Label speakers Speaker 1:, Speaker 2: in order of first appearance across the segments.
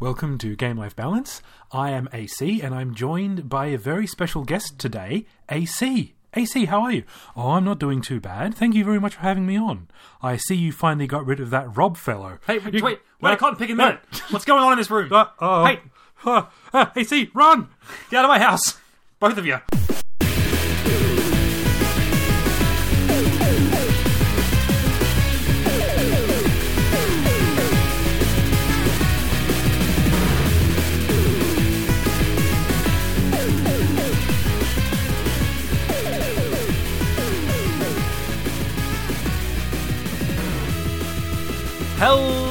Speaker 1: Welcome to Game Life Balance. I am AC, and I'm joined by a very special guest today, AC. AC, how are you? Oh, I'm not doing too bad. Thank you very much for having me on. I see you finally got rid of that Rob fellow.
Speaker 2: Hey, wait,
Speaker 1: You-
Speaker 2: wait, wait a
Speaker 1: Uh,
Speaker 2: cotton pick a
Speaker 1: no.
Speaker 2: minute. What's going on in this room?
Speaker 1: Uh, oh.
Speaker 2: Hey,
Speaker 1: Uh, uh, AC, run!
Speaker 2: get out of my house. Both of you.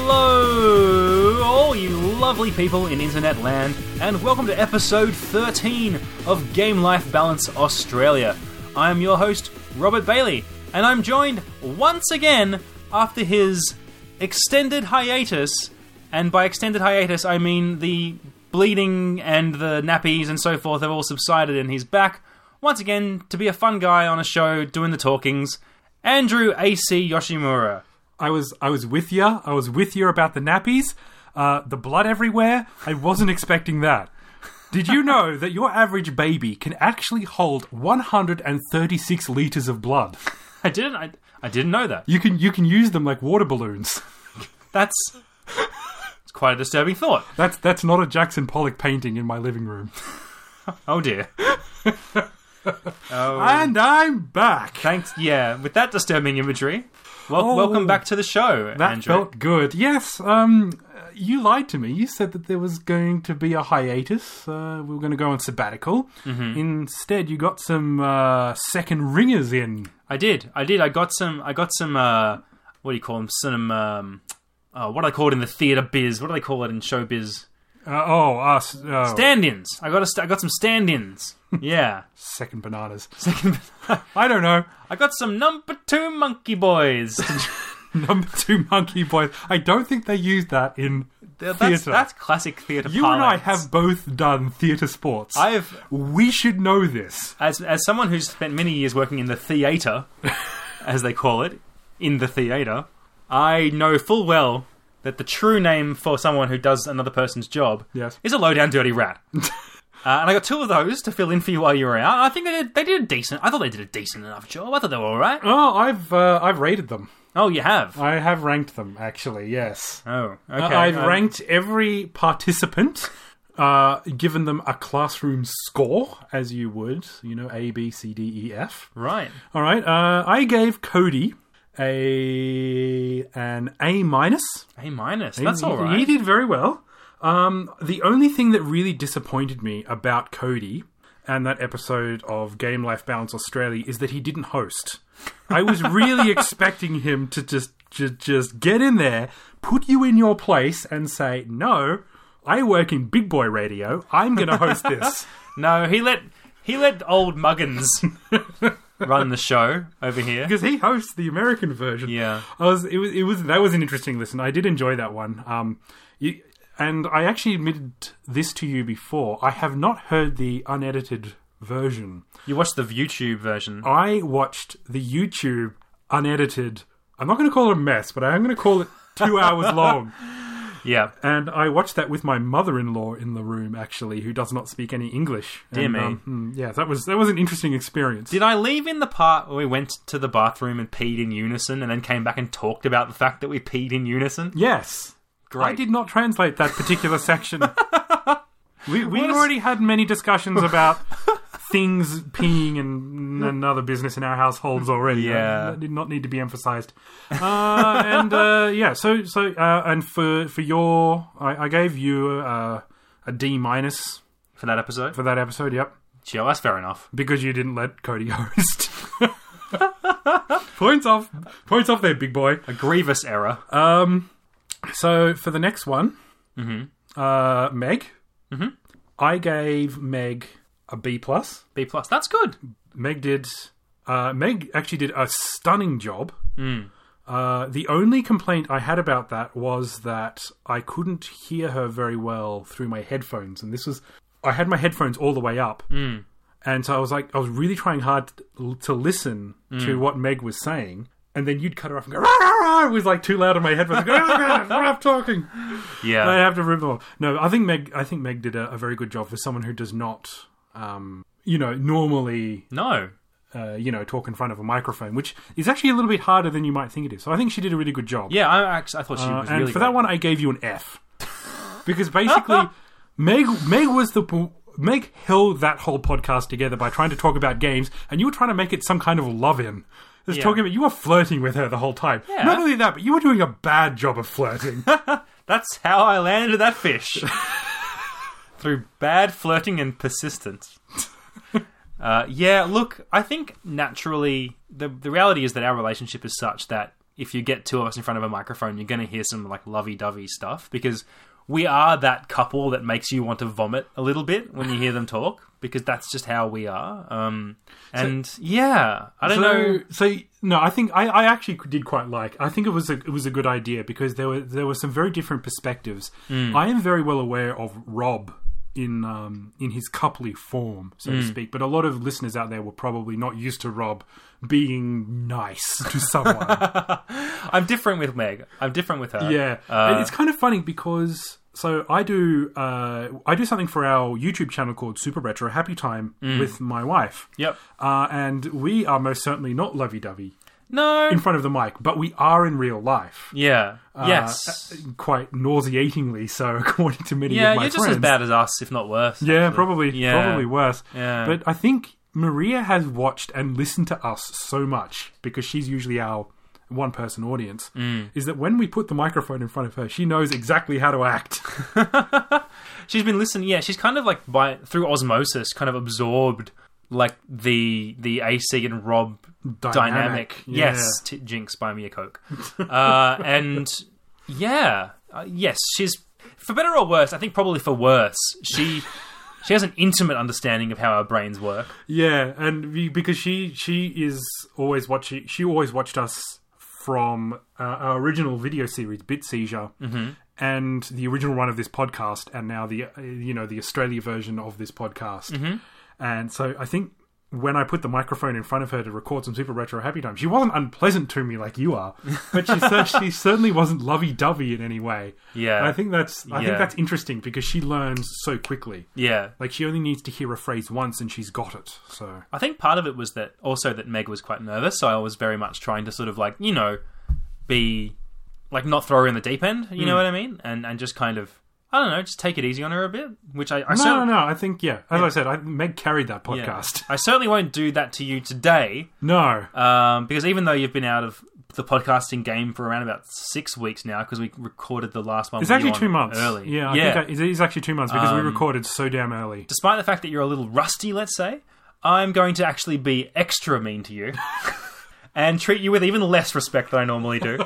Speaker 2: Hello, all you lovely people in internet land, and welcome to episode 13 of Game Life Balance Australia. I am your host, Robert Bailey, and I'm joined once again after his extended hiatus, and by extended hiatus, I mean the bleeding and the nappies and so forth have all subsided, and he's back once again to be a fun guy on a show doing the talkings. Andrew A.C. Yoshimura.
Speaker 1: I was I was with ya. I was with you about the nappies, uh, the blood everywhere. I wasn't expecting that. Did you know that your average baby can actually hold 136 liters of blood?
Speaker 2: I didn't. I, I didn't know that.
Speaker 1: You can you can use them like water balloons.
Speaker 2: That's it's quite a disturbing thought.
Speaker 1: That's that's not a Jackson Pollock painting in my living room.
Speaker 2: Oh dear. oh,
Speaker 1: And I'm back.
Speaker 2: thanks. Yeah, with that disturbing imagery. Wel-
Speaker 1: Oh.
Speaker 2: welcome back to the show,
Speaker 1: That
Speaker 2: Andrew.
Speaker 1: felt good. Yes. Um, you lied to me. You said that there was going to be a hiatus. Uh, we were going to go on sabbatical. Instead, you got some uh, second ringers in.
Speaker 2: I did. I did. I got some. I got some. Uh, what do you call them? Some. Um, uh, what do I call it in the theatre biz? What do they call it in showbiz?
Speaker 1: Uh, oh, uh, s- oh,
Speaker 2: Stand-ins. I got. A st- I got some stand-ins. Yeah.
Speaker 1: second bananas.
Speaker 2: Second.
Speaker 1: I don't know.
Speaker 2: I got some number two monkey boys.
Speaker 1: Number two, Monkey Boys. I don't think they used that in
Speaker 2: that's,
Speaker 1: theatre.
Speaker 2: that's classic theatre.
Speaker 1: You and I
Speaker 2: parlance.
Speaker 1: have both done theatre sports.
Speaker 2: I've
Speaker 1: we should know this.
Speaker 2: as as someone who's spent many years working in the theatre, as they call it, in the theatre, I know full well that the true name for someone who does another person's job
Speaker 1: Yes.
Speaker 2: is a low down dirty rat. uh, and I got two of those to fill in for you while you were out. I think they did, they did a decent. I thought they did a decent enough job. I thought they were all right.
Speaker 1: Oh, I've uh, I've rated them.
Speaker 2: Oh, you have.
Speaker 1: I have ranked them actually. Yes.
Speaker 2: Oh, okay.
Speaker 1: Uh, I've
Speaker 2: Um,
Speaker 1: ranked every participant, uh, given them a classroom score, as you would, you know, A, B, C, D, E, F.
Speaker 2: right.
Speaker 1: All right. Uh, I gave Cody a an A minus.
Speaker 2: A minus. That's
Speaker 1: He-
Speaker 2: all right.
Speaker 1: He did very well. Um, the only thing that really disappointed me about Cody and that episode of Game Life Balance Australia is that he didn't host. I was really expecting him to just, just just get in there, put you in your place, and say, "No, I work in Big Boy Radio. I'm going to host this."
Speaker 2: No, he let he let old Muggins run the show over here.
Speaker 1: because he hosts the American version.
Speaker 2: Yeah.
Speaker 1: I was. It was. It was. That was an interesting listen. I did enjoy that one. Um, you, and I actually admitted this to you before. I have not heard the unedited version.
Speaker 2: You watched the YouTube version.
Speaker 1: I watched the YouTube unedited. I'm not going to call it a mess, but I am going to call it two hours long.
Speaker 2: Yeah.
Speaker 1: And I watched that with my mother-in-law in the room, actually, who does not speak any English.
Speaker 2: Dear
Speaker 1: and,
Speaker 2: me.
Speaker 1: um, mm, yeah, that was that was an interesting experience.
Speaker 2: Did I leave in the part where we went to the bathroom and peed in unison and then came back and talked about the fact that we peed in unison?
Speaker 1: yes.
Speaker 2: Great.
Speaker 1: I did not translate that particular section. we we
Speaker 2: What is-
Speaker 1: already had many discussions about things peeing and another business in our households already.
Speaker 2: Yeah.
Speaker 1: that did not need to be emphasised. Uh, and uh, yeah, so so uh, and for for your, I, I gave you uh, a D minus
Speaker 2: For that episode?
Speaker 1: for that episode. Yep,
Speaker 2: Gee, well, that's fair enough.
Speaker 1: because you didn't let Cody host. points off, points off there, big boy.
Speaker 2: A grievous error.
Speaker 1: Um, so for the next one, uh, Meg, I gave Meg a B plus.
Speaker 2: B plus. That's good.
Speaker 1: Meg did. Uh, Meg actually did a stunning job. Uh, the only complaint I had about that was that I couldn't hear her very well through my headphones, and this was I had my headphones all the way up, and so I was like I was really trying hard to, to listen to what Meg was saying, and then you'd cut her off and go, rah, rah, rah. it was like too loud in my head. But I'd go, "Ah, ah, stop talking.
Speaker 2: Yeah.
Speaker 1: I have to rip them off. No, I think Meg. I think Meg did a, a very good job for someone who does not, um, you know, normally,
Speaker 2: No.
Speaker 1: uh, you know, talk in front of a microphone, which is actually a little bit harder than you might think it is. So I think she did a really good job.
Speaker 2: Yeah, I, actually, I thought she
Speaker 1: Uh,
Speaker 2: was
Speaker 1: and
Speaker 2: really
Speaker 1: for
Speaker 2: great.
Speaker 1: that one, I gave you an F because basically, Meg Meg was the p- Meg held that whole podcast together by trying to talk about games, and you were trying to make it some kind of love in. Just
Speaker 2: Yeah.
Speaker 1: talking about you were flirting with her the whole time.
Speaker 2: Yeah.
Speaker 1: Not only that, but you were doing a bad job of flirting.
Speaker 2: That's how I landed that fish. Through bad flirting and persistence. Uh, yeah, look, I think naturally the the reality is that our relationship is such that if you get two of us in front of a microphone, you're going to hear some like lovey-dovey stuff because we are that couple that makes you want to vomit a little bit when you hear them talk because that's just how we are. Um, and yeah, I don't
Speaker 1: so,
Speaker 2: know.
Speaker 1: So no, I think I, I actually did quite like. I think it was a it was a good idea because there were there were some very different perspectives. I am very well aware of Rob in um, in his coupley form, so to speak. But a lot of listeners out there were probably not used to Rob being nice to someone.
Speaker 2: I'm different with Meg. I'm different with her. Uh,
Speaker 1: Yeah, And it's kind of funny because so I do uh, I do something for our YouTube channel called Super Retro Happy Time with my wife.
Speaker 2: Yep.
Speaker 1: Uh, and we are most certainly not lovey-dovey
Speaker 2: No.
Speaker 1: in front of the mic, but we are in real life.
Speaker 2: Yeah.
Speaker 1: Uh,
Speaker 2: yes.
Speaker 1: quite nauseatingly so, according to many
Speaker 2: Yeah,
Speaker 1: of
Speaker 2: you're
Speaker 1: my
Speaker 2: just
Speaker 1: friends.
Speaker 2: as bad as us, if not worse.
Speaker 1: Yeah,
Speaker 2: actually.
Speaker 1: probably,
Speaker 2: Yeah.
Speaker 1: probably worse.
Speaker 2: Yeah.
Speaker 1: But I think Maria has watched and listened to us so much because she's usually our one-person audience.
Speaker 2: Mm.
Speaker 1: Is that when we put the microphone in front of her, she knows exactly how to act.
Speaker 2: She's been listening. Yeah, she's kind of like by through osmosis, kind of absorbed like the the AC and Rob dynamic.
Speaker 1: Yeah.
Speaker 2: Yes, t- Jinx, buy me a coke. uh, and yeah, uh, yes, she's for better or worse. I think probably for worse. She she has an intimate understanding of how our brains work.
Speaker 1: Yeah, and we, because she she is always watching. She always watched us from uh, our original video series, Bit Seizure,
Speaker 2: Mm-hmm.
Speaker 1: and the original one of this podcast, and now the uh, you know the Australia version of this podcast.
Speaker 2: Mm-hmm.
Speaker 1: And so I think when I put the microphone in front of her to record some super retro happy time, she wasn't unpleasant to me like you are, but she cer- she certainly wasn't lovey dovey in any way.
Speaker 2: Yeah.
Speaker 1: And I think that's I
Speaker 2: Yeah.
Speaker 1: think that's interesting because she learns so quickly.
Speaker 2: Yeah,
Speaker 1: Like she only needs to hear a phrase once and she's got it. So
Speaker 2: I think part of it was that also that Meg was quite nervous, so I was very much trying to sort of like you know be like not throw her in the deep end, you
Speaker 1: Hmm.
Speaker 2: know what I mean, and and just kind of I don't know, just take it easy on her a bit, which I, I
Speaker 1: no,
Speaker 2: certainly.
Speaker 1: no, no. I think yeah. As I said, I, Meg carried that
Speaker 2: yeah.
Speaker 1: podcast.
Speaker 2: I certainly won't do that to you today,
Speaker 1: No,
Speaker 2: um, because even though you've been out of the podcasting game for around about six weeks now, because we recorded the last one.
Speaker 1: it's
Speaker 2: with you
Speaker 1: actually two
Speaker 2: on
Speaker 1: months.
Speaker 2: early. Um,
Speaker 1: Yeah, I Think I, it's- it's actually two months because we recorded so damn early.
Speaker 2: despite the fact that you're a little rusty, let's say, I'm going to actually be extra mean to you and treat you with even less respect than I normally do.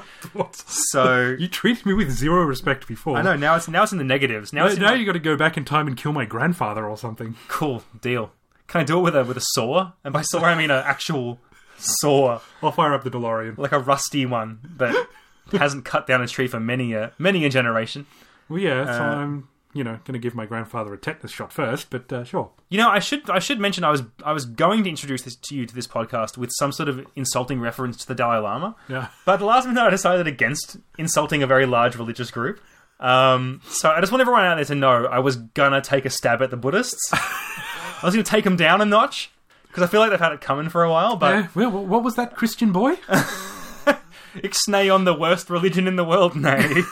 Speaker 2: So
Speaker 1: You treated me with zero respect before.
Speaker 2: I know now it's now it's in the negatives. Now
Speaker 1: Now,
Speaker 2: it's in
Speaker 1: now
Speaker 2: the-
Speaker 1: you got to go back in time and kill my grandfather or something.
Speaker 2: cool deal. Can I do it with a with a saw? And by saw I mean an actual saw,
Speaker 1: I'll fire up the DeLorean.
Speaker 2: like a rusty one that hasn't cut down a tree for many a many a generation.
Speaker 1: Well, yeah. So
Speaker 2: Uh,
Speaker 1: I'm, you know, going to give my grandfather a tetanus shot first. But uh, sure.
Speaker 2: You know, I should I should mention I was I was going to introduce this to you to this podcast with some sort of insulting reference to the Dalai Lama.
Speaker 1: Yeah.
Speaker 2: But at the last minute, I decided against insulting a very large religious group. Um, so I just want everyone out there to know I was gonna take a stab at the Buddhists. I was gonna take them down a notch because I feel like they've had it coming for a while. But
Speaker 1: Yeah, Uh, well, what was that Christian boy?
Speaker 2: ixnay on the worst religion in the world, nay.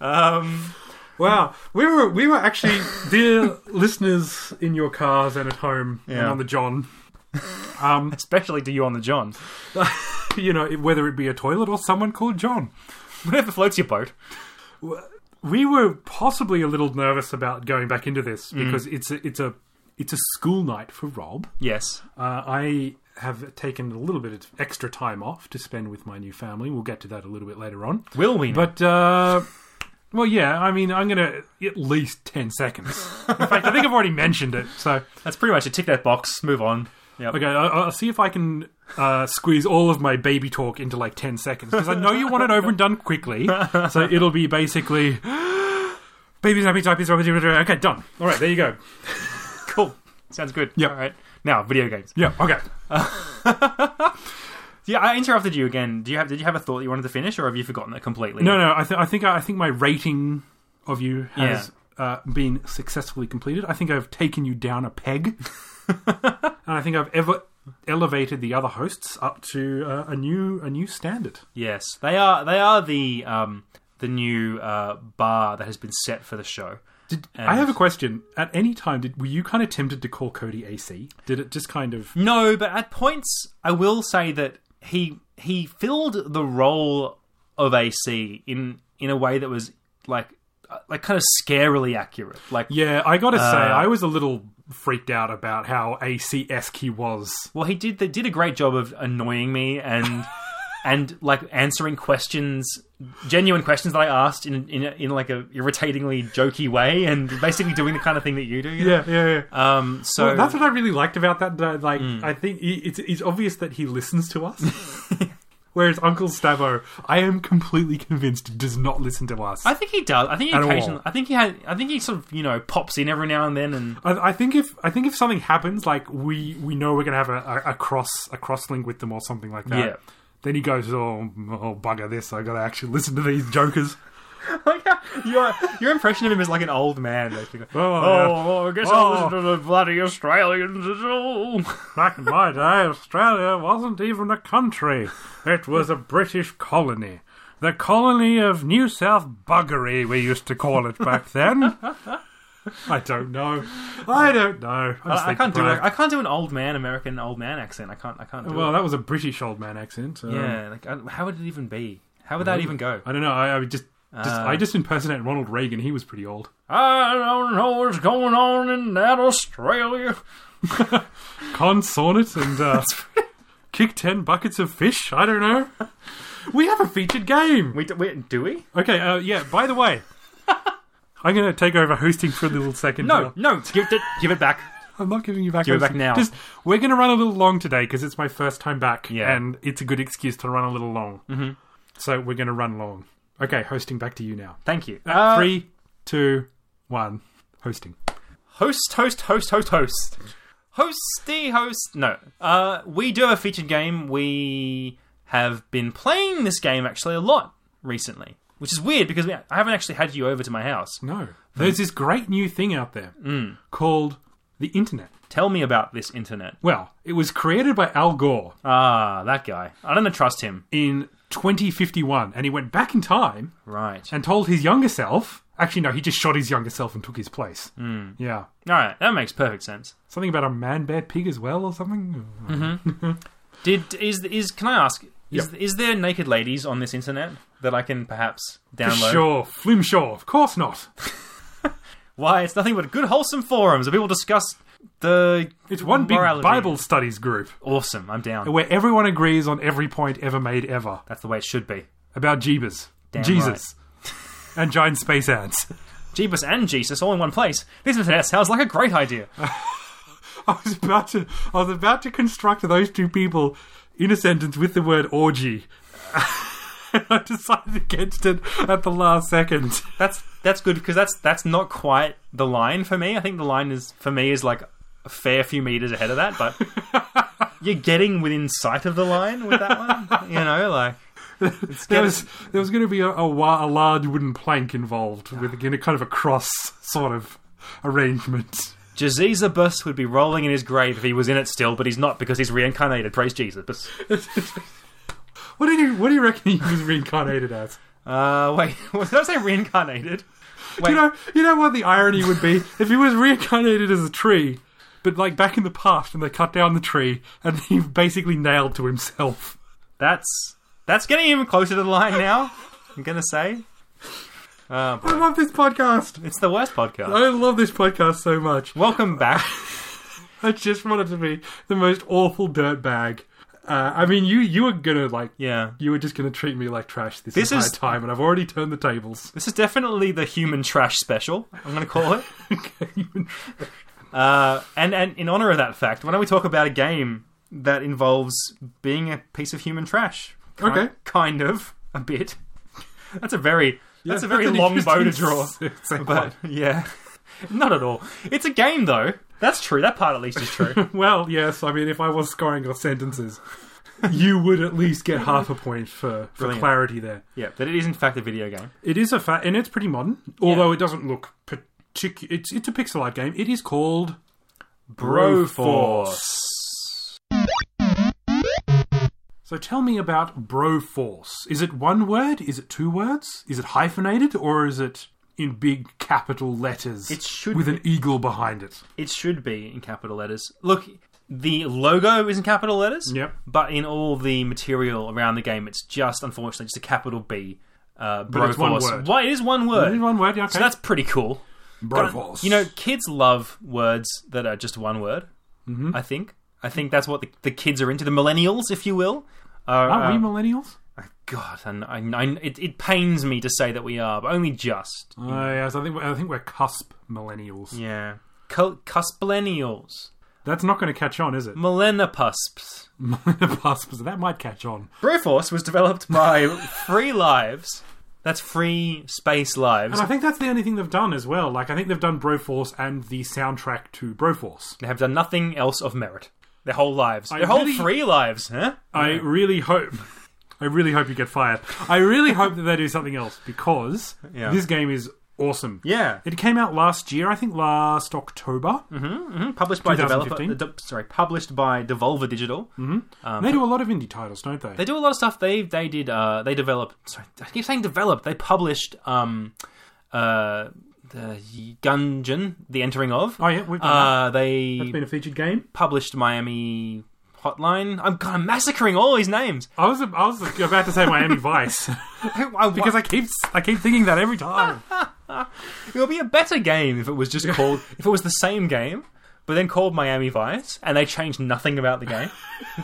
Speaker 2: um,
Speaker 1: Wow, we were we were actually dear listeners in your cars and at home and
Speaker 2: Yeah.
Speaker 1: on the John. Um,
Speaker 2: especially to you on the John,
Speaker 1: you know, whether it be a toilet or someone called John.
Speaker 2: whatever floats your boat.
Speaker 1: We were possibly a little nervous about going back into this because it's a, it's a it's a school night for Rob.
Speaker 2: Yes,
Speaker 1: Uh, I have taken a little bit of extra time off to spend with my new family. We'll get to that a little bit later on.
Speaker 2: will we?
Speaker 1: But uh, well, yeah, I mean, I'm gonna at least ten seconds. In fact, I think I've already mentioned it. So
Speaker 2: That's pretty much it. Tick that box. Move on. Yep.
Speaker 1: okay, I- I'll see if I can uh, squeeze all of my baby talk into like ten seconds because I know you want it over and done quickly. So it'll be basically. Baby's happy, typies, okay, done. All right, there you go.
Speaker 2: Cool. Sounds good.
Speaker 1: Yep.
Speaker 2: All right. Now, video games.
Speaker 1: Yeah, okay.
Speaker 2: Yeah, I interrupted you again. Do you have? Did you have a thought you wanted to finish, or have you forgotten it completely?
Speaker 1: No, no. I, th- I think I think my rating of you has uh, been successfully completed. I think I've taken you down a peg, and I think I've ever elevated the other hosts up to uh, a new a new standard.
Speaker 2: Yes, they are. They are the um, the new uh, bar that has been set for the show.
Speaker 1: I have a question. At any time, did were you kind of tempted to call Cody AC? Did it just kind of?
Speaker 2: No, but at points, I will say that he he filled the role of AC in in a way that was like uh, like kind of scarily accurate. Like,
Speaker 1: Yeah, I gotta say, I was a little freaked out about how AC esque he was.
Speaker 2: well, he did they did a great job of annoying me and and like answering questions, genuine questions that I asked in in, a- in like a irritatingly jokey way, and basically doing the kind of thing that you do. you
Speaker 1: Yeah,
Speaker 2: know?
Speaker 1: yeah, Oh. Hmm. yeah.
Speaker 2: Um. So
Speaker 1: Well, that's what I really liked about that. that, Like, I think he, it's, it's obvious that he listens to us. Whereas Uncle Stavo, I am completely convinced, does not listen to us.
Speaker 2: I think he does. I think he
Speaker 1: At all.
Speaker 2: occasionally. I think he had. I think he sort of you know pops in every now and then, and
Speaker 1: I, I think if I think if something happens, like we we know we're gonna have a, a, a cross a cross link with them or something like that.
Speaker 2: Yeah.
Speaker 1: Then he goes, oh, oh bugger this! I gotta actually listen to these jokers.
Speaker 2: like Oh, your your impression of him is like an old man. Basically. Oh,
Speaker 1: yeah.
Speaker 2: I guess
Speaker 1: I'll listen
Speaker 2: to the bloody Australians.
Speaker 1: Back in my day, Australia wasn't even a country. It was a British colony. The colony of New South Buggery, we used to call it back then. I don't know. I don't know. I, just
Speaker 2: I, I
Speaker 1: think
Speaker 2: can't do it.
Speaker 1: Brad-
Speaker 2: I can't do an old man American old man accent. I can't. I can't do
Speaker 1: Well,
Speaker 2: it.
Speaker 1: that was a British old man accent. um,
Speaker 2: yeah. Like I, how would it even be? How would that even go?
Speaker 1: I don't know. I, I would just, just
Speaker 2: Uh.
Speaker 1: I just impersonate Ronald Reagan. He was pretty old.
Speaker 2: I don't know what's going on in that Australia.
Speaker 1: Consonant and uh, kick ten buckets of fish. I don't know. We have a featured game.
Speaker 2: We do, we, do we?
Speaker 1: Okay, uh, yeah, by the way, I'm going to take over hosting for a little second.
Speaker 2: No,
Speaker 1: now.
Speaker 2: no. Give it. Give it back.
Speaker 1: I'm not giving you back
Speaker 2: Give it back
Speaker 1: hosting.
Speaker 2: now.
Speaker 1: Just, we're going to run a little long today because it's my first time back
Speaker 2: Yeah.
Speaker 1: and it's a good excuse to run a little long. Mm-hmm. So we're going to run long. Okay, hosting back to you now.
Speaker 2: Thank you.
Speaker 1: Three, two, one, hosting.
Speaker 2: host, host, host, host, host. Hosty host. No. Uh, we do a featured game. We have been playing this game actually a lot recently, which is weird because we, I haven't actually had you over to my house.
Speaker 1: No. There's this great new thing out there
Speaker 2: Mm.
Speaker 1: called the internet.
Speaker 2: Tell me about this internet.
Speaker 1: Well, it was created by Al Gore
Speaker 2: Ah, that guy. I don't trust him.
Speaker 1: in 2051 and he went back in time
Speaker 2: Right.
Speaker 1: and told his younger self. Actually, no, he just shot his younger self and took his place.
Speaker 2: Hmm.
Speaker 1: Yeah.
Speaker 2: All right. That makes perfect sense.
Speaker 1: Something about a man bear pig as well or something?
Speaker 2: Did is is can I ask? Is,
Speaker 1: Yep.
Speaker 2: is there naked ladies on this internet that I can perhaps download?
Speaker 1: Sure, Flimshaw, of course not.
Speaker 2: Why it's nothing but good wholesome forums where people discuss the
Speaker 1: It's one big
Speaker 2: morality.
Speaker 1: Bible studies group
Speaker 2: Awesome, I'm down.
Speaker 1: where everyone agrees on every point ever made ever
Speaker 2: That's the way it should be.
Speaker 1: about Jeebus,
Speaker 2: Damn
Speaker 1: Jesus, and giant space ants.
Speaker 2: Jeebus and Jesus all in one place. This internet sounds like a great idea.
Speaker 1: I was about to, I was about to construct those two people in a sentence with the word orgy. And I decided against it at the last second.
Speaker 2: That's that's good because that's that's not quite the line for me. I think the line is for me is like a fair few meters ahead of that, but you're getting within sight of the line with that one. You know, like it's
Speaker 1: There
Speaker 2: getting-
Speaker 1: was there was going to be a, a, wa- a large wooden plank involved with again a kind of a cross sort of arrangement.
Speaker 2: Jezebus would be rolling in his grave if he was in it still, but he's not because he's reincarnated. Praise Jesus.
Speaker 1: What do you what do you reckon he was reincarnated as?
Speaker 2: Uh, wait, did I say reincarnated? Wait,
Speaker 1: You know you know what the irony would be if he was reincarnated as a tree, but like back in the past and they cut down the tree and he basically nailed to himself.
Speaker 2: that's that's getting even closer to the line now. I'm gonna say. Uh,
Speaker 1: I love this podcast.
Speaker 2: It's the worst podcast.
Speaker 1: I love this podcast so much.
Speaker 2: Welcome back.
Speaker 1: I just want it to be the most awful dirtbag. Uh, I mean, you you were gonna like
Speaker 2: Yeah.
Speaker 1: you were just gonna treat me like trash this,
Speaker 2: This
Speaker 1: entire
Speaker 2: is-
Speaker 1: time, and I've already turned the tables.
Speaker 2: This is definitely the human trash special, I'm going to call it.
Speaker 1: Okay, you and-
Speaker 2: Uh, and, and in honor of that fact, why don't we talk about a game that involves being a piece of human trash? Ki-
Speaker 1: Okay.
Speaker 2: Kind of. A bit. That's a very, that's a very
Speaker 1: an
Speaker 2: long bow to
Speaker 1: interesting
Speaker 2: draw.
Speaker 1: s- segue.
Speaker 2: But, yeah. Not at all. It's a game, though. That's true. That part, at least, is true.
Speaker 1: well, yes. I mean, if I was scoring your sentences, you would at least get half a point for, for
Speaker 2: Brilliant.
Speaker 1: clarity there.
Speaker 2: Yeah, that it is in fact a video game.
Speaker 1: It is a fa and it's pretty modern, although it doesn't look particular. It's it's a pixel art game. It is called Broforce. So tell me about Broforce. Is it one word? Is it two words? Is it hyphenated, or is it in big capital letters
Speaker 2: It should
Speaker 1: with an eagle behind it?
Speaker 2: It should be in capital letters. Look, the logo is in capital letters.
Speaker 1: Yep.
Speaker 2: But in all the material around the game, it's just unfortunately just a capital B. Uh,
Speaker 1: But it's one
Speaker 2: Broforce.
Speaker 1: word.
Speaker 2: Why it is one word.
Speaker 1: It is one word. Yeah, okay.
Speaker 2: So that's pretty cool.
Speaker 1: Broforce.
Speaker 2: You know, kids love words that are just one word. Mm-hmm. I think. I think that's what the, the kids are into. The millennials, if you will. Are,
Speaker 1: are
Speaker 2: uh,
Speaker 1: we millennials?
Speaker 2: God, and I, I, it, it pains me to say that we are, but only just.
Speaker 1: Oh yes, I think we're- I think we're cusp millennials.
Speaker 2: Yeah. Cu- cuspillennials.
Speaker 1: That's not going to catch on, is it?
Speaker 2: Millenopusps.
Speaker 1: Millennials. that might catch on.
Speaker 2: Broforce was developed by Free Lives. That's Free Space Lives.
Speaker 1: And I think that's the only thing they've done as well. Like I think they've done Broforce and the soundtrack to Broforce.
Speaker 2: They have done nothing else of merit. Their whole lives.
Speaker 1: I
Speaker 2: Their whole
Speaker 1: really-
Speaker 2: free lives, huh?
Speaker 1: I really hope. I really hope you get fired. I really hope that they do something else because
Speaker 2: Yeah.
Speaker 1: this game is awesome.
Speaker 2: Yeah.
Speaker 1: It came out last year, I think last October.
Speaker 2: Hmm, Published by developer.
Speaker 1: 2015?
Speaker 2: the de- sorry, published by Devolver Digital.
Speaker 1: Mm-hmm. They do a lot of indie titles, don't they?
Speaker 2: Mm-hmm. They do a lot of stuff. They they did. Uh, they developed. Sorry, I keep saying developed. They published. Um, uh, the Gungeon, the entering of.
Speaker 1: Oh, yeah, we've done
Speaker 2: Uh, they
Speaker 1: It's been a featured game.
Speaker 2: published Miami Hotline. I'm kind of massacring all these names.
Speaker 1: I was I was about to say Miami Vice because I keep I keep thinking that every time.
Speaker 2: It would be a better game if it was just called if it was the same game, but then called Miami Vice, and they changed nothing about the game.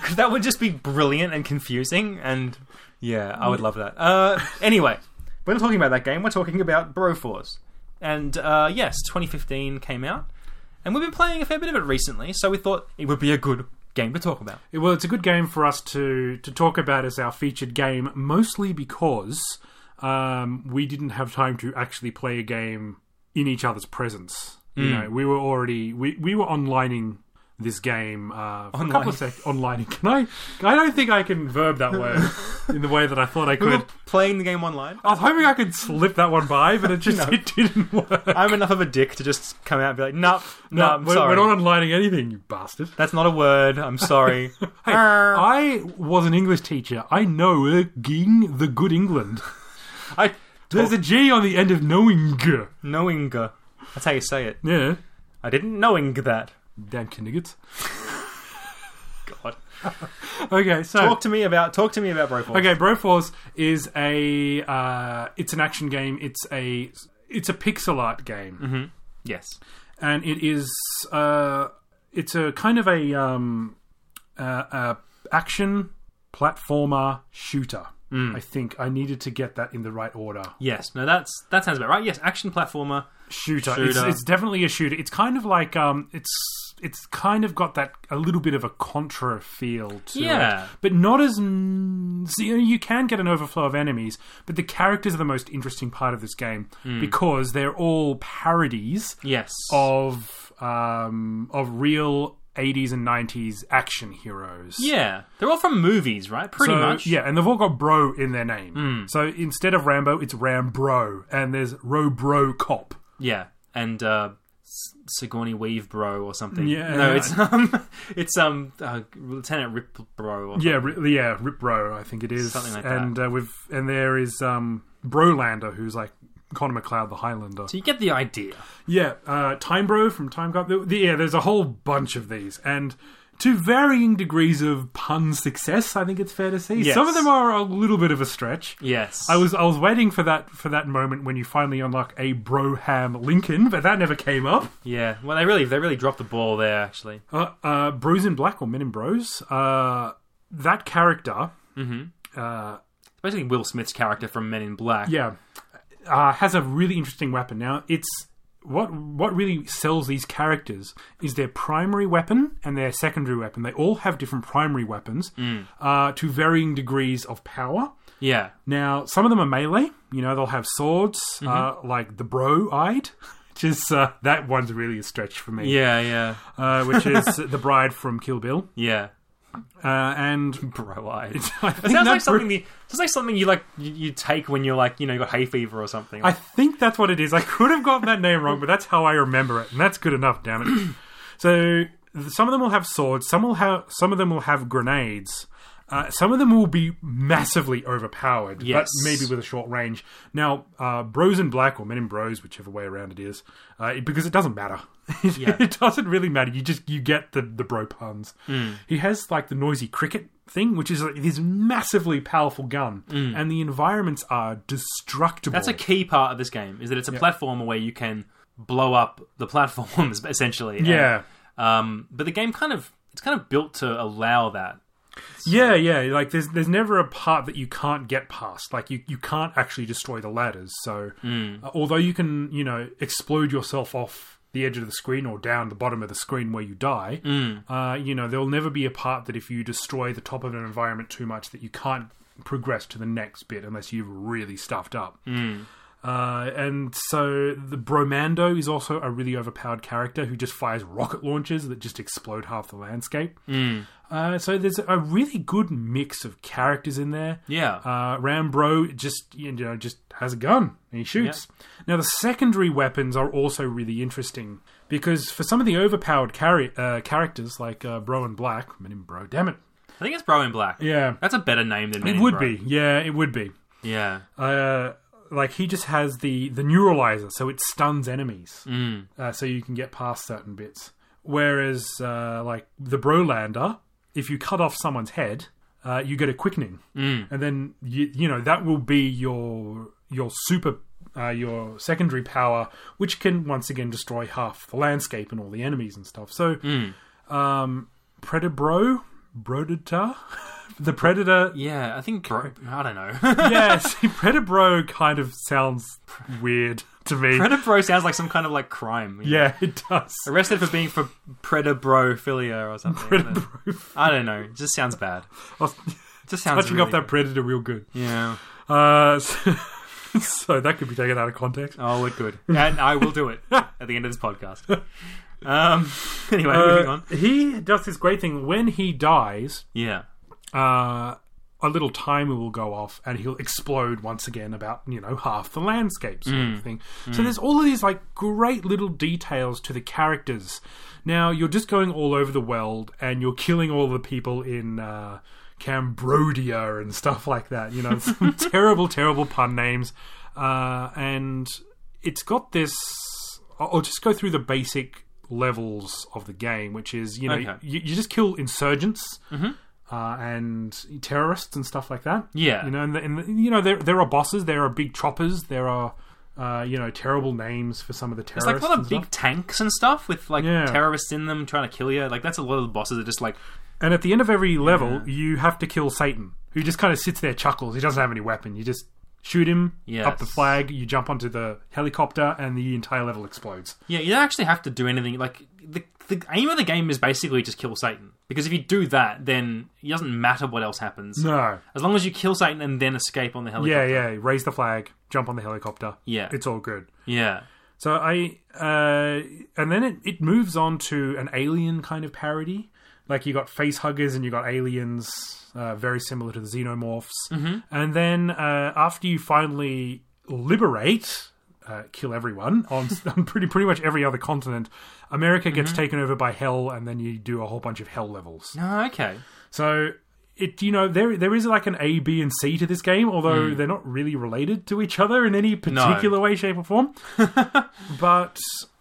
Speaker 2: 'Cause that would just be brilliant and confusing. And yeah, I would
Speaker 1: Mm.
Speaker 2: love that. Uh, anyway, we're not talking about that game. We're talking about Broforce. And uh, yes, 2015 came out, and we've been playing a fair bit of it recently. So we thought it would be a good game to talk about.
Speaker 1: Well, it's a good game for us to to talk about as our featured game, mostly because um, we didn't have time to actually play a game in each other's presence. You know, we were already we, we were onlining this game uh, for a couple of sec- onlining. Can I? I don't think I can verb that word in the way that I thought I
Speaker 2: We
Speaker 1: could.
Speaker 2: were playing the game online.
Speaker 1: I was hoping I could slip that one by, but it just it didn't work.
Speaker 2: I'm enough of a dick to just come out and be like, "Nah, nah, I'm
Speaker 1: we're,
Speaker 2: Um, sorry."
Speaker 1: we're not onlining anything, you bastard.
Speaker 2: That's not a word. I'm sorry.
Speaker 1: Hey, I was an English teacher. I know uh, ging the good England.
Speaker 2: I
Speaker 1: There's a G on the end of knowing.
Speaker 2: knowing that's how you say it.
Speaker 1: Yeah.
Speaker 2: I didn't knowing that.
Speaker 1: Damn kindergarten.
Speaker 2: God,
Speaker 1: Okay, so
Speaker 2: talk to me about talk to me about Broforce.
Speaker 1: okay, Broforce is a uh, it's an action game. It's a it's a pixel art game,
Speaker 2: Yes,
Speaker 1: and it is uh, it's a kind of a um, uh, uh, action platformer shooter. I think I needed to get that in the right order.
Speaker 2: yes. No, that's that sounds about right. Yes, action platformer.
Speaker 1: shooter. It's,
Speaker 2: Shooter.
Speaker 1: it's definitely a shooter. It's kind of like um, it's it's kind of got that a little bit of a contra feel to
Speaker 2: Yeah.
Speaker 1: it, but not as mm, so, you, know, you can get an overflow of enemies, but the characters are the most interesting part of this game
Speaker 2: Hmm.
Speaker 1: because they're all parodies
Speaker 2: Yes.
Speaker 1: of um, of real. 80s and 90s action heroes.
Speaker 2: yeah, they're all from movies, right? Pretty
Speaker 1: So,
Speaker 2: much. Hmm.
Speaker 1: Yeah, and they've all got bro in their name. So instead of Rambo, it's Rambro. And there's Robro Cop.
Speaker 2: yeah, and uh, S- Sigourney Weave, bro, or something.
Speaker 1: Yeah.
Speaker 2: no, it's um, it's um, uh, Lieutenant Rip, bro. Or
Speaker 1: Yeah, ri yeah, Rip Bro, I think it is.
Speaker 2: Something like
Speaker 1: and Uh, we've and there is um, Brolander, who's like Connor McLeod, the Highlander.
Speaker 2: So you get the idea.
Speaker 1: Yeah, uh, Time Bro from Time Cop. The- the- Yeah, there's a whole bunch of these, and to varying degrees of pun success, I think it's fair to say.
Speaker 2: Yes.
Speaker 1: Some of them are a little bit of a stretch.
Speaker 2: Yes.
Speaker 1: I was I was waiting for that for that moment when you finally unlock a Broham Lincoln, but that never came up.
Speaker 2: Yeah. Well, they really they really dropped the ball there. Actually.
Speaker 1: Uh, uh, Bros in Black or Men in Bros. Uh, that character.
Speaker 2: basically Will Smith's character from Men in Black.
Speaker 1: yeah, uh, has a really interesting weapon. Now, it's what what really sells these characters is their primary weapon and their secondary weapon. They all have different primary weapons
Speaker 2: Mm.
Speaker 1: uh, to varying degrees of power.
Speaker 2: Yeah.
Speaker 1: Now, some of them are melee. You know, they'll have swords,
Speaker 2: Mm-hmm.
Speaker 1: uh, like the bro-eyed. Which is uh, that one's really a stretch for me.
Speaker 2: Yeah, yeah.
Speaker 1: Uh, which is the bride from Kill Bill.
Speaker 2: Yeah.
Speaker 1: Uh, and
Speaker 2: Bro eyed. It
Speaker 1: I
Speaker 2: sounds
Speaker 1: think
Speaker 2: like
Speaker 1: that's
Speaker 2: something. The, sounds like something you like. You, you take when you're like you know you got hay fever or something.
Speaker 1: I think that's what it is. I could have gotten that name wrong, but that's how I remember it, and that's good enough. Damn it! So th- some of them will have swords. Some will have. Some of them will have grenades. Uh, some of them will be massively overpowered,
Speaker 2: Yes.
Speaker 1: but maybe with a short range. Now, uh, Bros in Black or Men in Bros, whichever way around it is, uh, it- because it doesn't matter. it,
Speaker 2: Yeah.
Speaker 1: it doesn't really matter. You just you get the the bro puns.
Speaker 2: Hmm.
Speaker 1: He has like the noisy cricket thing, which is like this massively powerful gun, and the environments are destructible.
Speaker 2: Hmm. That's a key part of this game is that it's a platformer where you can blow up the platforms essentially. And,
Speaker 1: yeah.
Speaker 2: um, but the game kind of it's kind of built to allow that.
Speaker 1: Yeah, yeah. Like there's there's never a part that you can't get past. Like you, you can't actually destroy the ladders. So uh, although you can you know explode yourself off the edge of the screen or down the bottom of the screen where you die, uh, you know there'll never be a part that if you destroy the top of an environment too much that you can't progress to the next bit unless you've really stuffed up. Uh, and so the Bromando is also a really overpowered character who just fires rocket launchers that just explode half the landscape.
Speaker 2: Hmm.
Speaker 1: Uh, so there's a really good mix of characters in there.
Speaker 2: Yeah.
Speaker 1: Uh, Rambro just you know just has a gun and he shoots. Now the secondary weapons are also really interesting because for some of the overpowered carry- uh, characters like uh, Bro and Black, I mean Bro, damn it,
Speaker 2: I think it's Bro in Black.
Speaker 1: yeah,
Speaker 2: That's a better name than Men
Speaker 1: it
Speaker 2: in
Speaker 1: would
Speaker 2: Bro.
Speaker 1: be, yeah, it would be.
Speaker 2: Yeah.
Speaker 1: Uh, like he just has the the neuralizer, so it stuns enemies, mm. uh, so you can get past certain bits. Whereas uh, like the Brolander, if you cut off someone's head, uh, you get a quickening, mm. and then you you know that will be your your super. Uh, your secondary power, which can once again destroy half the landscape and all the enemies and stuff. So, um, Predator Bro, Brodita, the Predator
Speaker 2: Yeah, I think Bro. I don't know.
Speaker 1: yeah, see, Predator Bro kind of sounds weird to me.
Speaker 2: Predator Bro sounds like some kind of like crime. you know.
Speaker 1: yeah, it does.
Speaker 2: Arrested for being for Predator Bro philia or something. I don't know. I don't know. It just sounds bad.
Speaker 1: I was
Speaker 2: It just sounds
Speaker 1: touching
Speaker 2: really
Speaker 1: off that Predator real good.
Speaker 2: Yeah.
Speaker 1: Uh, so, so that could be taken out of context.
Speaker 2: Oh, we're good. And I will do it at the end of this podcast. Um, anyway, moving
Speaker 1: Uh,
Speaker 2: on.
Speaker 1: he does this great thing when he dies.
Speaker 2: Yeah.
Speaker 1: Uh, a little timer will go off, and he'll explode once again about you know half the landscape sort of thing. So there's all of these like great little details to the characters. Now you're just going all over the world, and you're killing all the people in uh, Cambodia and stuff like that. You know, some terrible, terrible pun names, uh, and it's got this. I'll I'll just go through the basic levels of the game, which is you know
Speaker 2: Okay.
Speaker 1: you, you just kill insurgents uh, and terrorists and stuff like that.
Speaker 2: Yeah.
Speaker 1: you know, and, the, and the, you know there there are bosses, there are big choppers, there are uh, you know terrible names for some of the
Speaker 2: It's
Speaker 1: terrorists.
Speaker 2: like a lot
Speaker 1: and
Speaker 2: of big
Speaker 1: stuff.
Speaker 2: tanks and stuff with like
Speaker 1: Yeah.
Speaker 2: terrorists in them trying to kill you. Like that's a lot of the bosses are just like
Speaker 1: And at the end of every level, you have to kill Satan, who just kind of sits there, chuckles. He doesn't have any weapon. You just shoot him up the
Speaker 2: Yes.
Speaker 1: flag. You jump onto the helicopter, and the entire level explodes.
Speaker 2: yeah. You don't actually have to do anything. Like the the aim of the game is basically just kill Satan because if you do that, then it doesn't matter what else happens.
Speaker 1: No,
Speaker 2: As long as you kill Satan and then escape on the helicopter.
Speaker 1: yeah, yeah. Raise the flag, jump on the helicopter.
Speaker 2: Yeah.
Speaker 1: it's all good.
Speaker 2: Yeah.
Speaker 1: So I uh, and then it, it moves on to an alien kind of parody. Like you got face huggers and you got aliens, uh, very similar to the xenomorphs. And then uh, after you finally liberate, uh, kill everyone on, on pretty pretty much every other continent, America gets taken over by hell, and then you do a whole bunch of hell levels.
Speaker 2: Oh, okay.
Speaker 1: So it you know there there is like an A, B, and C to this game, although
Speaker 2: Hmm.
Speaker 1: they're not really related to each other in any particular way, shape, or form. but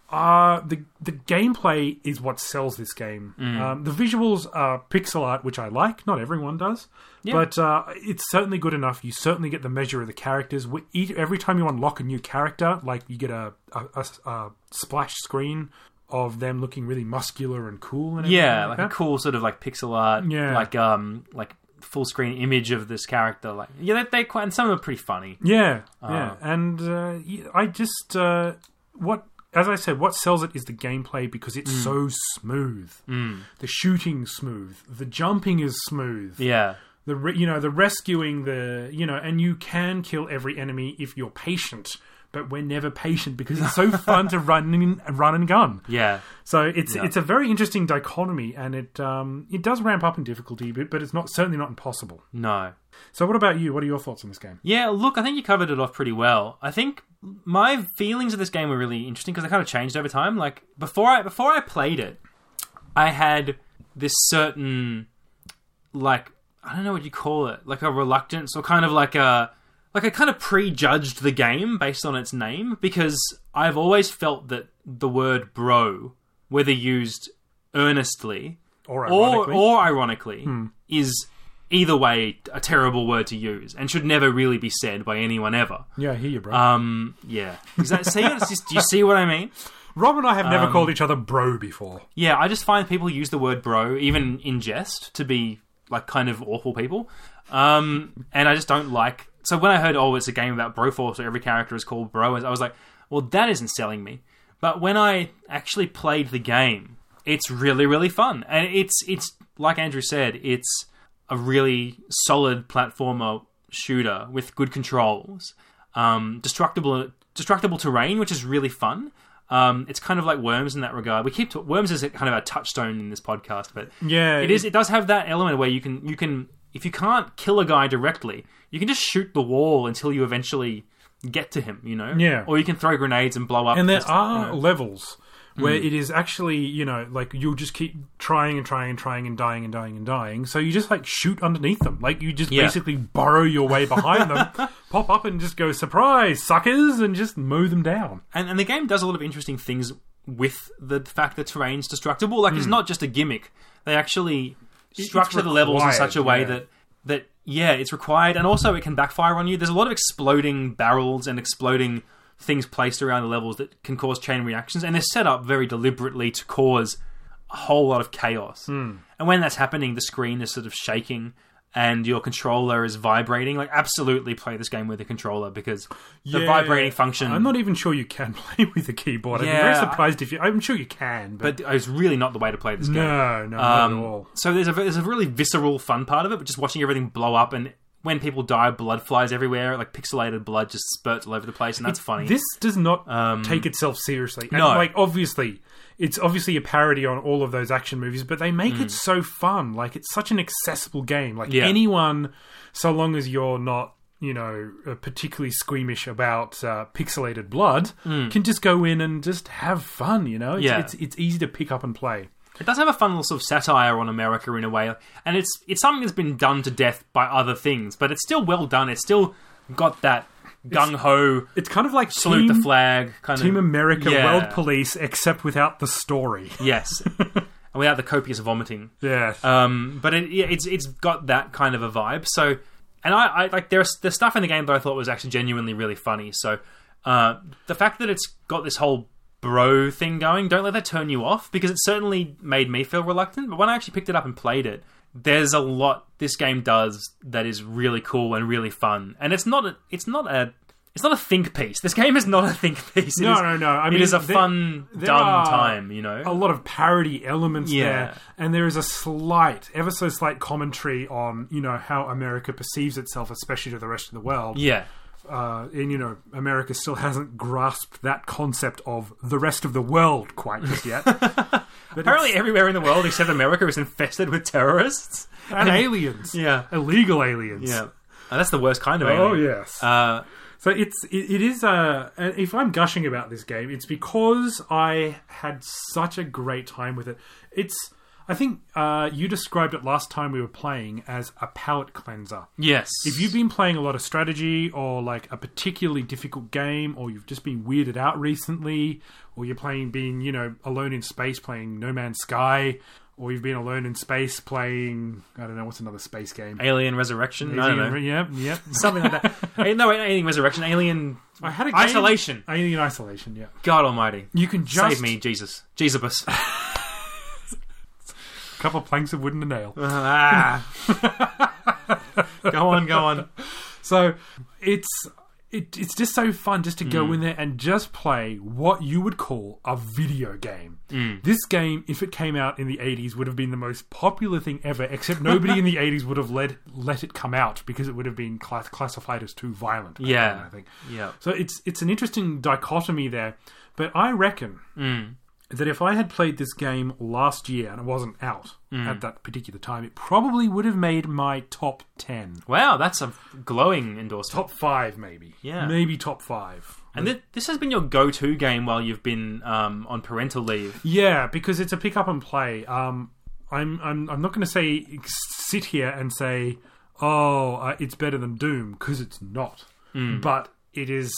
Speaker 1: uh, the the gameplay is what sells this game.
Speaker 2: Hmm.
Speaker 1: Um, the visuals are pixel art, which I like. Not everyone does, but uh, it's certainly good enough. You certainly get the measure of the characters. Wi- each- Every time you unlock a new character, like you get a a, a s- a splash screen of them looking really muscular and cool. And everything
Speaker 2: Yeah, like
Speaker 1: that.
Speaker 2: a cool sort of like pixel art,
Speaker 1: Yeah.
Speaker 2: like um, like full screen image of this character. Like yeah, they, they quite and some of them are pretty funny.
Speaker 1: Yeah,
Speaker 2: Ah.
Speaker 1: yeah, and uh, y- I just uh, what as I said, what sells it is the gameplay because it's
Speaker 2: Mm.
Speaker 1: so smooth. The shooting's smooth, the jumping is smooth,
Speaker 2: Yeah,
Speaker 1: the re- you know the rescuing the you know, and you can kill every enemy if you're patient. but we're never patient because it's so fun to run and run and gun.
Speaker 2: Yeah.
Speaker 1: So it's
Speaker 2: Yeah.
Speaker 1: it's a very interesting dichotomy, and it um, it does ramp up in difficulty, but, but it's not certainly not impossible.
Speaker 2: No.
Speaker 1: So what about you? What are your thoughts on this game?
Speaker 2: Yeah, look, I think you covered it off pretty well. I think my feelings of this game were really interesting because they kind of changed over time. Like before I before I played it, I had this certain like I don't know what you call it, like a reluctance or kind of like a like I kind of prejudged the game based on its name because I've always felt that the word bro, whether used earnestly
Speaker 1: Or
Speaker 2: or
Speaker 1: ironically,
Speaker 2: or ironically is either way a terrible word to use and should never really be said by anyone ever.
Speaker 1: yeah, I hear you, bro.
Speaker 2: Um, yeah. Is that, see, it's just- do you see what I mean?
Speaker 1: Rob and I have never called each other bro before.
Speaker 2: Yeah, I just find people use the word bro, even in jest, to be like kind of awful people. Um, and I just don't like. So when I heard, oh, it's a game about Broforce, where every character is called bro, I was like, well, that isn't selling me. But when I actually played the game, it's really, really fun, and it's it's like Andrew said, it's a really solid platformer shooter with good controls, um, destructible destructible terrain, which is really fun. Um, it's kind of like Worms in that regard. We keep t- Worms is kind of our touchstone in this podcast, but
Speaker 1: Yeah,
Speaker 2: it is. It does have that element where you can you can if you can't kill a guy directly, you can just shoot the wall until you eventually get to him. You know,
Speaker 1: Yeah.
Speaker 2: Or you can throw grenades and blow up.
Speaker 1: And there
Speaker 2: just, you
Speaker 1: are
Speaker 2: know.
Speaker 1: levels where it is actually, you know, like you'll just keep trying and trying and trying and dying and dying and dying. So you just like shoot underneath them. Like you just
Speaker 2: Yeah.
Speaker 1: basically burrow your way behind them, pop up and just go, surprise, suckers, and just mow them down.
Speaker 2: and, and the game does a lot of interesting things with the fact that terrain's destructible. Like
Speaker 1: Hmm.
Speaker 2: it's not just a gimmick; they actually structure the levels in such a way
Speaker 1: required, yeah.
Speaker 2: that that yeah, it's required, and also it can backfire on you. There's a lot of exploding barrels and exploding things placed around the levels that can cause chain reactions, and they're set up very deliberately to cause a whole lot of chaos.
Speaker 1: Hmm.
Speaker 2: And when that's happening, the screen is sort of shaking. And your controller is vibrating. Like, absolutely play this game with a controller because the
Speaker 1: Yeah.
Speaker 2: vibrating function.
Speaker 1: I'm not even sure you can play with a keyboard. I'd be
Speaker 2: Yeah,
Speaker 1: very
Speaker 2: I-
Speaker 1: surprised if you. I'm sure you can, but,
Speaker 2: but it's really not the way to play this game.
Speaker 1: no, no, not at all.
Speaker 2: Um, so there's a there's a really visceral fun part of it, but just watching everything blow up and when people die, blood flies everywhere, like pixelated blood just spurts all over the place, and that's funny. Um,
Speaker 1: This does not take itself seriously. And,
Speaker 2: no.
Speaker 1: like obviously, it's obviously a parody on all of those action movies, but they make it so fun. Like it's such an accessible game. Like
Speaker 2: Mm. Yeah.
Speaker 1: anyone, so long as you're not, you know, uh, particularly squeamish about uh, pixelated blood, can just go in and just have fun. You know, it's,
Speaker 2: Mm. Yeah.
Speaker 1: it's it's easy to pick up and play.
Speaker 2: It does have a fun little sort of satire on America in a way, and it's it's something that's been done to death by other things, but it's still well done. It's still got that gung ho
Speaker 1: It's kind of like
Speaker 2: salute the
Speaker 1: Team-
Speaker 2: flag kind
Speaker 1: Team
Speaker 2: of
Speaker 1: America,
Speaker 2: Yeah.
Speaker 1: World Police, except without the story.
Speaker 2: yes, and without the copious vomiting.
Speaker 1: Yeah.
Speaker 2: Um, but it, yeah, it's it's got that kind of a vibe. So, and I, I like there's there's stuff in the game that I thought was actually genuinely really funny. So, uh, the fact that it's got this whole bro thing going, don't let that turn you off because it certainly made me feel reluctant. But when I actually picked it up and played it, there's a lot this game does that is really cool and really fun. And it's not a, it's not a it's not a think piece. This game is not a think piece. It
Speaker 1: No,
Speaker 2: is-
Speaker 1: no, no. I mean,
Speaker 2: it is a
Speaker 1: there-
Speaker 2: fun,
Speaker 1: there
Speaker 2: dumb
Speaker 1: are
Speaker 2: time. You know,
Speaker 1: a lot of parody elements
Speaker 2: Yeah.
Speaker 1: there, and there is a slight, ever so slight commentary on you know how America perceives itself, especially to the rest of the world.
Speaker 2: yeah.
Speaker 1: Uh, and you know, America still hasn't grasped that concept of the rest of the world quite just yet. but
Speaker 2: Apparently, everywhere in the world except America is infested with terrorists.
Speaker 1: it's- and aliens,
Speaker 2: Yeah,
Speaker 1: illegal aliens.
Speaker 2: yeah. And that's the worst kind of
Speaker 1: Oh
Speaker 2: alien.
Speaker 1: yes.
Speaker 2: Uh,
Speaker 1: So it's it, it is a if I'm gushing about this game, it's because I had such a great time with it. It's I think uh, you described it last time we were playing as a palate cleanser.
Speaker 2: yes.
Speaker 1: If you've been playing a lot of strategy or like a particularly difficult game, or you've just been weirded out recently, or you're playing being you know alone in space playing No Man's Sky, or you've been alone in space playing I don't know what's another space game.
Speaker 2: Alien Resurrection, I don't know.
Speaker 1: Yeah, yeah.
Speaker 2: Something like that. Eh, no, wait, not Alien Resurrection, Alien
Speaker 1: I had a game-
Speaker 2: Isolation.
Speaker 1: Alien Isolation. Yeah.
Speaker 2: God Almighty.
Speaker 1: You can just
Speaker 2: Save me, Jesus. Jesus.
Speaker 1: a couple of planks of wood and a nail.
Speaker 2: ah. go on, go on.
Speaker 1: So it's it, it's just so fun just to
Speaker 2: Mm.
Speaker 1: go in there and just play what you would call a video game.
Speaker 2: Mm.
Speaker 1: This game, if it came out in the 80s, would have been the most popular thing ever, except nobody in the 80s would have let, let it come out because it would have been class, classified as too violent. back
Speaker 2: Yeah.
Speaker 1: then, I think.
Speaker 2: Yeah.
Speaker 1: So it's, it's an interesting dichotomy there. But I reckon
Speaker 2: Mm.
Speaker 1: that if I had played this game last year and it wasn't out
Speaker 2: Mm.
Speaker 1: at that particular time, it probably would have made my top 10
Speaker 2: Wow, that's a glowing
Speaker 1: top
Speaker 2: endorsement.
Speaker 1: five, maybe.
Speaker 2: Yeah.
Speaker 1: maybe top five.
Speaker 2: And th- this has been your go-to game while you've been um, on parental leave.
Speaker 1: Yeah, because it's a pick up and play. Um, I'm I'm I'm not going to say sit here and say oh uh, it's better than Doom because it's not, but it is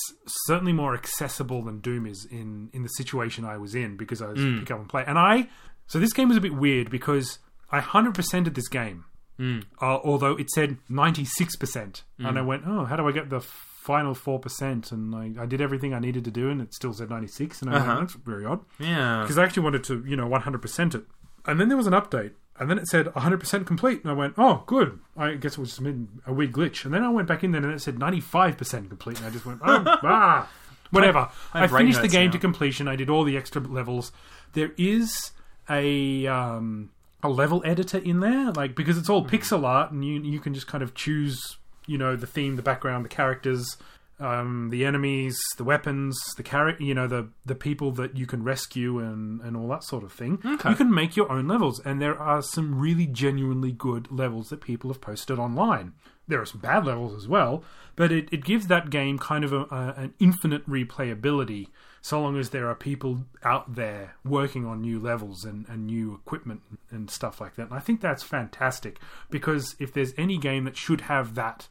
Speaker 1: certainly more accessible than Doom is in in the situation I was in because I was pick up and play. And I so this game was a bit weird because I hundred percented this game. Uh, although it said 96%. And I went, oh, how do I get the final 4%? And I, I did everything I needed to do, and it still said 96. And I went, that's very odd
Speaker 2: Yeah.
Speaker 1: because I actually wanted to, you know, 100% it. And then there was an update, and then it said 100% complete, and I went, oh, good. I guess it was just a weird glitch. And then I went back in there, and it said 95% complete, and I just went, oh, ah, whatever.
Speaker 2: My- my
Speaker 1: I
Speaker 2: brain
Speaker 1: finished the
Speaker 2: hurts
Speaker 1: game
Speaker 2: now.
Speaker 1: to completion. I did all the extra levels. There is a um, a level editor in there, like because it's all pixel art, and you you can just kind of choose, you know, the theme, the background, the characters, um, the enemies, the weapons, the character, you know, the the people that you can rescue and and all that sort of thing.
Speaker 2: Okay.
Speaker 1: You can make your own levels, and there are some really genuinely good levels that people have posted online. There are some bad levels as well, but it, it gives that game kind of a, a, an infinite replayability so long as there are people out there working on new levels and, and new equipment and stuff like that. And I think that's fantastic because if there's any game that should have that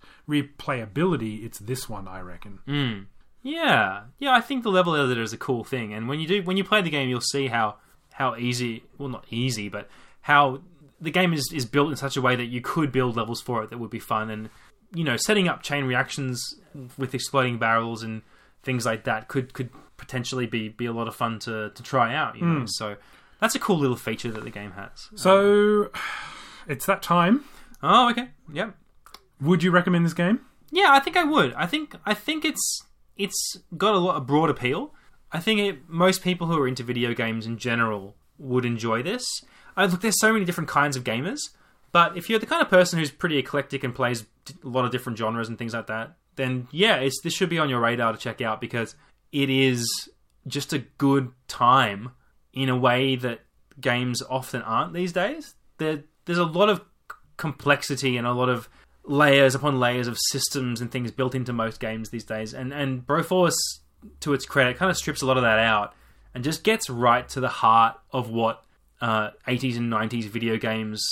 Speaker 1: replayability, it's this one, I reckon.
Speaker 2: Mm. Yeah, yeah. I think the level editor is a cool thing, and when you do, when you play the game, you'll see how how easy, well, not easy, but how the game is is built in such a way that you could build levels for it that would be fun, and you know, setting up chain reactions with exploding barrels and things like that could could potentially be be a lot of fun to to try out. You know, so that's a cool little feature that the game has.
Speaker 1: So it's that time.
Speaker 2: Oh, okay, yep.
Speaker 1: Would you recommend this game?
Speaker 2: Yeah, I think I would. I think I think it's it's got a lot of broad appeal. I think it, most people who are into video games in general would enjoy this. I look, there's so many different kinds of gamers, but if you're the kind of person who's pretty eclectic and plays d- a lot of different genres and things like that, then yeah, it's this should be on your radar to check out because it is just a good time in a way that games often aren't these days. There, there's a lot of c- complexity and a lot of layers upon layers of systems and things built into most games these days. And and Broforce, to its credit, kind of strips a lot of that out and just gets right to the heart of what uh, 80s and 90s video games,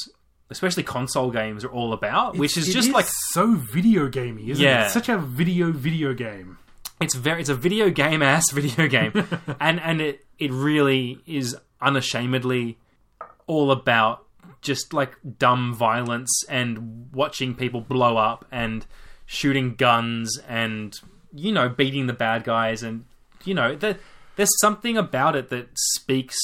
Speaker 2: especially console games, are all about, which is
Speaker 1: It
Speaker 2: just like
Speaker 1: so video gamey, isn't
Speaker 2: Yeah.
Speaker 1: it? It's such a video video game.
Speaker 2: it's very it's a video game ass video game and and it it really is unashamedly all about just like dumb violence and watching people blow up and shooting guns and you know beating the bad guys and you know there, there's something about it that speaks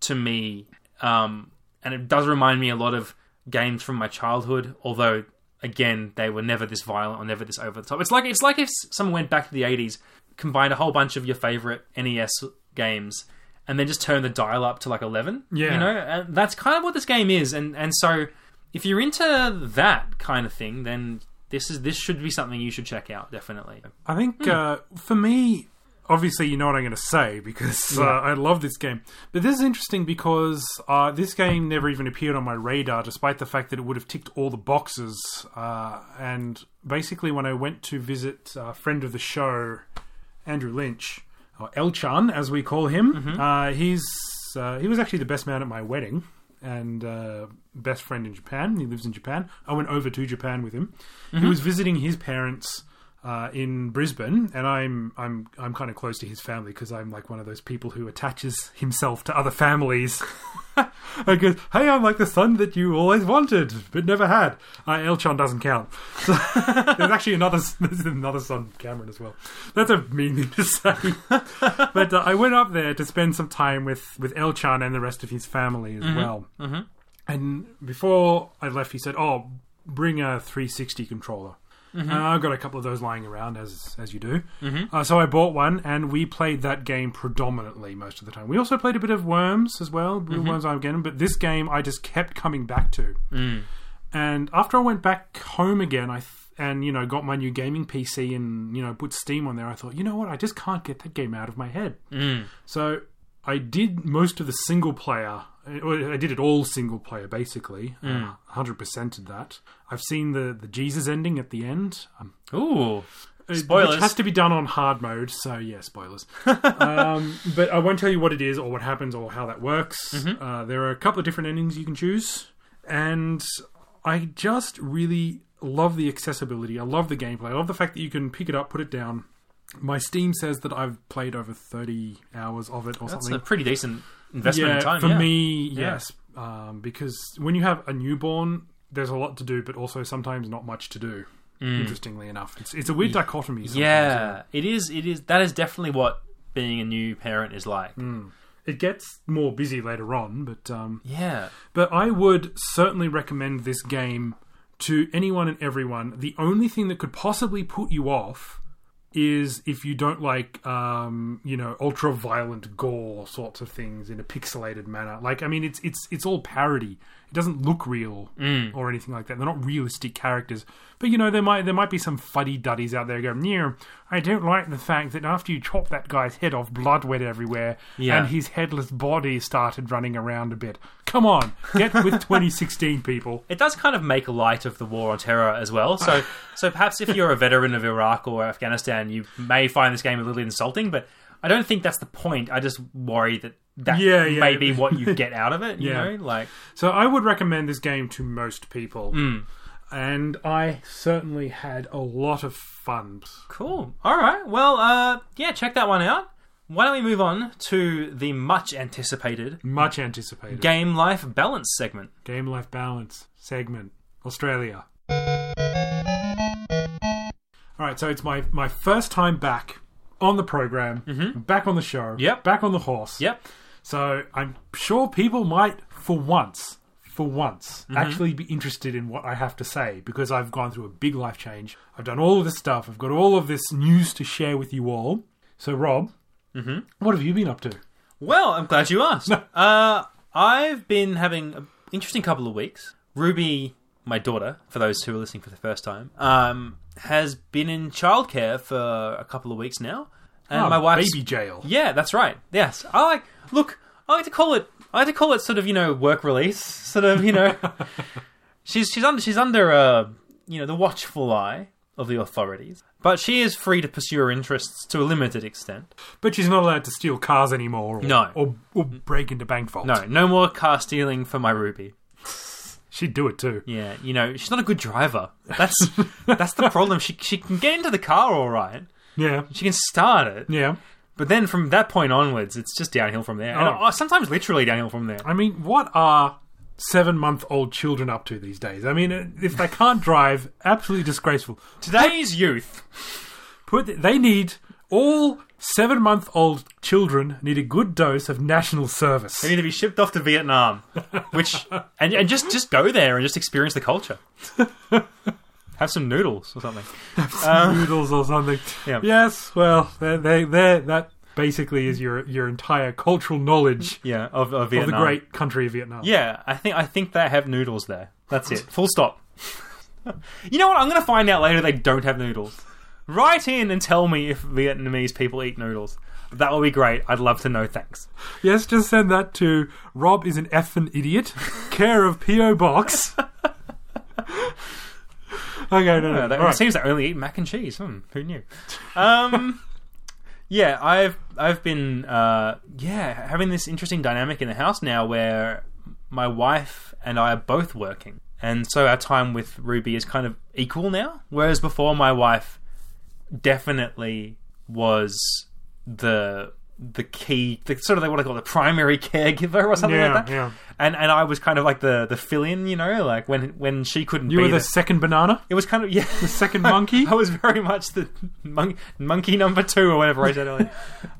Speaker 2: to me um, and it does remind me a lot of games from my childhood although again they were never this violent or never this over the top it's like it's like if someone went back to the 80s combined a whole bunch of your favorite nes games and then just turned the dial up to like 11
Speaker 1: Yeah.
Speaker 2: you know and Uh, that's kind of what this game is and and so if you're into that kind of thing then this is this should be something you should check out definitely
Speaker 1: I think uh, for me, obviously, you know what I'm going to say because uh, I love this game. But this is interesting because uh, this game never even appeared on my radar, despite the fact that it would have ticked all the boxes. Uh, and basically, when I went to visit a friend of the show, Andrew Lynch, or Elchan as we call him, uh, he's uh, he was actually the best man at my wedding. And uh, best friend in Japan. He lives in Japan. I went over to Japan with him. He was visiting his parents uh, in Brisbane, and I'm I'm I'm kind of close to his family because I'm like one of those people who attaches himself to other families. I go, hey, I'm like the son that you always wanted but never had. Uh, Elchon doesn't count. So, there's actually another there's another son, Cameron, as well. That's a mean thing to say. but uh, I went up there to spend some time with with Elchon and the rest of his family as well. And before I left, he said, "Oh, bring a 360 controller." Uh, I've got a couple of those lying around, as as you do. Uh, so I bought one, and we played that game predominantly most of the time. We also played a bit of Worms as well, Blue Worms I'm getting, but this game I just kept coming back to. And after I went back home again, I th- and you know got my new gaming PC and you know put Steam on there, I thought, you know what, I just can't get that game out of my head. So I did most of the single player. I I did it all single player, basically.
Speaker 2: Hmm.
Speaker 1: Uh, Hundred percented that. I've seen the the Jesus ending at the end. Um,
Speaker 2: Ooh.
Speaker 1: it-
Speaker 2: Spoilers.
Speaker 1: which has to be done on hard mode. So yeah, spoilers. um, but I won't tell you what it is or what happens or how that works.
Speaker 2: Mm-hmm.
Speaker 1: Uh, there are a couple of different endings you can choose, and I just really love the accessibility. I love the gameplay. I love the fact that you can pick it up, put it down. My Steam says that I've played over thirty hours of it or
Speaker 2: That's
Speaker 1: something
Speaker 2: a pretty decent investment in time.
Speaker 1: for
Speaker 2: yeah.
Speaker 1: me, yes, um, because when you have a newborn, there's a lot to do, but also sometimes not much to do. Interestingly enough, it's it's a weird dichotomy. sometimes.
Speaker 2: Mm. Yeah, it is. It is. That is definitely what being a new parent is like.
Speaker 1: Mm. it gets more busy later on, but um,
Speaker 2: Yeah.
Speaker 1: but I would certainly recommend this game to anyone and everyone. The only thing that could possibly put you off is if you don't like um, you know ultra violent gore sorts of things in a pixelated manner. Like I mean, it's it's it's all parody. It doesn't look real or anything like that. They're not realistic characters. But you know, there might there might be some fuddy duddies out there going, "Yeah, I don't like the fact that after you chop that guy's head off, blood went everywhere,
Speaker 2: Yeah.
Speaker 1: and his headless body started running around a bit." Come on, get with 2016 people.
Speaker 2: It does kind of make light of the war on terror as well. So, so perhaps if you're a veteran of Iraq or Afghanistan, you may find this game a little insulting. But I don't think that's the point. I just worry that that
Speaker 1: Yeah, yeah.
Speaker 2: may be what you get out of it. You
Speaker 1: Yeah.
Speaker 2: know, like
Speaker 1: So I would recommend this game to most people. And I certainly had a lot of fun.
Speaker 2: cool. All right. Well, uh, yeah, check that one out. Why don't we move on to the much anticipated
Speaker 1: Much anticipated.
Speaker 2: game life balance segment?
Speaker 1: Game Life Balance segment, Australia. All right, so it's my, my first time back on the program, back on the show,
Speaker 2: Yep.
Speaker 1: back on the horse.
Speaker 2: Yep.
Speaker 1: So I'm sure people might, for once, for once,
Speaker 2: Mm-hmm.
Speaker 1: actually be interested in what I have to say because I've gone through a big life change. I've done all of this stuff. I've got all of this news to share with you all. So, Rob,
Speaker 2: Mm-hmm.
Speaker 1: what have you been up to?
Speaker 2: Well, I'm glad you asked. uh, I've been having an interesting couple of weeks. Ruby, my daughter, for those who are listening for the first time, um, has been in childcare for a couple of weeks now, and
Speaker 1: Ah,
Speaker 2: my wife's
Speaker 1: baby jail.
Speaker 2: yeah, that's right. Yes, I like look. I like to call it. I like to call it sort of you know work release. Sort of you know, she's she's under she's under uh you know the watchful eye of the authorities, but she is free to pursue her interests to a limited extent.
Speaker 1: But she's not allowed to steal cars anymore. Or,
Speaker 2: No.
Speaker 1: Or, or break into bank vaults.
Speaker 2: No, no more car stealing for my Ruby.
Speaker 1: She'd do it too.
Speaker 2: Yeah, you know, she's not a good driver. That's that's the problem. She she can get into the car all right.
Speaker 1: Yeah.
Speaker 2: She can start it,
Speaker 1: Yeah.
Speaker 2: but then from that point onwards, it's just downhill from there. And
Speaker 1: Oh.
Speaker 2: uh, sometimes literally downhill from there.
Speaker 1: I mean, what are seven month old children up to these days? I mean, if they can't drive, absolutely disgraceful.
Speaker 2: Today's youth.
Speaker 1: Put They need all seven month old children need a good dose of national service.
Speaker 2: They need to be shipped off to Vietnam, which and, and just just go there and just experience the culture. Have some noodles or something.
Speaker 1: noodles or something.
Speaker 2: Yeah.
Speaker 1: Yes, well, they, they, they, that basically is your, your entire cultural knowledge
Speaker 2: Yeah, of, of
Speaker 1: of the
Speaker 2: Vietnam.
Speaker 1: great country of Vietnam.
Speaker 2: Yeah, I think I think they have noodles there. That's it. Full stop. you know what? I'm going to find out later they don't have noodles. Write in and tell me if Vietnamese people eat noodles. That would be great. I'd love to know. Thanks.
Speaker 1: Yes, just send that to Rob is an effing idiot. care of PO Box. okay, no, no,
Speaker 2: Uh, that,
Speaker 1: all
Speaker 2: It
Speaker 1: right.
Speaker 2: seems they only eat mac and cheese. Hmm, who knew? Um, yeah, I've I've been uh, yeah having this interesting dynamic in the house now where my wife and I are both working, and so our time with Ruby is kind of equal now. Whereas before, my wife definitely was the the key, the sort of like what I call the primary caregiver or something
Speaker 1: Yeah,
Speaker 2: like that.
Speaker 1: yeah.
Speaker 2: And and I was kind of like the the fill in, you know, like when when she couldn't
Speaker 1: You
Speaker 2: be
Speaker 1: were the
Speaker 2: there.
Speaker 1: second banana,
Speaker 2: It was kind of yeah.
Speaker 1: the second monkey.
Speaker 2: I was very much the mon- monkey number two or whatever I said earlier.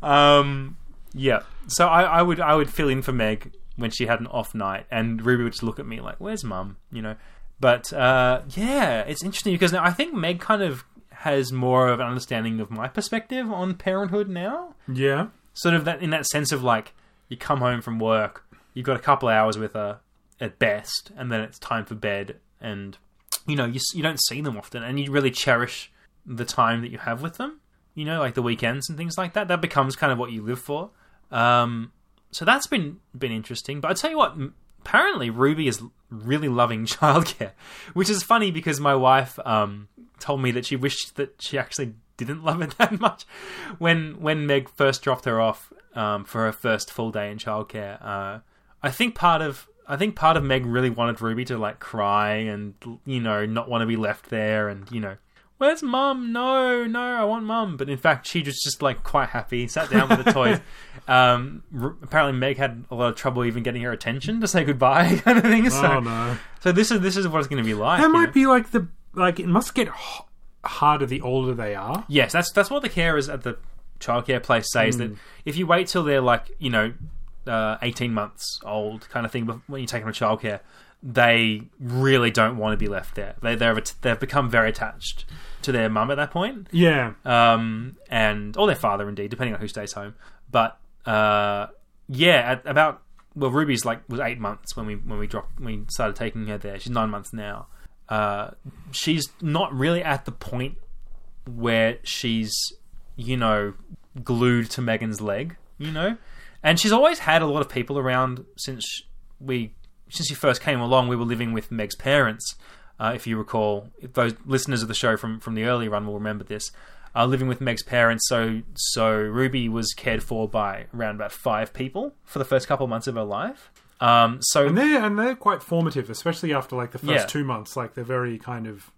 Speaker 2: um, yeah. So I, I would I would fill in for Meg when she had an off night, and Ruby would just look at me like, "Where's Mum?" You know. But uh, yeah, it's interesting because now I think Meg kind of has more of an understanding of my perspective on parenthood now.
Speaker 1: Yeah.
Speaker 2: Sort of that in that sense of like you come home from work, you've got a couple hours with her at best, and then it's time for bed, and you know you s- you don't see them often, and you really cherish the time that you have with them. You know, like the weekends and things like that. That becomes kind of what you live for. Um, so that's been been interesting. But I tell you what, m- apparently Ruby is really loving childcare, which is funny because my wife um, told me that she wished that she actually didn't love it that much. When when Meg first dropped her off um, for her first full day in childcare, uh, I think part of I think part of Meg really wanted Ruby to like cry and you know not want to be left there and you know. Where's mum? No, no, I want mum. But in fact, she was just like quite happy, sat down with the toys. um, r- apparently, Meg had a lot of trouble even getting her attention to say goodbye, kind of thing. So,
Speaker 1: oh no.
Speaker 2: so this is this is what it's going to be like.
Speaker 1: That
Speaker 2: you
Speaker 1: might
Speaker 2: know?
Speaker 1: be like the like it must get h- harder the older they are.
Speaker 2: Yes, that's that's what the carers at the childcare place says
Speaker 1: Hmm.
Speaker 2: that if you wait till they're like you know uh, eighteen months old, kind of thing, bef- when you take them to childcare, they really don't want to be left there. They they're att- they've become very attached to their mum at that point,
Speaker 1: Yeah.
Speaker 2: um, and or their father indeed, depending on who stays home. But uh, yeah, at about well, Ruby's like was eight months when we when we dropped when we started taking her there. She's nine months now. Uh, she's not really at the point where she's you know glued to Megan's leg, you know, and she's always had a lot of people around since we since she first came along. We were living with Meg's parents, uh, if you recall. If those listeners of the show from from the early run will remember this. Uh, living with Meg's parents, so so Ruby was cared for by around about five people for the first couple months of her life. Um, so
Speaker 1: And they're and they're quite formative, especially after like the first
Speaker 2: Yeah. Hmm.
Speaker 1: two months. Like they're very kind of.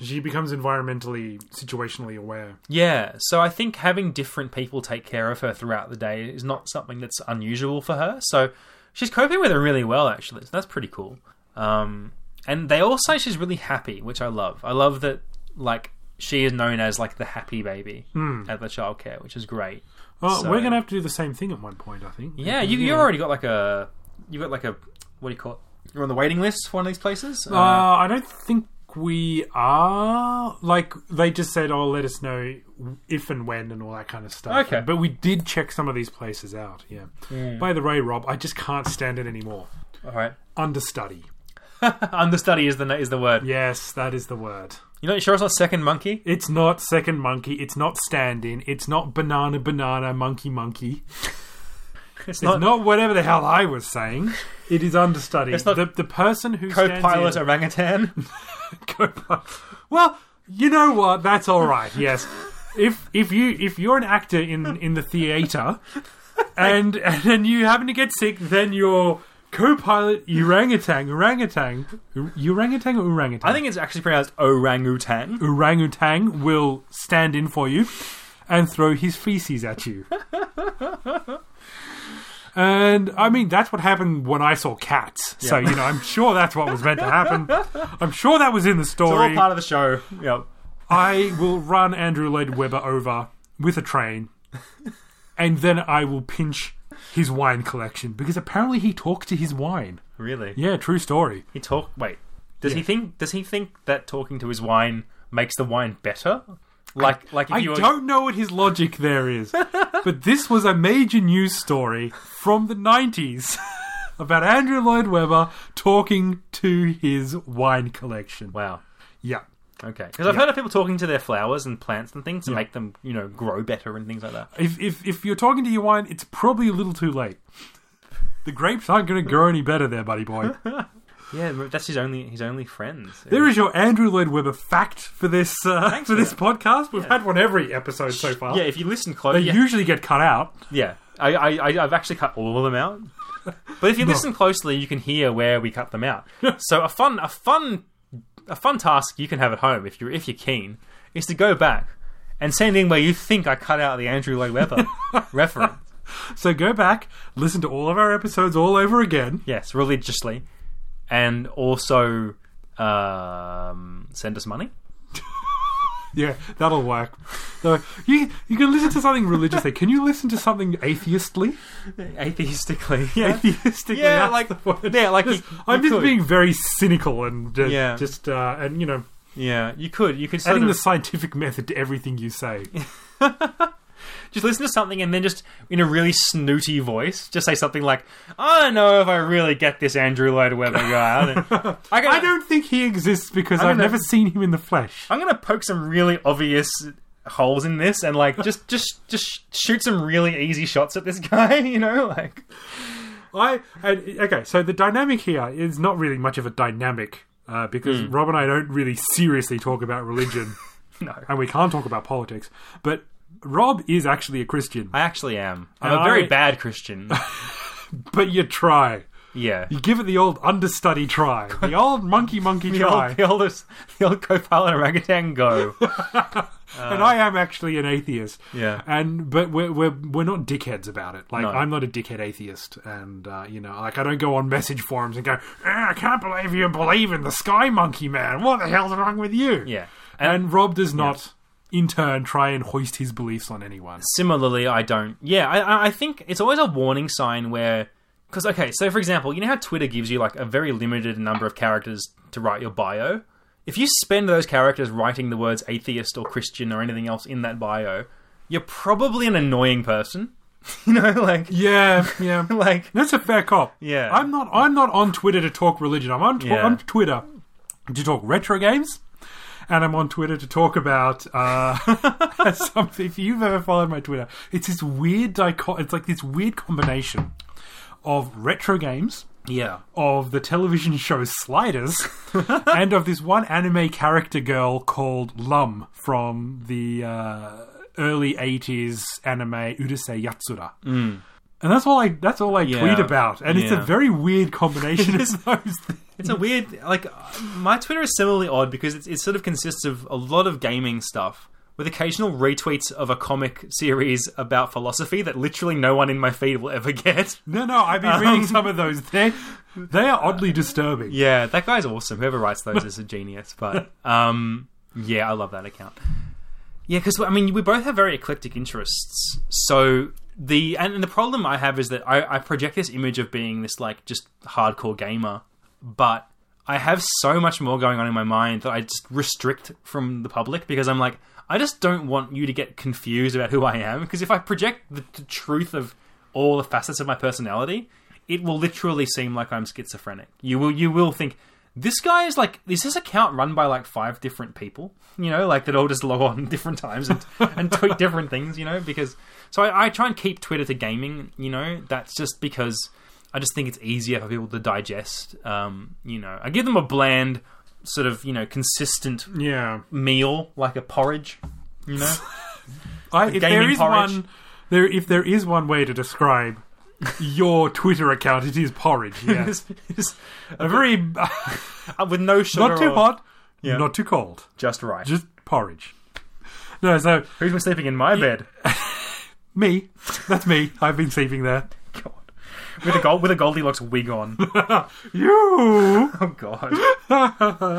Speaker 1: She becomes environmentally, situationally aware.
Speaker 2: Yeah, so I think having different people take care of her throughout the day is not something that's unusual for her. So she's coping with it really well, actually. So that's pretty cool. Um, and they all say she's really happy, which I love. I love that, like, she is known as like the happy baby at the childcare, which is great.
Speaker 1: Oh,
Speaker 2: So-
Speaker 1: we're gonna have to do the same thing at one point, I think.
Speaker 2: Yeah, you you already got like a you have got like a what do you call it? You're on the waiting list for one of these places. Um,
Speaker 1: Uh, I don't think we are. Like they just said, "Oh, let us know if and when and all that kind of stuff."
Speaker 2: Okay. Hmm.
Speaker 1: but we did check some of these places out. Yeah. By the way, Rob, I just can't stand it anymore.
Speaker 2: all right,
Speaker 1: Understudy.
Speaker 2: understudy is the is the word.
Speaker 1: Yes, that is the word.
Speaker 2: You know, you sure it's not second monkey?
Speaker 1: It's not second monkey. It's not stand in. It's not banana banana monkey monkey.
Speaker 2: It's
Speaker 1: It's
Speaker 2: not
Speaker 1: not whatever the hell I was saying. It is understudy.
Speaker 2: not
Speaker 1: the, the person who stands
Speaker 2: co-pilot
Speaker 1: in-
Speaker 2: orangutan.
Speaker 1: Copilot. Well, you know what? That's all right. Yes, if if you if you're an actor in in the theater, and and then you happen to get sick, then you're co-pilot orangutan orangutan orangutan or orangutan.
Speaker 2: I think it's actually pronounced orangutan.
Speaker 1: orangutan will stand in for you and throw his feces at you. And I mean, that's what happened when I saw cats. So, you know, I'm sure that's what was meant to happen. I'm sure that was in the story.
Speaker 2: All part of the show. Yep.
Speaker 1: I will run Andrew Lloyd Webber over with a train, and then I will pinch his wine collection because apparently he talked to his wine.
Speaker 2: Really?
Speaker 1: Yeah, true story.
Speaker 2: He talk. Wait. Does he think? Does he think that talking to his wine makes the wine better? Like, like if
Speaker 1: I
Speaker 2: you were,
Speaker 1: don't know what his logic there is, but this was a major news story from the 90s about Andrew Lloyd Webber talking to his wine collection.
Speaker 2: Wow.
Speaker 1: Yeah.
Speaker 2: Okay. Because I've heard of people talking to their flowers and plants and things to make them, you know, grow better and things like that.
Speaker 1: If, if, if you're talking to your wine, it's probably a little too late. The grapes aren't going to grow any better there, buddy boy.
Speaker 2: Yeah, that's his only his only friends.
Speaker 1: There is your Andrew Lloyd Webber fact for this uh, for
Speaker 2: for
Speaker 1: this
Speaker 2: that.
Speaker 1: podcast. We've had one every episode so far.
Speaker 2: Yeah, if you listen
Speaker 1: They
Speaker 2: closely, yeah,
Speaker 1: usually get cut out.
Speaker 2: yeah. I, I, I, I've actually cut all of them out. But if you listen closely, you can hear where we cut them out. so a fun, a fun, a fun task you can have at home if you're if you're keen is to go back and send in where you think I cut out the Andrew Lloyd Webber reference.
Speaker 1: So go back, listen to all of our episodes all over again.
Speaker 2: Yes, religiously, and also um, send us money.
Speaker 1: Yeah, that'll work. So you you can listen to something religiously. Can you listen to something atheistly?
Speaker 2: atheistically. Yeah.
Speaker 1: Atheistically,
Speaker 2: Yeah,
Speaker 1: that's
Speaker 2: like-
Speaker 1: the word.
Speaker 2: yeah, like
Speaker 1: Just-
Speaker 2: you- you
Speaker 1: I'm just
Speaker 2: could.
Speaker 1: being very cynical and uh,
Speaker 2: Yeah.
Speaker 1: just uh, and you know
Speaker 2: Yeah, you could. You could sort
Speaker 1: adding
Speaker 2: of
Speaker 1: the scientific method to everything you say.
Speaker 2: just listen to something and then just in a really snooty voice, just say something like, "I don't know if I really get this Andrew Lloyd Webber guy. I don't, I
Speaker 1: I
Speaker 2: gotta-
Speaker 1: don't think he exists because
Speaker 2: I'm
Speaker 1: I've
Speaker 2: gonna-
Speaker 1: never seen him in the flesh.
Speaker 2: I'm gonna poke some really obvious holes in this and like just just just shoot some really easy shots at this guy. You know, like
Speaker 1: I, I okay. So the dynamic here is not really much of a dynamic uh, because
Speaker 2: Mm.
Speaker 1: Rob and I don't really seriously talk about religion,
Speaker 2: no.
Speaker 1: and we can't talk about politics. But Rob is actually a Christian,
Speaker 2: I actually am. I'm a
Speaker 1: I-
Speaker 2: very bad Christian.
Speaker 1: but you try.
Speaker 2: Yeah.
Speaker 1: You give it the old understudy try, the old monkey monkey
Speaker 2: The old,
Speaker 1: try.
Speaker 2: the old, the old co-pilot of Ragatan Go.
Speaker 1: and I am actually an atheist.
Speaker 2: Yeah.
Speaker 1: And but we're we're we're not dickheads about it. Like
Speaker 2: No.
Speaker 1: I'm not a dickhead atheist, and uh, you know, like I don't go on message forums and go, "Ah, I can't believe you believe in the sky monkey man. What the hell's wrong with you?
Speaker 2: Yeah. And
Speaker 1: And Rob does not, in turn, try and hoist his beliefs on anyone.
Speaker 2: similarly, I don't. Yeah, I- I, I think it's always a warning sign where. Because, okay, so for example, you know how Twitter gives you like a very limited number of characters to write your bio? If you spend those characters writing the words atheist or Christian or anything else in that bio, you're probably an annoying person. you know, like.
Speaker 1: Yeah, yeah.
Speaker 2: Like.
Speaker 1: That's a fair cop.
Speaker 2: Yeah.
Speaker 1: I'm not. I'm not on Twitter to talk religion. I'm on, tw-
Speaker 2: Yeah.
Speaker 1: on Twitter to talk retro games, and I'm on Twitter to talk about uh, something. If you've ever followed my Twitter, it's this weird dichot. It's like this weird combination of retro games,
Speaker 2: Yeah.
Speaker 1: of the television show Sliders, and of this one anime character girl called Lum from the uh, early '80s anime Urusei Yatsura. And that's all I that's all I
Speaker 2: Mm. Yeah.
Speaker 1: tweet about. And it's
Speaker 2: Yeah.
Speaker 1: a very weird combination of those things.
Speaker 2: It's a weird, like, my Twitter is similarly odd because it's, it sort of consists of a lot of gaming stuff with occasional retweets of a comic series about philosophy that literally no one in my feed will ever get.
Speaker 1: No, no, I've been reading some of those. They they are oddly disturbing.
Speaker 2: Um, uh, Yeah, that guy's awesome. Whoever writes those is a genius. But um, yeah, I love that account. Yeah, because I mean, we both have very eclectic interests. So the and, and the problem I have is that I, I project this image of being this like just hardcore gamer, but I have so much more going on in my mind that I just restrict from the public because I'm like, I just don't want you to get confused about who I am. Because if I project the, the truth of all the facets of my personality, it will literally seem like I'm schizophrenic. You will you will think this guy is like is this account run by like five different people? You know, like that all just log on different times and, and tweet different things. You know, because so I, I try and keep Twitter to gaming. You know, that's just because I just think it's easier for people to digest. Um, you know, I give them a bland sort of you know consistent
Speaker 1: Yeah.
Speaker 2: meal like a porridge. You know,
Speaker 1: I, if there
Speaker 2: gaming
Speaker 1: is
Speaker 2: porridge.
Speaker 1: one there if there is one way to describe your Twitter account, it is porridge, yeah.
Speaker 2: It's- it's-
Speaker 1: a very
Speaker 2: uh, with no sugar,
Speaker 1: not too
Speaker 2: or-
Speaker 1: hot, not too cold,
Speaker 2: just right.
Speaker 1: just porridge. No, so
Speaker 2: Who's been sleeping in my bed?
Speaker 1: me, that's me. I've been sleeping there.
Speaker 2: God. With a gold, with a Goldilocks wig on.
Speaker 1: You.
Speaker 2: Oh God.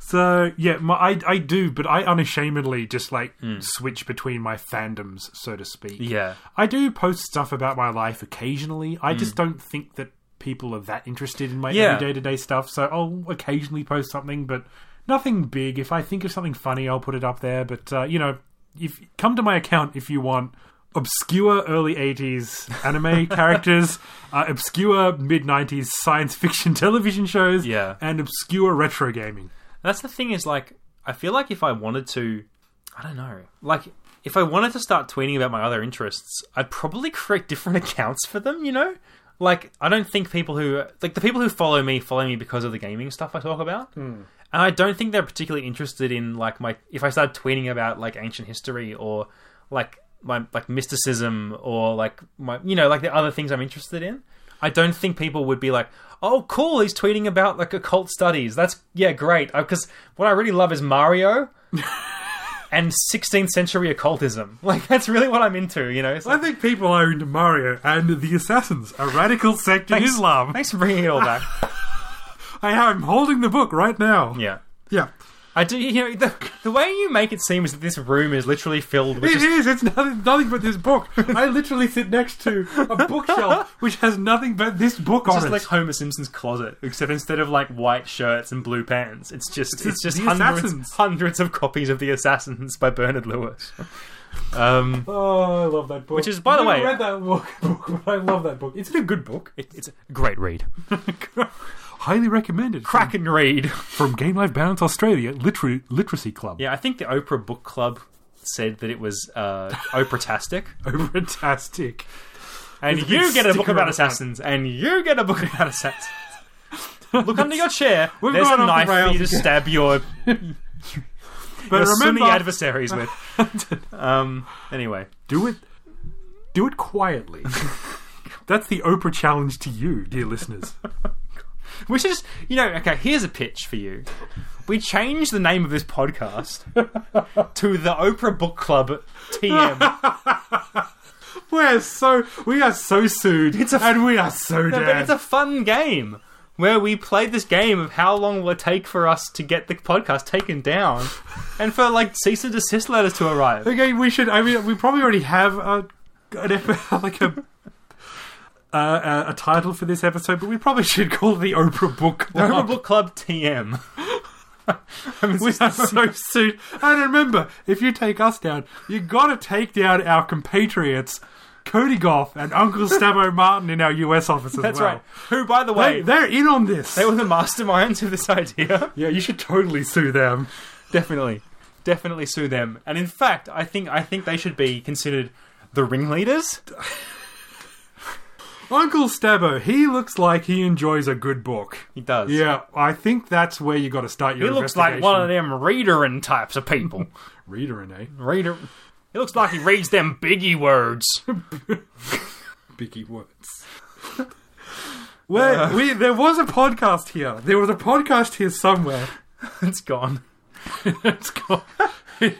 Speaker 1: So yeah, my, I I do, but I unashamedly just like switch between my fandoms, so to speak.
Speaker 2: Yeah.
Speaker 1: I do post stuff about my life occasionally. I just don't think that people are that interested in my
Speaker 2: Yeah.
Speaker 1: everyday to day stuff. So I'll occasionally post something, but nothing big. If I think of something funny, I'll put it up there. But uh, you know, if come to my account if you want obscure early 80s anime characters uh, obscure mid 90s science fiction television shows
Speaker 2: Yeah.
Speaker 1: and obscure retro gaming
Speaker 2: That's the thing is like I feel like if I wanted to, I don't know. Like if I wanted to start tweeting about my other interests, I'd probably create different accounts for them. You know. Like I don't think people who like the people who follow me follow me because of the gaming stuff I talk about, and I don't think they're particularly interested in like my if I start tweeting about like ancient history or like my like mysticism or like my you know like the other things I'm interested in. I don't think people would be like, "Oh, cool, he's tweeting about like occult studies." That's yeah, great. Because what I really love is Mario and 16th century occultism. Like that's really what I'm into, you know. It's
Speaker 1: I
Speaker 2: like,
Speaker 1: think people are into Mario and the Assassins, a radical sect in Islam.
Speaker 2: Thanks for bringing it all back.
Speaker 1: I am holding the book right now.
Speaker 2: yeah.
Speaker 1: Yeah.
Speaker 2: I do. You know, the, the way you make it seem is that this room is literally filled with
Speaker 1: It
Speaker 2: just
Speaker 1: is. It's nothing, nothing but this book. I literally sit next to a bookshelf which has nothing but this book
Speaker 2: It's
Speaker 1: on
Speaker 2: just
Speaker 1: it.
Speaker 2: like Homer Simpson's closet, except instead of like white shirts and blue pants, it's just it's,
Speaker 1: It's
Speaker 2: just
Speaker 1: The
Speaker 2: hundreds,
Speaker 1: Assassins.
Speaker 2: hundreds of copies of The Assassins by Bernard Lewis. Um,
Speaker 1: oh, I love that book.
Speaker 2: Which is, by the
Speaker 1: I've never
Speaker 2: way-
Speaker 1: read that book, book, but I love that book. It's a good book.
Speaker 2: it, it's a great read,
Speaker 1: Highly recommended.
Speaker 2: crack and read.
Speaker 1: from Game Life Balance Australia Literary Literacy Club.
Speaker 2: Yeah, I think the Oprah Book Club said that it was uh, Oprah-tastic.
Speaker 1: Fantastic.
Speaker 2: and
Speaker 1: There's a
Speaker 2: you
Speaker 1: big
Speaker 2: get a book
Speaker 1: sticker on
Speaker 2: about
Speaker 1: the front.
Speaker 2: assassins, and you get a book about assassins. Look under your chair.
Speaker 1: We've
Speaker 2: There's a
Speaker 1: gone off the
Speaker 2: knife for you to
Speaker 1: rails
Speaker 2: stab your,
Speaker 1: But
Speaker 2: your Sunni
Speaker 1: remember,
Speaker 2: adversaries with. Um, anyway,
Speaker 1: do it, do it quietly. That's the Oprah challenge to you, dear listeners.
Speaker 2: we should just, you know, okay, here's a pitch for you. We change the name of this podcast to the Oprah Book Club TM.
Speaker 1: We're so we are so sued, it's a, and we are so dead.
Speaker 2: but it's a fun game where we play this game of how long will it take for us to get the podcast taken down and for like cease and desist letters to arrive.
Speaker 1: okay, we should. I mean, we probably already have a an ep- like a. Uh, a, a title for this episode, but we probably should call it the Oprah Book Club.
Speaker 2: Oprah Book Club TM.
Speaker 1: We are so soon. And remember, if you take us down, you gotta take down our compatriots, Cody Goff and Uncle Stamo Martin in our US office as
Speaker 2: That's
Speaker 1: well.
Speaker 2: right. Who, by the
Speaker 1: They,
Speaker 2: way,
Speaker 1: they're in on this.
Speaker 2: they were the masterminds of this idea.
Speaker 1: yeah, you should totally sue them.
Speaker 2: Definitely, definitely sue them. And in fact, I think I think they should be considered the ringleaders.
Speaker 1: Uncle Stabo, he looks like he enjoys a good book.
Speaker 2: He does.
Speaker 1: Yeah, I think that's where you gotta start your
Speaker 2: He looks like one of
Speaker 1: the
Speaker 2: them readering types of people.
Speaker 1: Reader, eh?
Speaker 2: Reader. He looks like he reads them biggie words.
Speaker 1: Biggie words. Uh. Where we there was a podcast here. There was a podcast here somewhere.
Speaker 2: it's gone.
Speaker 1: it's called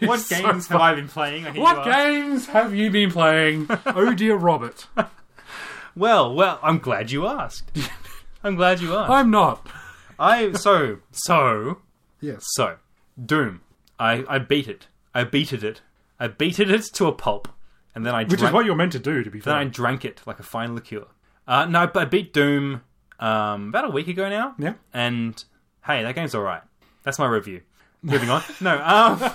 Speaker 2: What games have I been playing? I hear
Speaker 1: What
Speaker 2: you ask.
Speaker 1: games have you been playing? oh dear Robert.
Speaker 2: Well, well, I'm glad you asked. I'm glad you asked.
Speaker 1: I'm not.
Speaker 2: I so so
Speaker 1: Yes.
Speaker 2: So, Doom. I, I beat it. I beated it. I beated it to a pulp, and then I
Speaker 1: Which
Speaker 2: drank,
Speaker 1: is what you're meant to do, to be
Speaker 2: then I
Speaker 1: fair.
Speaker 2: drank it like a fine liqueur. Uh, no, but I beat Doom um, about a week ago now.
Speaker 1: Yeah.
Speaker 2: And hey, that game's all right. That's my review. Moving on. No. Um,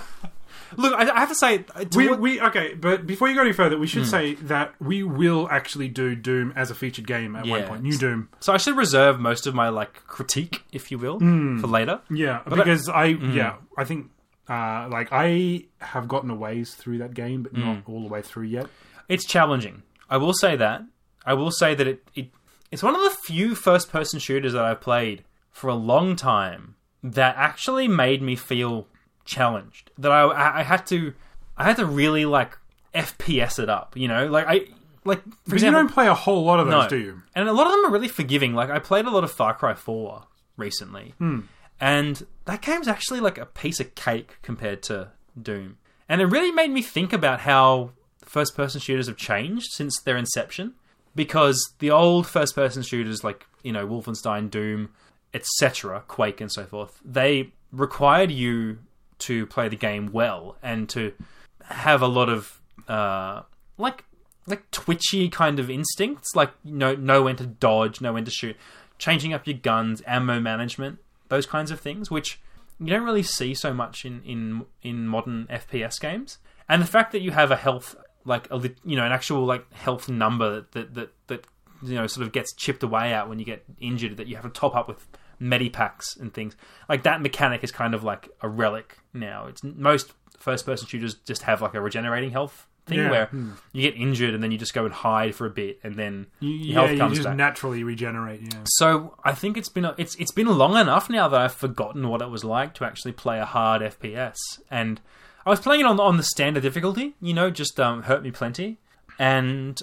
Speaker 2: look, I, I have to say, uh, to
Speaker 1: We,
Speaker 2: what-
Speaker 1: we okay, but before you go any further, we should say that we will actually do Doom as a featured game at one
Speaker 2: Yeah.
Speaker 1: point. New Doom,
Speaker 2: so I should reserve most of my like critique, if you will,
Speaker 1: Hmm.
Speaker 2: for later.
Speaker 1: yeah, because I, yeah, I think uh, like I have gotten a ways through that game, but not all the way through yet.
Speaker 2: It's challenging. I will say that. I will say that it, it it's one of the few first person shooters that I've played for a long time that actually made me feel challenged. That I- I I had to I had to really like FPS it up, you know? Like I like for
Speaker 1: Because you
Speaker 2: example,
Speaker 1: don't play a whole lot of those,
Speaker 2: no.
Speaker 1: do you?
Speaker 2: And a lot of them are really forgiving. Like I played a lot of Far Cry 4 recently.
Speaker 1: Hmm.
Speaker 2: And that game's actually like a piece of cake compared to Doom. And it really made me think about how first person shooters have changed since their inception because the old first person shooters like, you know, Wolfenstein, Doom, etc., Quake and so forth, they required you to play the game well and to have a lot of uh, like like twitchy kind of instincts, like know know when to dodge, know when to shoot, changing up your guns, ammo management, those kinds of things, which you don't really see so much in in in modern FPS games. And the fact that you have a health like a lit- you know an actual like health number that that that you know sort of gets chipped away at when you get injured that you have to top up with medipacks and things like that mechanic is kind of like a relic now it's most first person shooters just have like a regenerating health thing
Speaker 1: Yeah. Hmm.
Speaker 2: where you get injured and then you just go and hide for a bit and then
Speaker 1: You,
Speaker 2: your
Speaker 1: yeah,
Speaker 2: health
Speaker 1: you
Speaker 2: comes
Speaker 1: just
Speaker 2: back
Speaker 1: naturally regenerate. Yeah.
Speaker 2: so I think it's been a, it's it's been long enough now that I've forgotten what it was like to actually play a hard FPS, and I was playing it on on the standard difficulty, you know, just um, hurt me plenty, and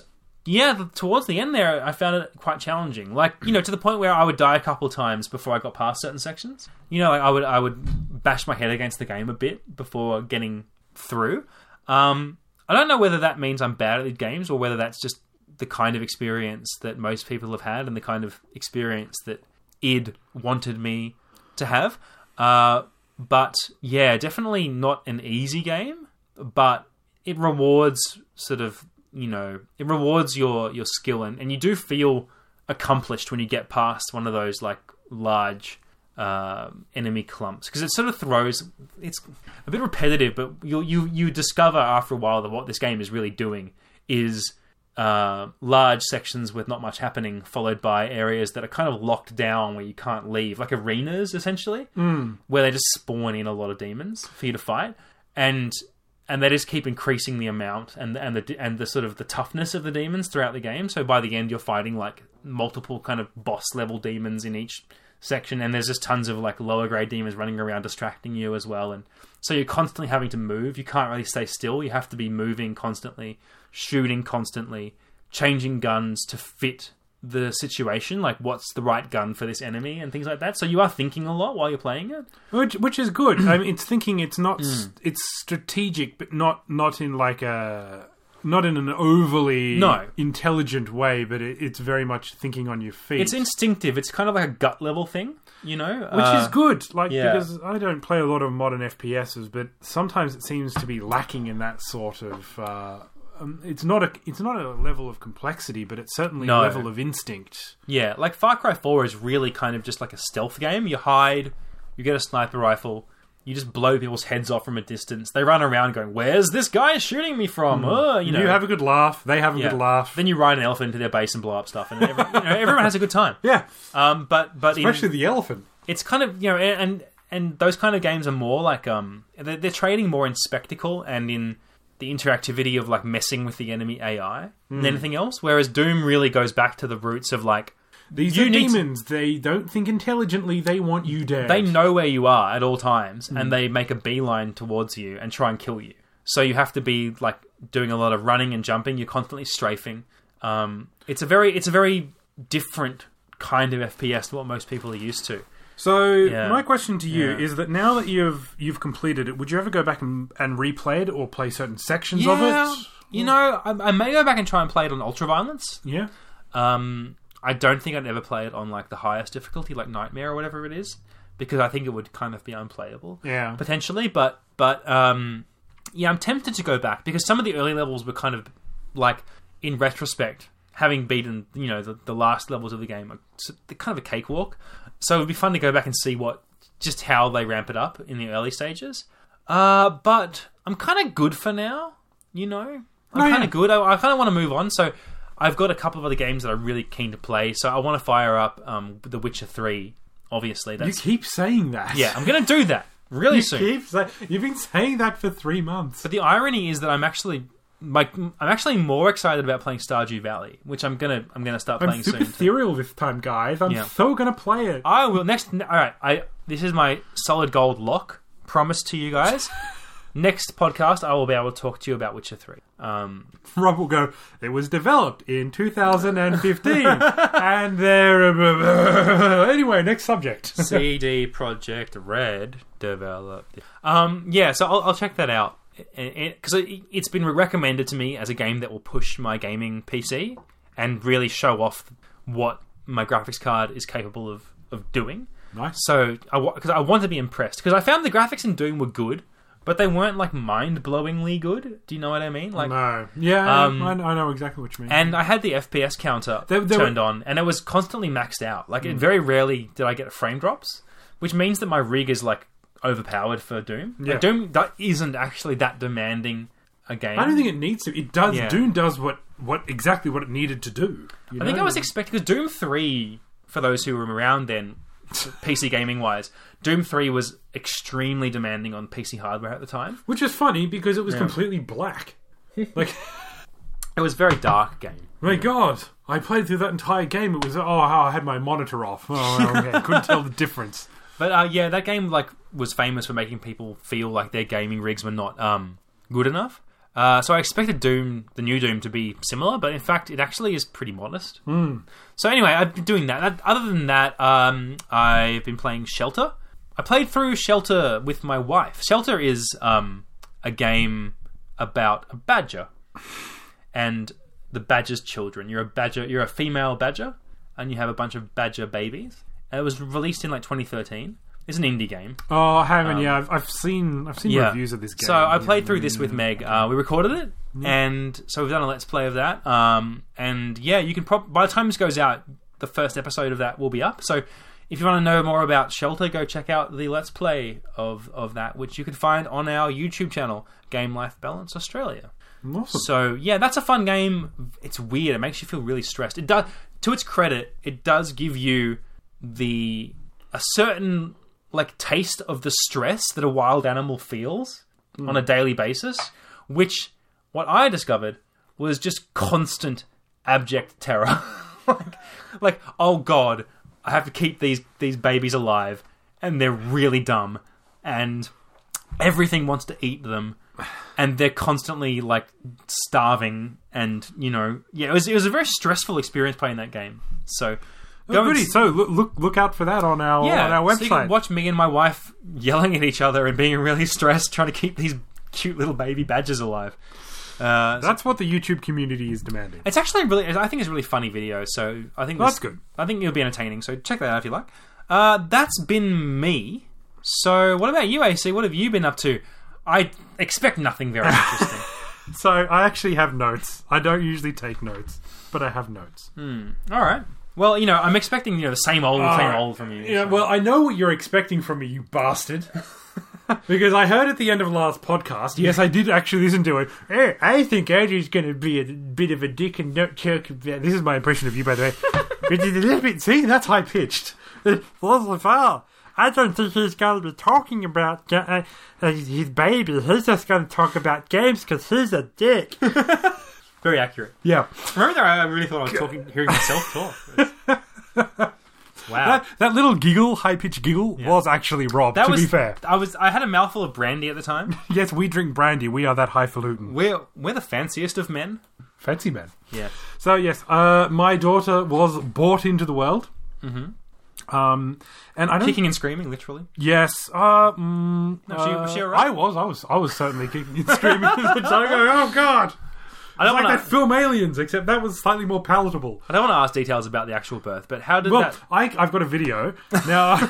Speaker 2: yeah, the, towards the end there, I found it quite challenging, like you know, to the point where I would die a couple times before I got past certain sections. You know, like I would I would bash my head against the game a bit before getting through. Um, I don't know whether that means I'm bad at these games or whether that's just the kind of experience that most people have had and the kind of experience that id wanted me to have. Uh, But yeah, definitely not an easy game, but it rewards sort of, you know, it rewards your, your skill and, and you do feel accomplished when you get past one of those like large um enemy clumps because it sort of throws it's a bit repetitive but you you you discover after a while that what this game is really doing is uh, large sections with not much happening, followed by areas that are kind of locked down where you can't leave, like arenas essentially, where they just spawn in a lot of demons for you to fight, and and they just keep increasing the amount and and the and the sort of the toughness of the demons throughout the game. So by the end, you're fighting like multiple kind of boss level demons in each section, and there's just tons of like lower grade demons running around distracting you as well, and so you're constantly having to move. You can't really stay still. You have to be moving constantly, shooting constantly, changing guns to fit the situation, like what's the right gun for this enemy and things like that. So you are thinking a lot while you're playing it.
Speaker 1: which which is good. I mean, it's thinking it's not
Speaker 2: Hmm.
Speaker 1: s it's strategic, but not not in like a not in an overly
Speaker 2: No.
Speaker 1: intelligent way, but it, it's very much thinking on your feet.
Speaker 2: It's instinctive. It's kind of like a gut level thing, you know.
Speaker 1: which is good, like
Speaker 2: Uh, yeah.
Speaker 1: because I don't play a lot of modern FPSs, but sometimes it seems to be lacking in that sort of. Uh, um, it's not a it's not a level of complexity, but it's certainly
Speaker 2: No.
Speaker 1: a level of instinct.
Speaker 2: Yeah, like Far Cry 4 is really kind of just like a stealth game. You hide, you get a sniper rifle, you just blow people's heads off from a distance. They run around going, "Where's this guy shooting me from?" Uh, you
Speaker 1: Hmm. You,
Speaker 2: know,
Speaker 1: have a good laugh, they have a
Speaker 2: yeah.
Speaker 1: good laugh.
Speaker 2: Then you ride an elephant into their base and blow up stuff, and every, you know, everyone has a good time.
Speaker 1: yeah,
Speaker 2: Um, but but in-
Speaker 1: especially the elephant.
Speaker 2: it's kind of you know and and those kind of games are more like um they're, they're trading more in spectacle and in the interactivity of like messing with the enemy AI than anything else. Whereas Doom really goes back to the roots of like
Speaker 1: These
Speaker 2: You
Speaker 1: are
Speaker 2: need to-
Speaker 1: demons. They don't think intelligently. They want you dead.
Speaker 2: they know where you are at all times and they make a beeline towards you and try and kill you. So you have to be like doing a lot of running and jumping. You're constantly strafing. Um, it's a very it's a very different kind of FPS to what most people are used to.
Speaker 1: So
Speaker 2: Yeah.
Speaker 1: my question to you
Speaker 2: Yeah.
Speaker 1: is that now that you've you've completed it, would you ever go back and, and replay it or play certain sections of it?
Speaker 2: You know, I, I may go back and try and play it on Ultra Violence.
Speaker 1: Yeah.
Speaker 2: Um, I don't think I'd ever play it on like the highest difficulty, like Nightmare or whatever it is, because I think it would kind of be unplayable.
Speaker 1: Yeah.
Speaker 2: potentially but but um yeah i'm tempted to go back because some of the early levels were kind of like in retrospect having beaten you know the, the last levels of the game are s- they're kind of a cakewalk so it'd be fun to go back and see what just how they ramp it up in the early stages uh but i'm kind of good for now you know
Speaker 1: No,
Speaker 2: i'm kind of
Speaker 1: Oh, yeah.
Speaker 2: good i, I kind of want to move on so i've got a couple of other games that i'm really keen to play so i want to fire up um the witcher 3 obviously
Speaker 1: You
Speaker 2: that's
Speaker 1: keep saying that.
Speaker 2: yeah i'm gonna do that really
Speaker 1: You
Speaker 2: soon
Speaker 1: keep say- you've been saying that for three months.
Speaker 2: But the irony is that I'm actually like I'm actually more excited about playing Stardew Valley, which I'm gonna I'm gonna start
Speaker 1: I'm
Speaker 2: playing
Speaker 1: super
Speaker 2: soon. too.
Speaker 1: ethereal this time, guys. I'm
Speaker 2: Yeah.
Speaker 1: so gonna play it.
Speaker 2: I will next. All right, I this is my solid gold lock promise to you guys. next podcast, I will be able to talk to you about Witcher Three. Um,
Speaker 1: Rob will go. It was developed in 2015, and there. anyway, next subject.
Speaker 2: CD Project Red developed. Um, yeah, so I'll, I'll check that out because it, it's been recommended to me as a game that will push my gaming PC and really show off what my graphics card is capable of of doing.
Speaker 1: Nice.
Speaker 2: So I because I want to be impressed because I found the graphics in Doom were good, but they weren't like mind blowingly good. Do you know what I mean? Like.
Speaker 1: No. Yeah,
Speaker 2: Um,
Speaker 1: I, I know exactly what you mean.
Speaker 2: And I had the FPS counter
Speaker 1: There- there
Speaker 2: turned on, and it was constantly maxed out. Like,
Speaker 1: Hmm.
Speaker 2: it very rarely did I get frame drops, which means that my rig is like overpowered for Doom. Like,
Speaker 1: Yeah.
Speaker 2: Doom that isn't actually that demanding a game.
Speaker 1: I don't think it needs to. It does.
Speaker 2: Yeah.
Speaker 1: Doom does what what exactly what it needed to do. you
Speaker 2: I think
Speaker 1: know?
Speaker 2: I was expecting because Doom Three, for those who were around then, PC gaming wise, Doom Three was extremely demanding on PC hardware at the time.
Speaker 1: which is funny because it was completely black. Like,
Speaker 2: It was a very dark game.
Speaker 1: my God, I played through that entire game. It was oh, how I had my monitor off. Oh, okay, couldn't tell the difference.
Speaker 2: But uh, yeah, that game like was famous for making people feel like their gaming rigs were not um, good enough. Uh, so I expected Doom, the new Doom, to be similar, but in fact, it actually is pretty modest. So anyway, I've been doing that. that other than that, um, I've been playing Shelter. I played through Shelter with my wife. Shelter is um, a game about a badger and the badger's children. You're a badger. You're a female badger, and you have a bunch of badger babies. And it was released in like 2013. It's an indie game.
Speaker 1: Oh, I haven't. yeah, I've, I've seen I've seen
Speaker 2: Um, yeah.
Speaker 1: reviews of this game. Mm-hmm.
Speaker 2: So I played through this with Meg. Uh, we recorded it, and so we've done a let's play of that. Um, and yeah, you can prob- by the time this goes out, the first episode of that will be up. So if you want to know more about Shelter, go check out the let's play of of that, which you can find on our YouTube channel, Game Life Balance Australia.
Speaker 1: Awesome.
Speaker 2: So yeah, that's a fun game. It's weird. It makes you feel really stressed. It does. To its credit, it does give you the a certain like taste of the stress that a wild animal feels on a daily basis. Which what I discovered was just constant abject terror. like, like oh god, I have to keep these these babies alive, and they're really dumb, and everything wants to eat them and they're constantly like starving and you know yeah it was it was a very stressful experience playing that game so go and
Speaker 1: Oh, Goody,
Speaker 2: s-
Speaker 1: so look, look look out for that on our
Speaker 2: yeah
Speaker 1: on our
Speaker 2: so you
Speaker 1: website.
Speaker 2: can watch me and my wife yelling at each other and being really stressed trying to keep these cute little baby badgers alive uh, so
Speaker 1: That's what the YouTube community is demanding.
Speaker 2: it's actually really I think it's a really funny video so I think
Speaker 1: That's
Speaker 2: this-
Speaker 1: good.
Speaker 2: I think it'll be entertaining so check that out if you like uh, that's been me so what about you AC what have you been up to I expect nothing very interesting
Speaker 1: So I actually have notes. I don't usually take notes, but I have notes.
Speaker 2: All right. Well, you know, I'm expecting you know the same old, same
Speaker 1: right.
Speaker 2: old from you.
Speaker 1: Yeah,
Speaker 2: so-
Speaker 1: well, I know what you're expecting from me, you bastard. because I heard at the end of last podcast, yes, I did actually listen to it. "Eh, I think Andrew's going to be a bit of a dick and not talk about. This is my impression of you, by the way. It's a little bit. See, that's high pitched. I don't think he's going to be talking about uh, his baby. He's just going to talk about games because he's a dick.
Speaker 2: very accurate.
Speaker 1: yeah.
Speaker 2: Remember that I really thought I was talking, hearing myself talk. wow.
Speaker 1: That, that little giggle, high pitched giggle, was actually Rob,
Speaker 2: Uh, That
Speaker 1: to
Speaker 2: was
Speaker 1: be fair.
Speaker 2: I was I had a mouthful of brandy at the time.
Speaker 1: Yes, we drink brandy. We are that highfalutin.
Speaker 2: We're we're the fanciest of men.
Speaker 1: Fancy man.
Speaker 2: Yeah.
Speaker 1: So yes, uh, my daughter was bought into the world. Mm-hmm. Um, and I don't.
Speaker 2: Kicking and screaming, literally.
Speaker 1: yes. Uh, mm,
Speaker 2: she-
Speaker 1: uh,
Speaker 2: was she alright?
Speaker 1: I was. I was. I was certainly kicking and screaming. at the time, going, oh god!
Speaker 2: I don't
Speaker 1: Like
Speaker 2: want
Speaker 1: that
Speaker 2: to.
Speaker 1: film Aliens, except that was slightly more palatable.
Speaker 2: I don't want to ask details about the actual birth, but how did
Speaker 1: Well,
Speaker 2: that?
Speaker 1: I, I've got a video now.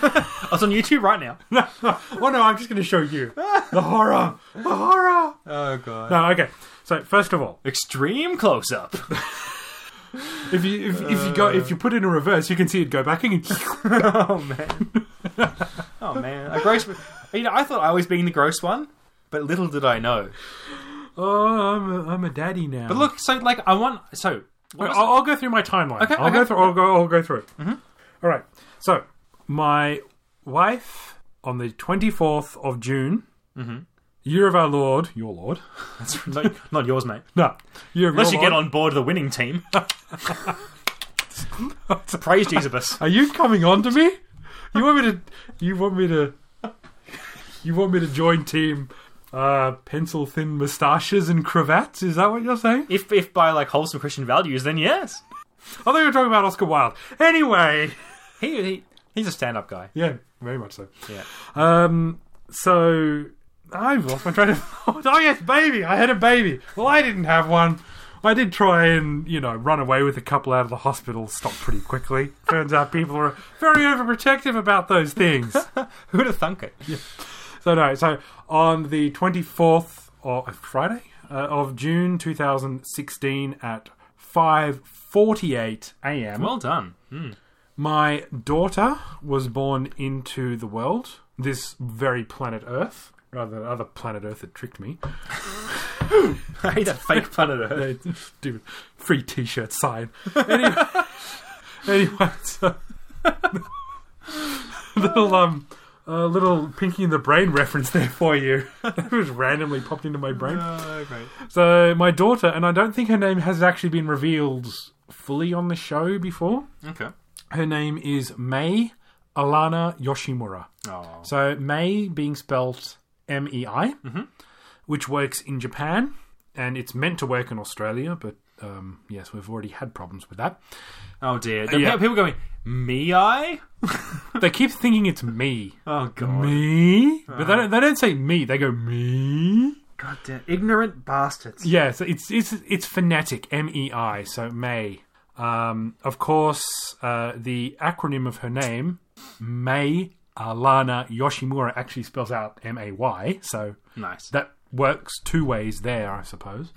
Speaker 2: Oh, it's on YouTube right now.
Speaker 1: oh no, I'm just going to show you the horror. The horror.
Speaker 2: Oh god.
Speaker 1: No, okay. So first of all,
Speaker 2: Extreme close up.
Speaker 1: if you if, if you go if you put it in reverse, you can see it go back and
Speaker 2: oh man. Oh man. A gross. You know, I thought I was being the gross one, but little did I know.
Speaker 1: oh, I'm a, I'm a daddy now.
Speaker 2: But look, so like I want so what was-
Speaker 1: I'll, I'll go through my timeline.
Speaker 2: Okay,
Speaker 1: I'll
Speaker 2: okay.
Speaker 1: go through. I'll go. I'll go through it. Mm-hmm. right. So my wife on the twenty fourth of June,
Speaker 2: Mm-hmm.
Speaker 1: year of our Lord, your Lord.
Speaker 2: That's not, not yours, mate.
Speaker 1: No, year of
Speaker 2: Unless you
Speaker 1: your
Speaker 2: get
Speaker 1: Lord.
Speaker 2: on board the winning team. Praise Jesus.
Speaker 1: Are you coming on to me? You want me to? You want me to? You want me to join team? Uh, pencil thin moustaches and cravats. Is that what you're saying?
Speaker 2: If if by like wholesome Christian values, then yes.
Speaker 1: I thought you were talking about Oscar Wilde. Anyway,
Speaker 2: He, he he's a stand up guy.
Speaker 1: yeah, very much so.
Speaker 2: Yeah.
Speaker 1: Um, so I've lost my train of thought. Oh yes, baby, I had a baby. Well, I didn't have one. I did try and you know run away with a couple out of the hospital. Stopped pretty quickly. Turns out people are very overprotective about those things.
Speaker 2: Who'd have thunk it?
Speaker 1: so no, so on the twenty fourth or Friday uh, of June two thousand sixteen at five forty eight a.m.
Speaker 2: Well done. Hmm.
Speaker 1: My daughter was born into the world, this very planet Earth, rather than other planet Earth that tricked me.
Speaker 2: I hate that fake planet Earth.
Speaker 1: Stupid free T-shirt sign. Anyway, anyway so little um, uh, little Pinky in the Brain reference there for you. It was randomly popped into my brain.
Speaker 2: Oh,
Speaker 1: So my daughter, and I don't think her name has actually been revealed fully on the show before.
Speaker 2: Okay.
Speaker 1: Her name is May Alana Yoshimura.
Speaker 2: Oh.
Speaker 1: So May being spelt M E I, which works in Japan, and it's meant to work in Australia, but um, yes, we've already had problems with that.
Speaker 2: Oh dear. The
Speaker 1: Yeah.
Speaker 2: pe- People going me I.
Speaker 1: They keep thinking it's me,
Speaker 2: Oh god.
Speaker 1: me, but they don't, they don't say me. They go me.
Speaker 2: God damn. Ignorant bastards.
Speaker 1: Yeah, so it's it's it's phonetic M E I. So May. Um, of course, uh, the acronym of her name, May Alana Yoshimura actually spells out M A Y, so
Speaker 2: Nice.
Speaker 1: that works two ways there, I suppose.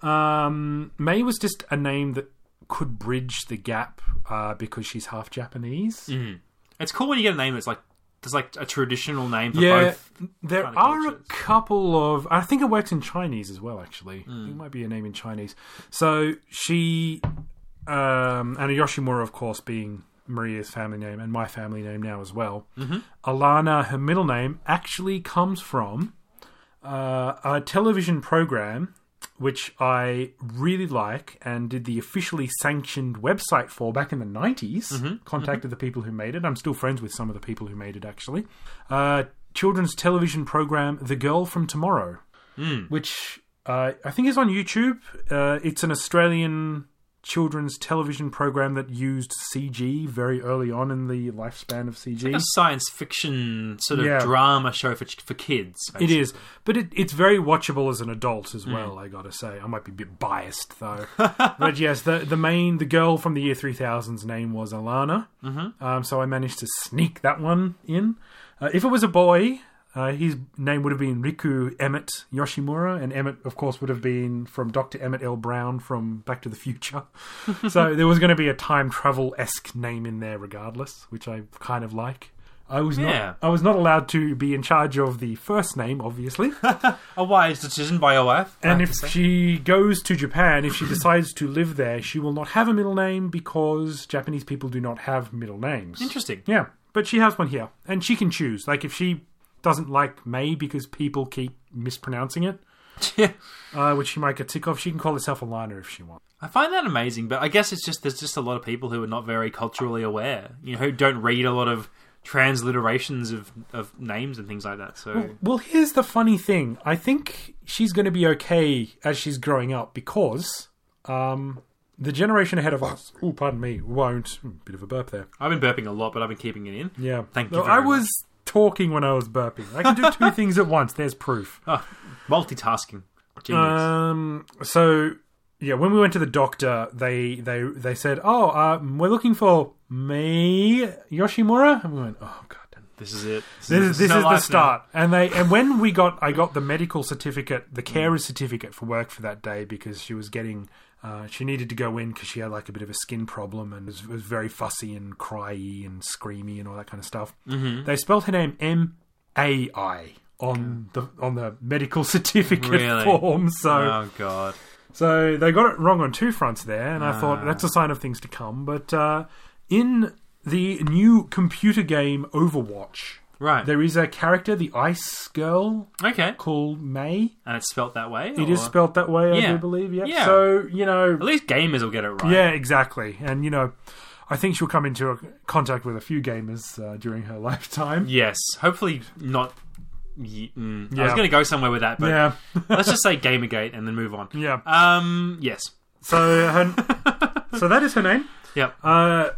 Speaker 1: Um, May was just a name that could bridge the gap uh, because she's half Japanese.
Speaker 2: It's cool when you get a name that's like there's like a traditional name for
Speaker 1: Yeah,
Speaker 2: both.
Speaker 1: there
Speaker 2: kinda
Speaker 1: are a
Speaker 2: cultures.
Speaker 1: couple of. I think it works in Chinese as well. Actually, it might be a name in Chinese. So she, um, and Yoshimura, of course, being Maria's family name and my family name now as well. Alana, her middle name, actually comes from uh, a television program which I really like and did the officially sanctioned website for back in the 90s. Contacted the people who made it. I'm still friends with some of the people who made it, actually. Uh, children's television program, The Girl from Tomorrow, which uh, I think is on YouTube. Uh, it's an Australian children's television program that used CG very early on in the lifespan of CG.
Speaker 2: A science fiction sort of
Speaker 1: Yeah.
Speaker 2: drama show for for kids.
Speaker 1: It is, but it, it's very watchable as an adult as well. I gotta say, I might be a bit biased though. but yes, the the main the girl from the year three thousand's name was Alana, mm-hmm. um, so I managed to sneak that one in. Uh, if it was a boy, uh, his name would have been Riku Emmett Yoshimura, and Emmett, of course, would have been from Doctor Emmett L. Brown from Back to the Future. so there was going to be a time travel esque name in there, regardless, which I kind of like. I was
Speaker 2: Yeah.
Speaker 1: not I was not allowed to be in charge of the first name, obviously.
Speaker 2: A wise decision by your wife. I
Speaker 1: and
Speaker 2: have
Speaker 1: if
Speaker 2: to say.
Speaker 1: she goes to Japan, if she decides to live there, she will not have a middle name because Japanese people do not have middle names.
Speaker 2: interesting.
Speaker 1: Yeah, but she has one here, and she can choose. Like if she doesn't like May because people keep mispronouncing it,
Speaker 2: Yeah.
Speaker 1: uh, which she might get sick of, she can call herself Alana if she wants.
Speaker 2: I find that amazing, but I guess it's just there's just a lot of people who are not very culturally aware, you know, who don't read a lot of transliterations of, of names and things like that. So
Speaker 1: Well, here's the funny thing. I think she's going to be okay as she's growing up because um, the generation ahead of us, oh, pardon me, won't. hmm, Bit of a burp there.
Speaker 2: I've been burping a lot, but I've been keeping it in.
Speaker 1: Yeah.
Speaker 2: Thank you
Speaker 1: Though
Speaker 2: very
Speaker 1: I was talking when I was burping. I can do two things at once. There's proof.
Speaker 2: Oh, multitasking. Genius.
Speaker 1: Um, so yeah, when we went to the doctor, they they they said, "Oh, uh, we're looking for May Yoshimura," and we went, "Oh God."
Speaker 2: this is it.
Speaker 1: This is, this
Speaker 2: our
Speaker 1: is the
Speaker 2: life now.
Speaker 1: start, and they and when we got I got the medical certificate, the carer's certificate for work for that day because she was getting uh, she needed to go in because she had like a bit of a skin problem and was, was very fussy and cryy and screamy and all that kind of stuff. Mm-hmm. They spelled her name M A I on the on the medical certificate
Speaker 2: Really?
Speaker 1: form, so
Speaker 2: Oh god.
Speaker 1: so they got it wrong on two fronts there, and
Speaker 2: Ah.
Speaker 1: I thought that's a sign of things to come. But uh, in the new computer game Overwatch.
Speaker 2: Right.
Speaker 1: There is a character, the Ice Girl,
Speaker 2: Okay.
Speaker 1: called May.
Speaker 2: And it's spelt that way.
Speaker 1: It is spelt that way, I
Speaker 2: Oh. Yeah.
Speaker 1: do believe. Yeah.
Speaker 2: Yeah.
Speaker 1: So you know,
Speaker 2: At least gamers will get it right.
Speaker 1: yeah, exactly. And you know, I think she'll come into a- contact with a few gamers uh, during her lifetime.
Speaker 2: Yes. Hopefully not. ye- Mm, I was
Speaker 1: Yeah.
Speaker 2: going to go somewhere with that, but
Speaker 1: Yeah.
Speaker 2: let's just say Gamergate and then move on.
Speaker 1: Yeah.
Speaker 2: Um. Yes.
Speaker 1: So her, so that is her name.
Speaker 2: Yep.
Speaker 1: Uh,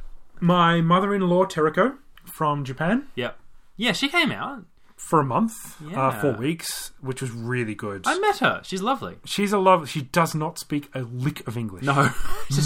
Speaker 1: my mother-in-law Teriko from Japan
Speaker 2: Yep. Yeah. She came out.
Speaker 1: for a month, uh,
Speaker 2: Yeah.
Speaker 1: four weeks, which was really good.
Speaker 2: I met her. She's lovely.
Speaker 1: She's a love. She does not speak a lick of English.
Speaker 2: No.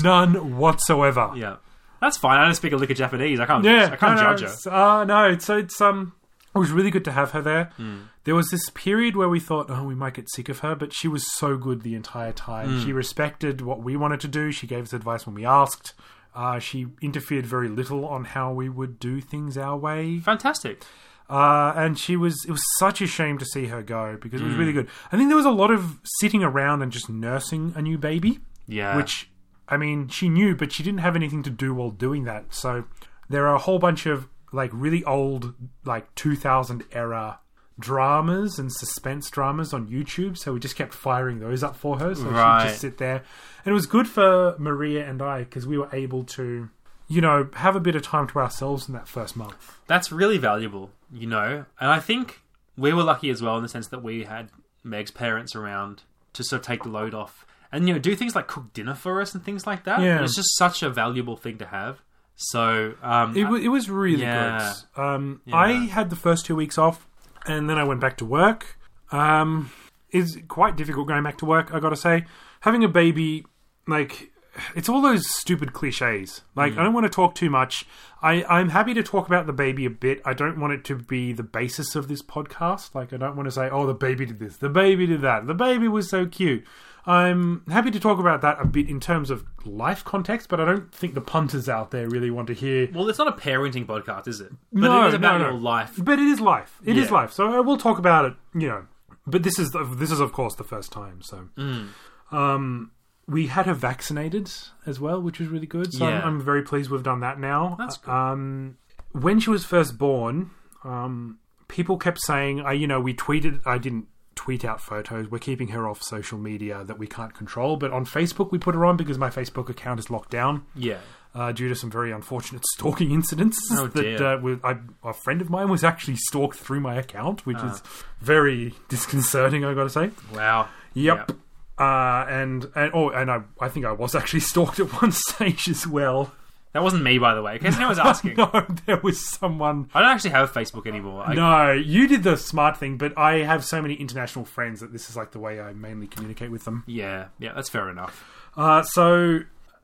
Speaker 1: none whatsoever.
Speaker 2: yeah. That's fine. I don't speak a lick of Japanese. I can't.
Speaker 1: Yeah,
Speaker 2: I can't
Speaker 1: no,
Speaker 2: judge
Speaker 1: no,
Speaker 2: her.
Speaker 1: it's- Uh, no, it's, so it's um, it was really good to have her there.
Speaker 2: Hmm.
Speaker 1: There was this period where we thought, oh, we might get sick of her, but she was so good the entire
Speaker 2: Hmm.
Speaker 1: time. She respected what we wanted to do. She gave us advice when we asked. Uh, she interfered very little on how we would do things our way.
Speaker 2: Fantastic.
Speaker 1: Uh, and she was it was such a shame to see her go because it was really good. I think there was a lot of sitting around and just nursing a new baby
Speaker 2: Yeah.
Speaker 1: which I mean, she knew, but she didn't have anything to do while doing that. So there are a whole bunch of like really old, like 2000 era dramas and suspense dramas on YouTube. So we just kept firing those up for her. So she'd
Speaker 2: Right.
Speaker 1: just sit there. And it was good for Maria and I because we were able to, you know, have a bit of time to ourselves in that first month.
Speaker 2: that's really valuable, you know. And I think we were lucky as well in the sense that we had Meg's parents around to sort of take the load off and you know do things like cook dinner for us and things like that.
Speaker 1: Yeah.
Speaker 2: It's just such a valuable thing to have. So um,
Speaker 1: It, wa it was really
Speaker 2: Yeah.
Speaker 1: good. Um, I had the first two weeks off, and then I went back to work. Um, it's quite difficult going back to work. I got to say, having a baby, like it's all those stupid cliches. Like
Speaker 2: Mm.
Speaker 1: I don't want to talk too much. I, I'm happy to talk about the baby a bit. I don't want it to be the basis of this podcast. Like I don't want to say, oh, the baby did this, the baby did that, the baby was so cute. I'm happy to talk about that a bit in terms of life context, but I don't think the punters out there really want to hear.
Speaker 2: Well, it's not a parenting podcast, is it? But
Speaker 1: No,
Speaker 2: it is about
Speaker 1: no, no.
Speaker 2: your life.
Speaker 1: But it is life. It is
Speaker 2: Yeah.
Speaker 1: life. So I will talk about it. You know, but this is this is of course the first time. So.
Speaker 2: Mm.
Speaker 1: Um, we had her vaccinated as well, which was really good. So
Speaker 2: Yeah.
Speaker 1: I'm, I'm very pleased we've done that now.
Speaker 2: That's good.
Speaker 1: Um, when she was first born, um, people kept saying, I, you know, we tweeted, I didn't tweet out photos. We're keeping her off social media that we can't control. But on Facebook, we put her on because my Facebook account is locked down
Speaker 2: Yeah.
Speaker 1: uh, due to some very unfortunate stalking incidents.
Speaker 2: Oh,
Speaker 1: that
Speaker 2: dear.
Speaker 1: Uh, with, I, a friend of mine was actually stalked through my account, which
Speaker 2: Ah.
Speaker 1: is very disconcerting, i got to say.
Speaker 2: Wow.
Speaker 1: Yep. Uh, and and oh, and I I think I was actually stalked at one stage as well.
Speaker 2: That wasn't me, by the way. In case anyone's asking,
Speaker 1: No, there was someone.
Speaker 2: I don't actually have Facebook anymore. I,
Speaker 1: No, you did the smart thing, but I have so many international friends that this is like the way I mainly communicate with them.
Speaker 2: Yeah, yeah, that's fair enough.
Speaker 1: Uh, so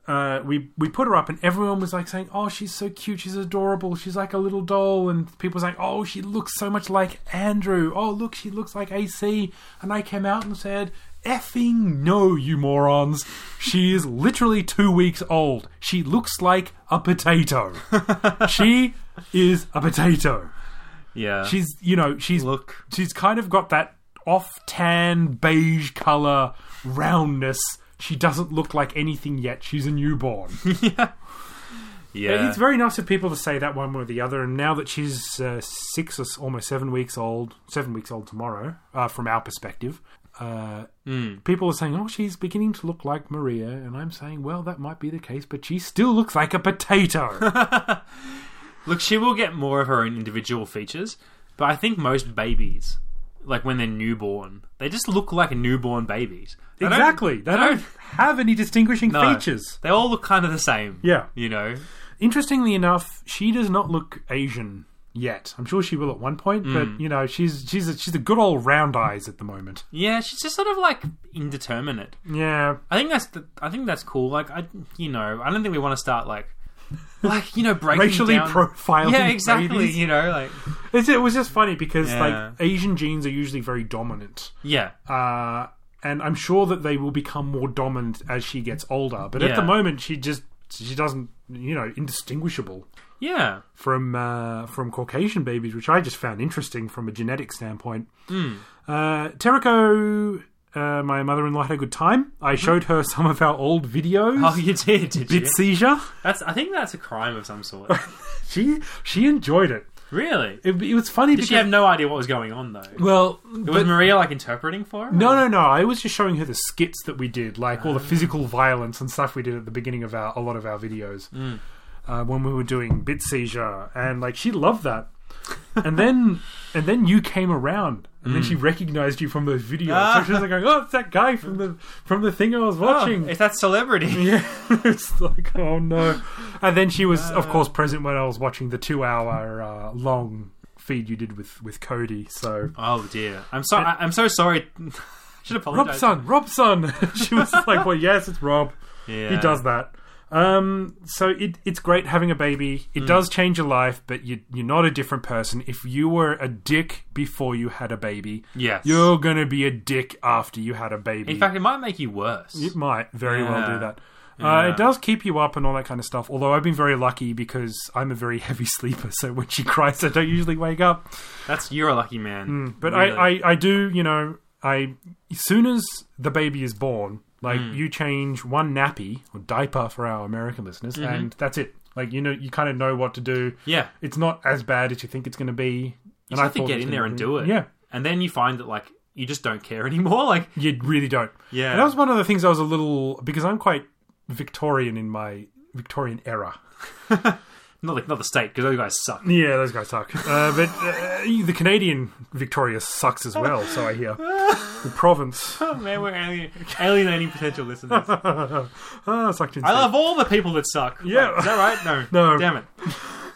Speaker 1: uh, we we put her up, and everyone was like saying, "Oh, she's so cute. She's adorable. She's like a little doll." And people were saying, "Oh, she looks so much like Andrew. Oh, look, she looks like AC." And I came out and said. Effing no, you morons. She is literally two weeks old. She looks like a potato. she is a potato.
Speaker 2: Yeah,
Speaker 1: She's, you know, she's
Speaker 2: look.
Speaker 1: she's kind of got that off tan beige color roundness. She doesn't look like anything yet. She's a newborn.
Speaker 2: Yeah,
Speaker 1: It's very nice of people to say that one way or the other. And now that she's uh, six or s- almost seven weeks old, seven weeks old tomorrow, uh, from our persptive, uh,
Speaker 2: Hmm.
Speaker 1: people are saying, "Oh, she's beginning to look like Maria," and I'm saying, "Well, that might be the case, but she still looks like a potato."
Speaker 2: look, she will get more of her own individual features, but I think most babies, like when they're newborn, they just look like newborn babies. They don't-
Speaker 1: exactly. They don't have any distinguishing
Speaker 2: No.
Speaker 1: features.
Speaker 2: They all look kind of the same.
Speaker 1: Yeah.
Speaker 2: you know.
Speaker 1: Interestingly enough, she does not look Asian yet. I'm sure she will at one point,
Speaker 2: Hmm.
Speaker 1: but you know, she's she's a, she's a good old round eyes at the moment.
Speaker 2: Yeah, she's just sort of like indeterminate.
Speaker 1: Yeah,
Speaker 2: I think that's the, I think that's cool. Like I, you know, I don't think we want to start like, like you know, breaking
Speaker 1: racially
Speaker 2: down.
Speaker 1: profiling.
Speaker 2: yeah, exactly.
Speaker 1: babies.
Speaker 2: You know, like
Speaker 1: It's, it was just funny because
Speaker 2: Yeah.
Speaker 1: like Asian genes are usually very dominant,
Speaker 2: yeah,
Speaker 1: uh, and I'm sure that they will become more dominant as she gets older. But at
Speaker 2: Yeah.
Speaker 1: the moment, she just she doesn't you know indistinguishable
Speaker 2: yeah.
Speaker 1: from uh, from Caucasian babies, which I just found interesting from a genetic standpoint.
Speaker 2: Hmm.
Speaker 1: Uh, Terrico, uh, my mother-in-law had a good time.
Speaker 2: Hmm.
Speaker 1: I showed her some of our old videos.
Speaker 2: Oh, you did, did you?
Speaker 1: Bit seizure.
Speaker 2: That's I think that's a crime of some sort.
Speaker 1: She she enjoyed it.
Speaker 2: really?
Speaker 1: It, it was funny
Speaker 2: Did
Speaker 1: because
Speaker 2: she have no idea what was going on though?
Speaker 1: well,
Speaker 2: Was
Speaker 1: but,
Speaker 2: Maria like interpreting for her?
Speaker 1: no, no, no. I was just showing her the skits that we did, like all the physical violence and stuff we did at the beginning of our a lot of our videos uh, when we were doing bit seizure, and like she loved that. and then and then you came around and then she recognized you from those videos so she was like going, oh it's that guy from the from the thing i was
Speaker 2: Oh,
Speaker 1: watching
Speaker 2: it's that celebrity.
Speaker 1: yeah it's like oh no and then she was of course present when i was watching the two hour uh, long feed you did with with cody so
Speaker 2: Oh dear, I'm sorry. I- I'm so sorry.
Speaker 1: Rob's
Speaker 2: Should apologize.
Speaker 1: son, Rob's son. she was like, "Well, yes, it's Rob.
Speaker 2: Yeah.
Speaker 1: He does that." Um, so it, it's great having a baby.
Speaker 2: Mm.
Speaker 1: It does change your life, but you, you're not a different person. If you were a dick before you had a baby,
Speaker 2: Yes.
Speaker 1: you're gonna be a dick after you had a baby.
Speaker 2: In fact, it might make you worse.
Speaker 1: It might very well
Speaker 2: Yeah.
Speaker 1: do that. Uh,
Speaker 2: Yeah.
Speaker 1: it does keep you up and all that kind of stuff. Although I've been very lucky because I'm a very heavy sleeper, so when she cries, I don't usually wake up.
Speaker 2: That's you're a lucky man.
Speaker 1: But
Speaker 2: really.
Speaker 1: I, I, I do, you know, I as soon as the baby is born, like
Speaker 2: Hmm.
Speaker 1: you change one nappy or diaper for our American listeners,
Speaker 2: Mm-hmm.
Speaker 1: and that's it. Like you know, you kind of know what to do.
Speaker 2: yeah.
Speaker 1: It's not as bad as you think it's going to be.
Speaker 2: You
Speaker 1: and
Speaker 2: just
Speaker 1: I
Speaker 2: have to
Speaker 1: thought
Speaker 2: get
Speaker 1: was
Speaker 2: in
Speaker 1: gonna
Speaker 2: there and
Speaker 1: be-
Speaker 2: do it.
Speaker 1: Yeah,
Speaker 2: and then you find that like you just don't care anymore. Like
Speaker 1: you really don't.
Speaker 2: Yeah.
Speaker 1: and that was one of the things I was a little because I'm quite Victorian in my Victorian era.
Speaker 2: not like not the state because those guys suck.
Speaker 1: Yeah, those guys suck. Uh, but uh, the Canadian Victoria sucks as well, so I hear. The province.
Speaker 2: Oh man, we're alien- alienating potential listeners.
Speaker 1: Ah, sucked in
Speaker 2: I love all the people that suck.
Speaker 1: Yeah.
Speaker 2: Wait, is that right? No,
Speaker 1: No.
Speaker 2: Damn it.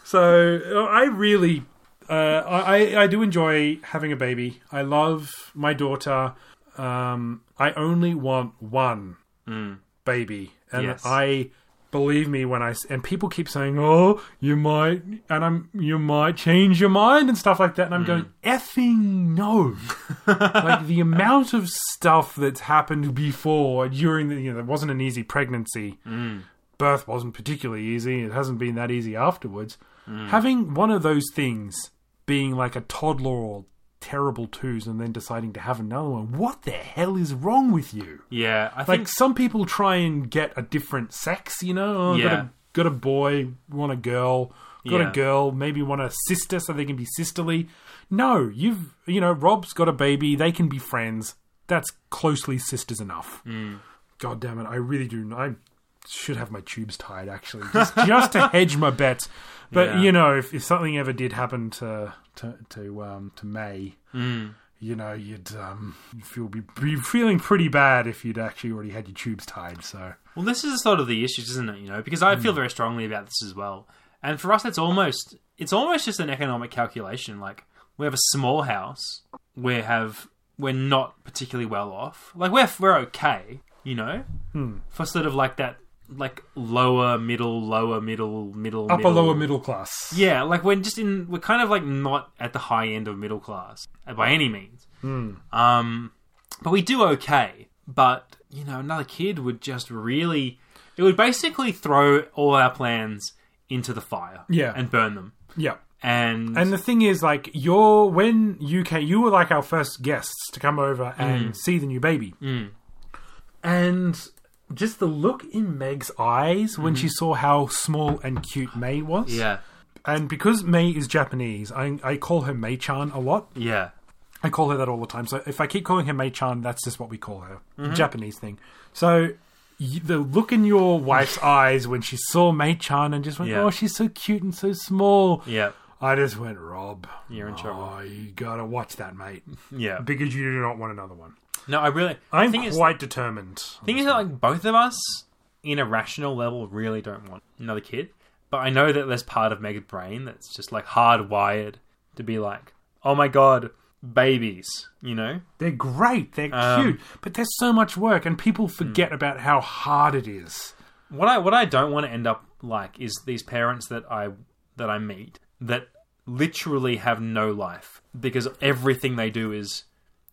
Speaker 1: So uh, I really, uh, I I do enjoy having a baby. I love my daughter. Um, I only want one. baby, and
Speaker 2: Yes.
Speaker 1: I believe me when I s- and people keep saying, "Oh, you might," and I'm you might change your mind and stuff like that, and I'm going, "Effing no!" like the amount of stuff that's happened before during the you know, it wasn't an easy pregnancy. Birth wasn't particularly easy. It hasn't been that easy afterwards.
Speaker 2: Hmm.
Speaker 1: Having one of those things being like a toddler or terrible twos and then deciding to have another one, what the hell is wrong with you?
Speaker 2: Yeah, I
Speaker 1: Like
Speaker 2: think
Speaker 1: some people try and get a different sex, you know? Oh, got,
Speaker 2: Yeah.
Speaker 1: a, got a boy, want a girl, got
Speaker 2: Yeah.
Speaker 1: a girl, maybe want a sister so they can be sisterly. No, you've, you know, Rob's got a baby, they can be friends. That's closely sisters enough. God damn it, I really do. I should have my tubes tied, actually, just, just to hedge my bets. But,
Speaker 2: Yeah.
Speaker 1: you know, if, if something ever did happen to, to, to, um, to May you know, you'd um, feel be, be feeling pretty bad if you'd actually already had your tubes tied. So
Speaker 2: Well, this is sort of the issues, isn't it? You know, because I feel
Speaker 1: Hmm.
Speaker 2: very strongly about this as well. And for us, it's almost it's almost just an economic calculation. Like we have a small house, we have we're not particularly well off. Like we're we're okay, you know,
Speaker 1: Hmm.
Speaker 2: for sort of like that like lower middle, lower middle, middle,
Speaker 1: upper
Speaker 2: middle.
Speaker 1: lower middle class.
Speaker 2: Yeah, like we're just in we're kind of like not at the high end of middle class uh, by any means.
Speaker 1: Hmm.
Speaker 2: Um, but we do okay. But you know, another kid would just really it would basically throw all our plans into the fire.
Speaker 1: Yeah.
Speaker 2: and burn them.
Speaker 1: yeah.
Speaker 2: And,
Speaker 1: And the thing is, like, you're when you came, you were like our first guests to come over and
Speaker 2: Mm.
Speaker 1: see the new baby, and just the look in Meg's eyes when she saw how small and cute May was.
Speaker 2: Mm-hmm. yeah,
Speaker 1: And because May is Japanese, I I call her May Chan a lot.
Speaker 2: yeah,
Speaker 1: I call her that all the time. So if I keep calling her Mei Chan, that's just what we call her.
Speaker 2: Mm-hmm.
Speaker 1: Japanese thing. So y the look in your wife's eyes when she saw Mei Chan and just went,
Speaker 2: Yeah.
Speaker 1: oh, she's so cute and so small.
Speaker 2: yeah,
Speaker 1: I just went, Rob, you're
Speaker 2: in trouble."
Speaker 1: Oh, you gotta watch that, mate,
Speaker 2: yeah.
Speaker 1: because you do not want another one.
Speaker 2: No, I really.
Speaker 1: I'm
Speaker 2: thing is,
Speaker 1: quite determined.
Speaker 2: thing is that like both of us, in a rational level, really don't want another kid. But I know that there's part of Meg's brain that's just like hardwired to be like, oh my god, babies, you know?
Speaker 1: They're great. They're
Speaker 2: Um, Hmm.
Speaker 1: cute, but there's so much work, and people forget about how hard it is.
Speaker 2: What I what I don't want to end up like is these parents that I that I meet that literally have no life because everything they do is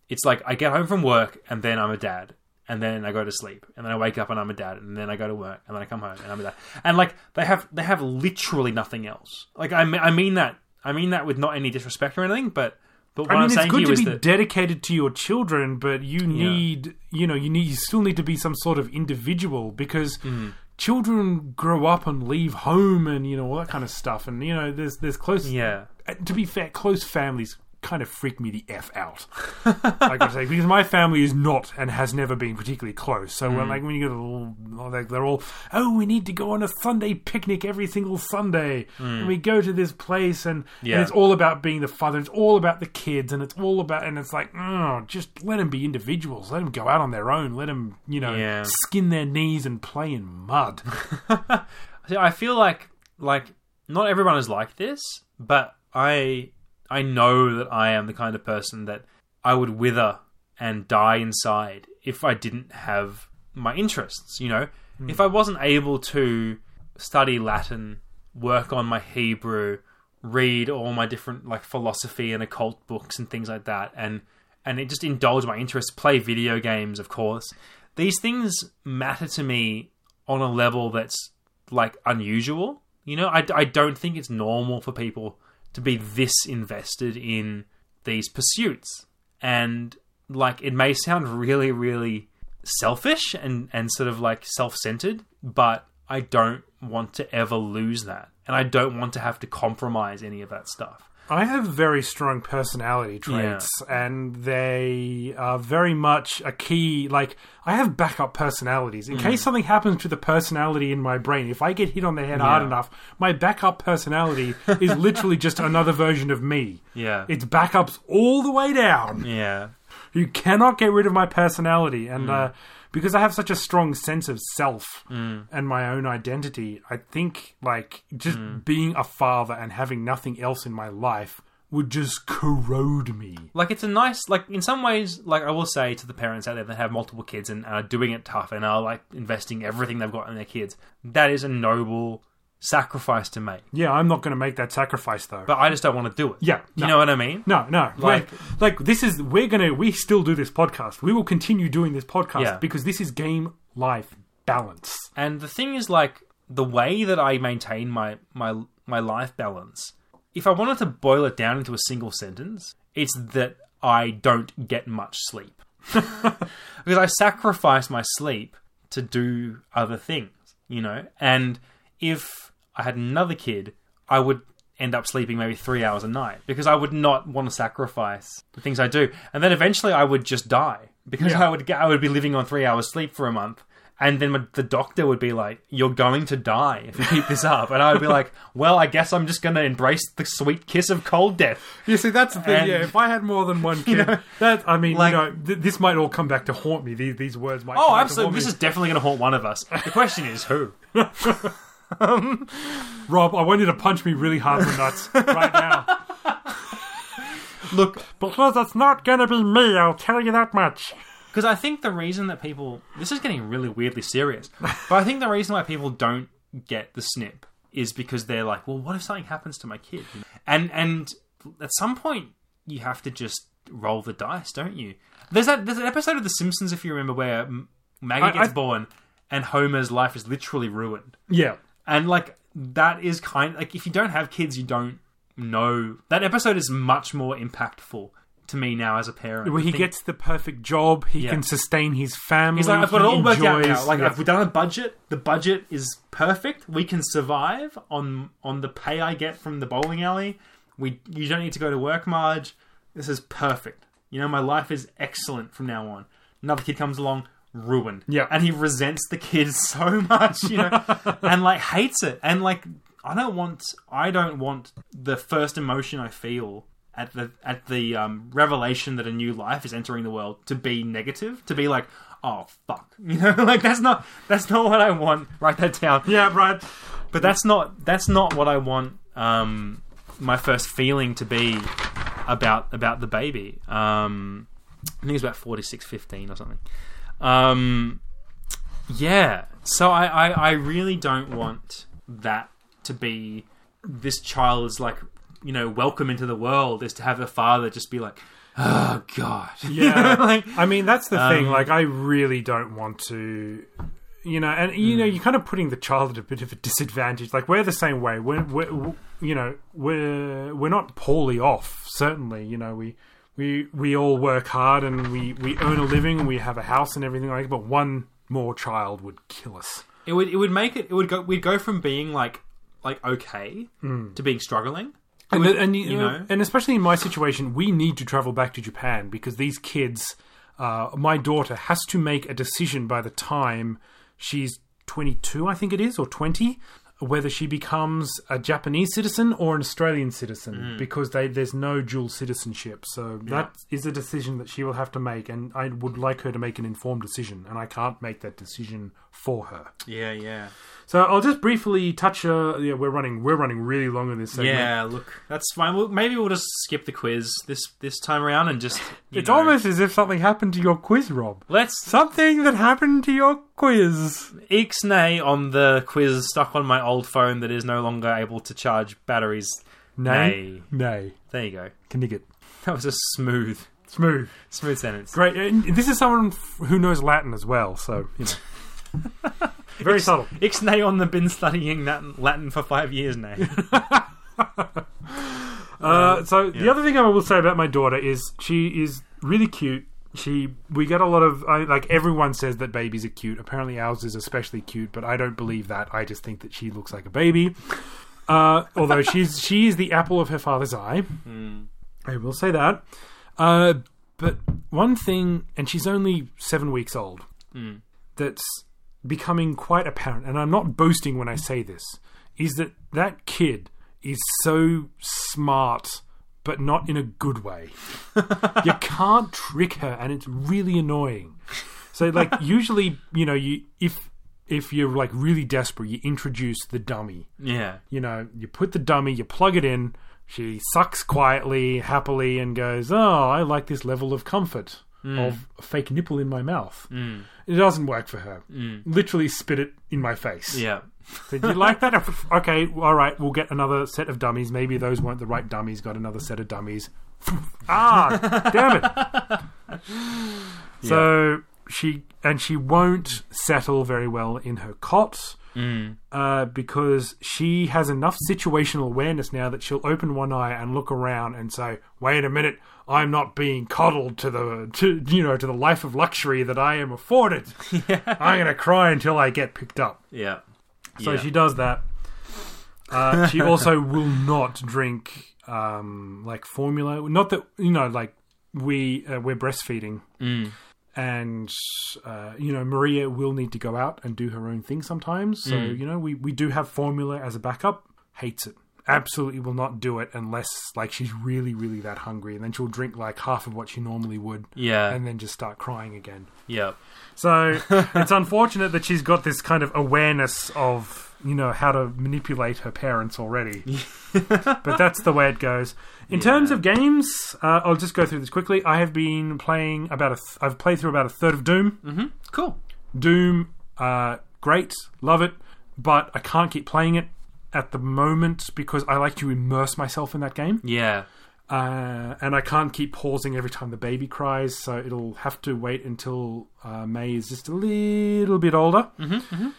Speaker 2: it's like I get home from work and then I'm a dad and then I go to sleep and then I wake up and I'm a dad and then I go to work and then I come home and I'm a dad and like they have they have literally nothing else like I me- I mean that I mean that with not any disrespect or anything but but what
Speaker 1: I
Speaker 2: am
Speaker 1: mean, it's
Speaker 2: saying to
Speaker 1: good to
Speaker 2: you is
Speaker 1: be
Speaker 2: that
Speaker 1: dedicated to your children, but you need, you know, you need, you still need to be some sort of individual because
Speaker 2: Hmm.
Speaker 1: children grow up and leave home and you know all that kind of stuff. And you know, there's there's close.
Speaker 2: yeah
Speaker 1: uh, To be fair, close families kind of freak me the f out. I gotta say, because my family is not and has never been particularly close. So
Speaker 2: Mm.
Speaker 1: when like when you go to the little, like they're all, oh, we need to go on a Sunday picnic every single Sunday, and we go to this place, and,
Speaker 2: Mm. Yeah.
Speaker 1: and it's all about being the father. It's all about the kids, and it's all about, and it's like, oh, just let them be individuals. Let them go out on their own. Let them, you know,
Speaker 2: Yeah.
Speaker 1: skin their knees and play in mud.
Speaker 2: See, I feel like like not everyone is like this, but I I know that I am the kind of person that I would wither and die inside if I didn't have my interests, you know? If I wasn't able to study Latin, work on my Hebrew, read all my different like philosophy and occult books and things like that and and it just indulge my interests, play video games, of course. These things matter to me on a level that's like unusual. You know, I, I don't think it's normal for people to be this invested in these pursuits. And like, it may sound really, really selfish and, and sort of like self centered, but I don't want to ever lose that. And I don't want to have to compromise any of that stuff.
Speaker 1: I have very strong personality traits, and they are very much a key. Like, I have backup personalities.
Speaker 2: Hmm.
Speaker 1: In case something happens to the personality in my brain, if I get hit on the head hard
Speaker 2: Yeah.
Speaker 1: enough, my backup personality is literally just another version of me.
Speaker 2: Yeah.
Speaker 1: It's backups all the way down.
Speaker 2: yeah.
Speaker 1: You cannot get rid of my personality,
Speaker 2: Hmm.
Speaker 1: and uh, because I have such a strong sense of self
Speaker 2: Hmm.
Speaker 1: and my own
Speaker 2: Hmm.
Speaker 1: identity, I think like just being a father and having nothing else in my life would just corrode me.
Speaker 2: Like it's a nice like in some ways like I will say to the parents out there that have multiple kids and are doing it tough and are like investing everything they've got in their kids. That is a noble sacrifice to make.
Speaker 1: Yeah, I'm not going to make that sacrifice though.
Speaker 2: But I just don't want to do it.
Speaker 1: Yeah,
Speaker 2: You
Speaker 1: no.
Speaker 2: know what I mean?
Speaker 1: no, no, like,
Speaker 2: Like-
Speaker 1: like this is we're gonna we still do this podcast. We will continue doing this podcast
Speaker 2: Yeah.
Speaker 1: because this is game life balance.
Speaker 2: And the thing is, like, the way that I maintain my my my life balance, if I wanted to boil it down into a single sentence, it's that I don't get much sleep because I sacrifice my sleep to do other things, you know. And if I had another kid, I would end up sleeping maybe three hours a night because I would not want to sacrifice the things I do. And then eventually, I would just die because
Speaker 1: Yeah.
Speaker 2: I would I would be living on three hours sleep for a month. And then my- the doctor would be like, "You're going to die if you keep this up," and I would be like, "Well, I guess I'm just going to embrace the sweet kiss of cold death."
Speaker 1: You see, that's the thing.
Speaker 2: And-
Speaker 1: yeah, if I had more than one kid, that I mean,
Speaker 2: like-
Speaker 1: you know, th- this might all come back to haunt me. These, these words might. come
Speaker 2: Oh,
Speaker 1: back to
Speaker 2: absolutely!
Speaker 1: haunt
Speaker 2: This
Speaker 1: me.
Speaker 2: is definitely going to haunt one of us. The question is who.
Speaker 1: Rob. I want you to punch me really hard in the nuts right now
Speaker 2: Look,
Speaker 1: because it's not gonna be me. I'll tell you that much.
Speaker 2: Because I think the reason that people this is getting really weirdly serious, but I think the reason why people don't get the snip is because they're like, well, what if something happens to my kid? And and at some point you have to just roll the dice, don't you? There's that there's an episode of The Simpsons if you remember where M- Maggie
Speaker 1: I-
Speaker 2: gets
Speaker 1: I-
Speaker 2: born and Homer's life is literally ruined,
Speaker 1: Yeah,
Speaker 2: and like that is kind like if you don't have kids, you don't know that episode is much more impactful to me now as a parent.
Speaker 1: where
Speaker 2: I
Speaker 1: he
Speaker 2: think-
Speaker 1: gets the perfect job, he can sustain his family.
Speaker 2: He's like, I've got it
Speaker 1: he
Speaker 2: all worked out
Speaker 1: enjoys-
Speaker 2: now. Like,
Speaker 1: yeah.
Speaker 2: I've done a budget. The budget is perfect. We can survive on on the pay I get from the bowling alley. We you don't need to go to work, Marge. This is perfect. You know, my life is excellent from now on. Another kid comes along, ruined.
Speaker 1: Yeah.
Speaker 2: and he resents the kid so much, you know, and like hates it. And like, I don't want, I don't want the first emotion I feel at the at the um, revelation that a new life is entering the world to be negative, to be like, oh fuck, you know, like that's not that's not what I want. Write that down.
Speaker 1: yeah, right.
Speaker 2: But that's not that's not what I want. Um, my first feeling to be about about the baby. Um, I think it was about forty six fifteen or something. Um, yeah. So I, I I really don't want that to be this child is like you know welcome into the world is to have the father just be like oh god
Speaker 1: Yeah.
Speaker 2: like
Speaker 1: I mean, that's the thing. Like, I really don't want to, you know, and you know, you're kind of putting the child at a bit of a disadvantage. Like, we're the same way. We're, we're w- you know, we're we're not poorly off. Certainly, you know, we we we all work hard and we we earn a living and we have a house and everything like. that, But one more child would kill us.
Speaker 2: It would it would make it it would go we'd go from being like like okay to being struggling.
Speaker 1: And, and you, know,
Speaker 2: know?
Speaker 1: and especially in my situation, we need to travel back to Japan because these kids, uh, my daughter has to make a decision by the time she's 22, I think it is, or 20, whether she becomes a Japanese citizen or an Australian citizen because they, there's no dual citizenship. So that is a decision that she will have to make, and I would like her to make an informed decision, and I can't make that decision for her.
Speaker 2: Yeah, yeah,
Speaker 1: So I'll just briefly touch. Uh, yeah, we're running, we're running really long in this segment.
Speaker 2: yeah. Look, that's fine. We'll, maybe we'll just skip the quiz this this time around and just you
Speaker 1: It's
Speaker 2: know.
Speaker 1: almost as if something happened to your quiz, Rob.
Speaker 2: let's
Speaker 1: Something that happened to your quiz.
Speaker 2: ixnay on the quiz stuck on my old phone that is no longer able to charge batteries.
Speaker 1: Nay. Nay.
Speaker 2: there you go.
Speaker 1: Knigget.
Speaker 2: That was a smooth
Speaker 1: Smooth.
Speaker 2: smooth sentence.
Speaker 1: Great. And this is someone f- who knows Latin as well, so, you know. Very subtle.
Speaker 2: Ixnay on the been studying Latin, Latin for five years now.
Speaker 1: Uh, so the other thing I will say about my daughter is she is really cute. She we get a lot of I, like everyone says that babies are cute. Apparently ours is especially cute, but I don't believe that. I just think that she looks like a baby. Uh, although she's she is the apple of her father's eye. I will say that. Uh, but one thing, and she's only seven weeks old. That's becoming quite apparent, and I'm not boasting when I say this, is that that kid is so smart, but not in a good way. you can't trick her, and it's really annoying. So, like, usually, you know, you if if you're like really desperate, you introduce the dummy.
Speaker 2: Yeah.
Speaker 1: You know, you put the dummy, you plug it in. She sucks quietly, happily, and goes, "Oh, I like this level of comfort of a fake nipple in my mouth." It doesn't work for her. Literally, spit it in my face.
Speaker 2: Yeah.
Speaker 1: Said, you like that? Okay, all right. We'll get another set of dummies. Maybe those weren't the right dummies. Got another set of dummies. ah, damn it! So she and she won't settle very well in her cot uh, because she has enough situational awareness now that she'll open one eye and look around and say, "Wait a minute." I'm not being coddled to the to you know to the life of luxury that I am afforded. I'm going to cry until I get picked up.
Speaker 2: Yeah.
Speaker 1: So
Speaker 2: Yeah.
Speaker 1: she does that. Uh, she also will not drink um, like formula. Not that you know, like we uh, we're breastfeeding,
Speaker 2: Mm.
Speaker 1: and uh, you know Maria will need to go out and do her own thing sometimes. So
Speaker 2: Mm.
Speaker 1: you know we we do have formula as a backup. Hates it. Absolutely will not do it unless like she's really really that hungry, and then she'll drink like half of what she normally would,
Speaker 2: Yeah.
Speaker 1: and then just start crying again.
Speaker 2: yeah.
Speaker 1: So it's unfortunate that she's got this kind of awareness of you know how to manipulate her parents already. but that's the way it goes. In terms of games, uh, I'll just go through this quickly. I have been playing about a th- I've played through about a third of Doom.
Speaker 2: Cool.
Speaker 1: Doom, uh, great, love it, but I can't keep playing it at the moment because I like to immerse myself in that game
Speaker 2: Yeah.
Speaker 1: uh, and I can't keep pausing every time the baby cries, so it'll have to wait until uh, May is just a little bit older. Mm-hmm,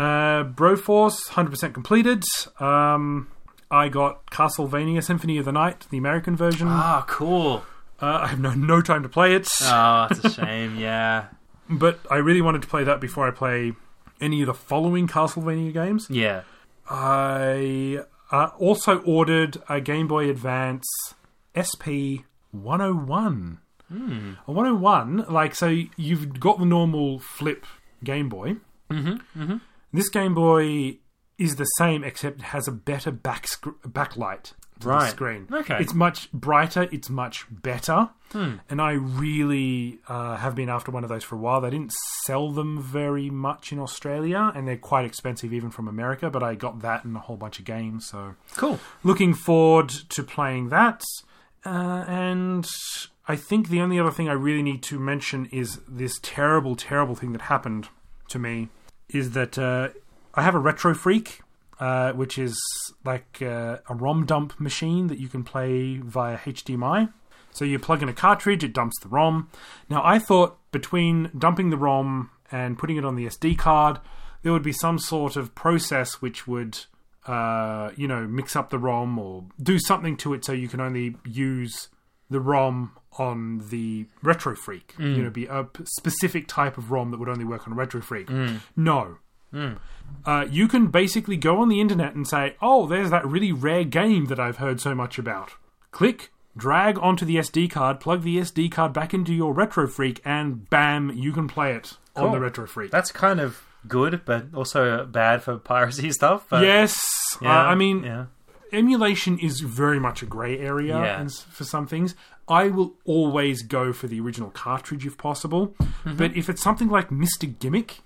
Speaker 1: Uh, Broforce, hundred percent completed. Um, I got Castlevania Symphony of the Night, the American version.
Speaker 2: Ah, cool.
Speaker 1: Uh, I have no, no time to play it,
Speaker 2: Oh, it's a shame. Yeah.
Speaker 1: but I really wanted to play that before I play any of the following Castlevania games.
Speaker 2: Yeah.
Speaker 1: I uh, also ordered a Game Boy Advance SP 101. A 101, like, so you've got the normal flip Game Boy. Mm-hmm, mm-hmm. This Game Boy is the same, except it has a better back sc- backlight to the
Speaker 2: Right.
Speaker 1: screen.
Speaker 2: Okay.
Speaker 1: It's much brighter, it's much better. And I really uh, have been after one of those for a while. They didn't sell them very much in Australia, and they're quite expensive even from America, but I got that and a whole bunch of games, so
Speaker 2: Cool.
Speaker 1: looking forward to playing that. Uh, and I think the only other thing I really need to mention is this terrible, terrible thing that happened to me is that uh, I have a Retro Freak, uh, which is like uh, a ROM dump machine that you can play via HDMI. So you plug in a cartridge, it dumps the ROM. Now I thought between dumping the ROM and putting it on the SD card, there would be some sort of process which would, uh, you know, mix up the ROM or do something to it so you can only use the ROM on the Retro Freak. You know, be a p- specific type of ROM that would only work on Retro Freak. No. Uh, you can basically go on the internet and say, oh, there's that really rare game that I've heard so much about. Click, drag onto the SD card, plug the SD card back into your Retro Freak, and bam, you can play it on
Speaker 2: Cool.
Speaker 1: the Retro Freak.
Speaker 2: That's kind of good, but also bad for piracy stuff. But
Speaker 1: yes. Uh,
Speaker 2: Yeah,
Speaker 1: I I mean,
Speaker 2: yeah.
Speaker 1: emulation is very much a grey area
Speaker 2: Yeah.
Speaker 1: and s- for some things. I will always go for the original cartridge if possible, but if it's something like Mr. Gimmick,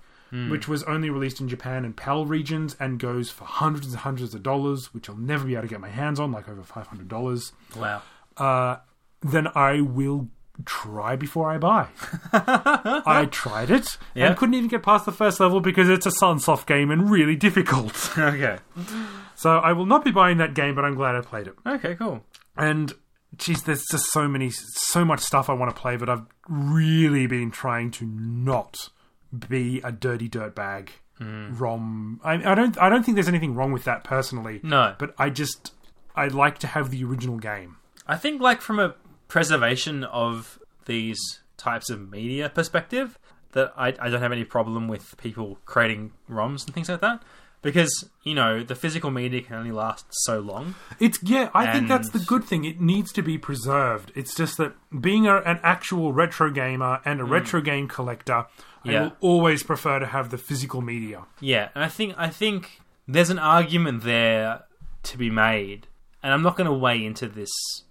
Speaker 1: which was only released in Japan and PAL regions and goes for hundreds and hundreds of dollars, which I'll never be able to get my hands on, like over five hundred dollars,
Speaker 2: Wow.
Speaker 1: uh, then I will try before I buy. I tried it
Speaker 2: Yeah.
Speaker 1: and couldn't even get past the first level because it's a Sunsoft game and really difficult.
Speaker 2: Okay.
Speaker 1: So I will not be buying that game, but I'm glad I played it.
Speaker 2: Okay. Cool.
Speaker 1: And geez, there's just so many, so much stuff I want to play, but I've really been trying to not be a dirty dirtbag
Speaker 2: Hmm.
Speaker 1: rom. I, I don't, I don't think there's anything wrong with that personally.
Speaker 2: No,
Speaker 1: but I just, I like to have the original game.
Speaker 2: I think like from a preservation of these types of media perspective, that I, I don't have any problem with people creating ROMs and things like that. Because, you know, the physical media can only last so long.
Speaker 1: It's yeah, I think
Speaker 2: And-
Speaker 1: that's the good thing. It needs to be preserved. It's just that being a, an actual retro gamer and a retro game collector, I
Speaker 2: Mm. Yeah.
Speaker 1: will always prefer to have the physical media.
Speaker 2: Yeah, and I think I think there's an argument there to be made, and I'm not going to weigh into this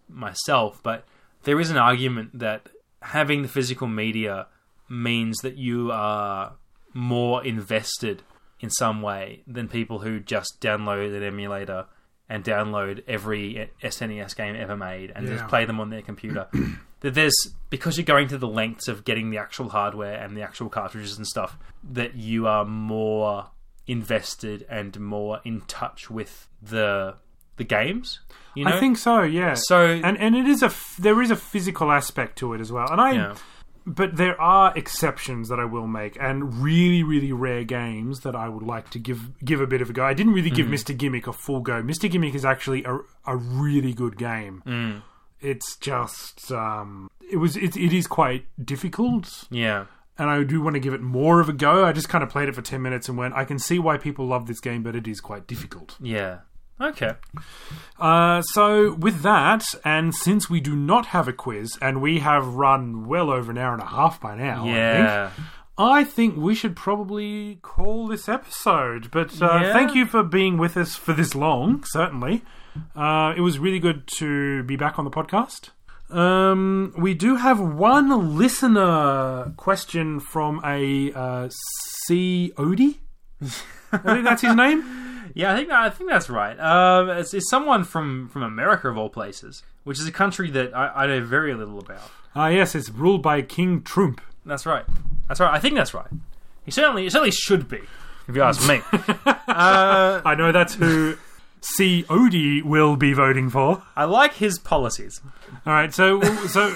Speaker 2: myself, but there is an argument that having the physical media means that you are more invested in some way than people who just download an emulator and download every SNES game ever made and just
Speaker 1: Yeah.
Speaker 2: play them on their computer. that there's because you're going to the lengths of getting the actual hardware and the actual cartridges and stuff that you are more invested and more in touch with the the games. You know,
Speaker 1: I think so, yeah.
Speaker 2: So-
Speaker 1: and and it is a f- there is a physical aspect to it as well. And I
Speaker 2: Yeah.
Speaker 1: but there are exceptions that I will make and really really rare games that I would like to give give a bit of a go. I didn't really give Mr Gimmick a full go. Mr Gimmick is actually a a really good game. It's just um it was it, it is quite difficult
Speaker 2: yeah.
Speaker 1: and I do want to give it more of a go. I just kind of played it for 10 minutes and went I can see why people love this game but it is quite difficult.
Speaker 2: Yeah. Okay.
Speaker 1: Uh, so with that, and since we do not have a quiz, and we have run well over an hour and a half by now, I think,
Speaker 2: Yeah.
Speaker 1: I think we should probably call this episode. But uh,
Speaker 2: Yeah.
Speaker 1: thank you for being with us for this long. Certainly, uh, it was really good to be back on the podcast. Um, we do have one listener question from a uh, C. Odie. I think that's his name.
Speaker 2: Yeah, I think I think that's right. Um, it's, it's someone from from America of all places, which is a country that I, I know very little about.
Speaker 1: Ah, yes, it's ruled by King Trump.
Speaker 2: That's right. That's right. I think that's right. He certainly he certainly should be, if you ask me. uh,
Speaker 1: I know that's who COD will be voting for.
Speaker 2: I like his policies.
Speaker 1: All right, so so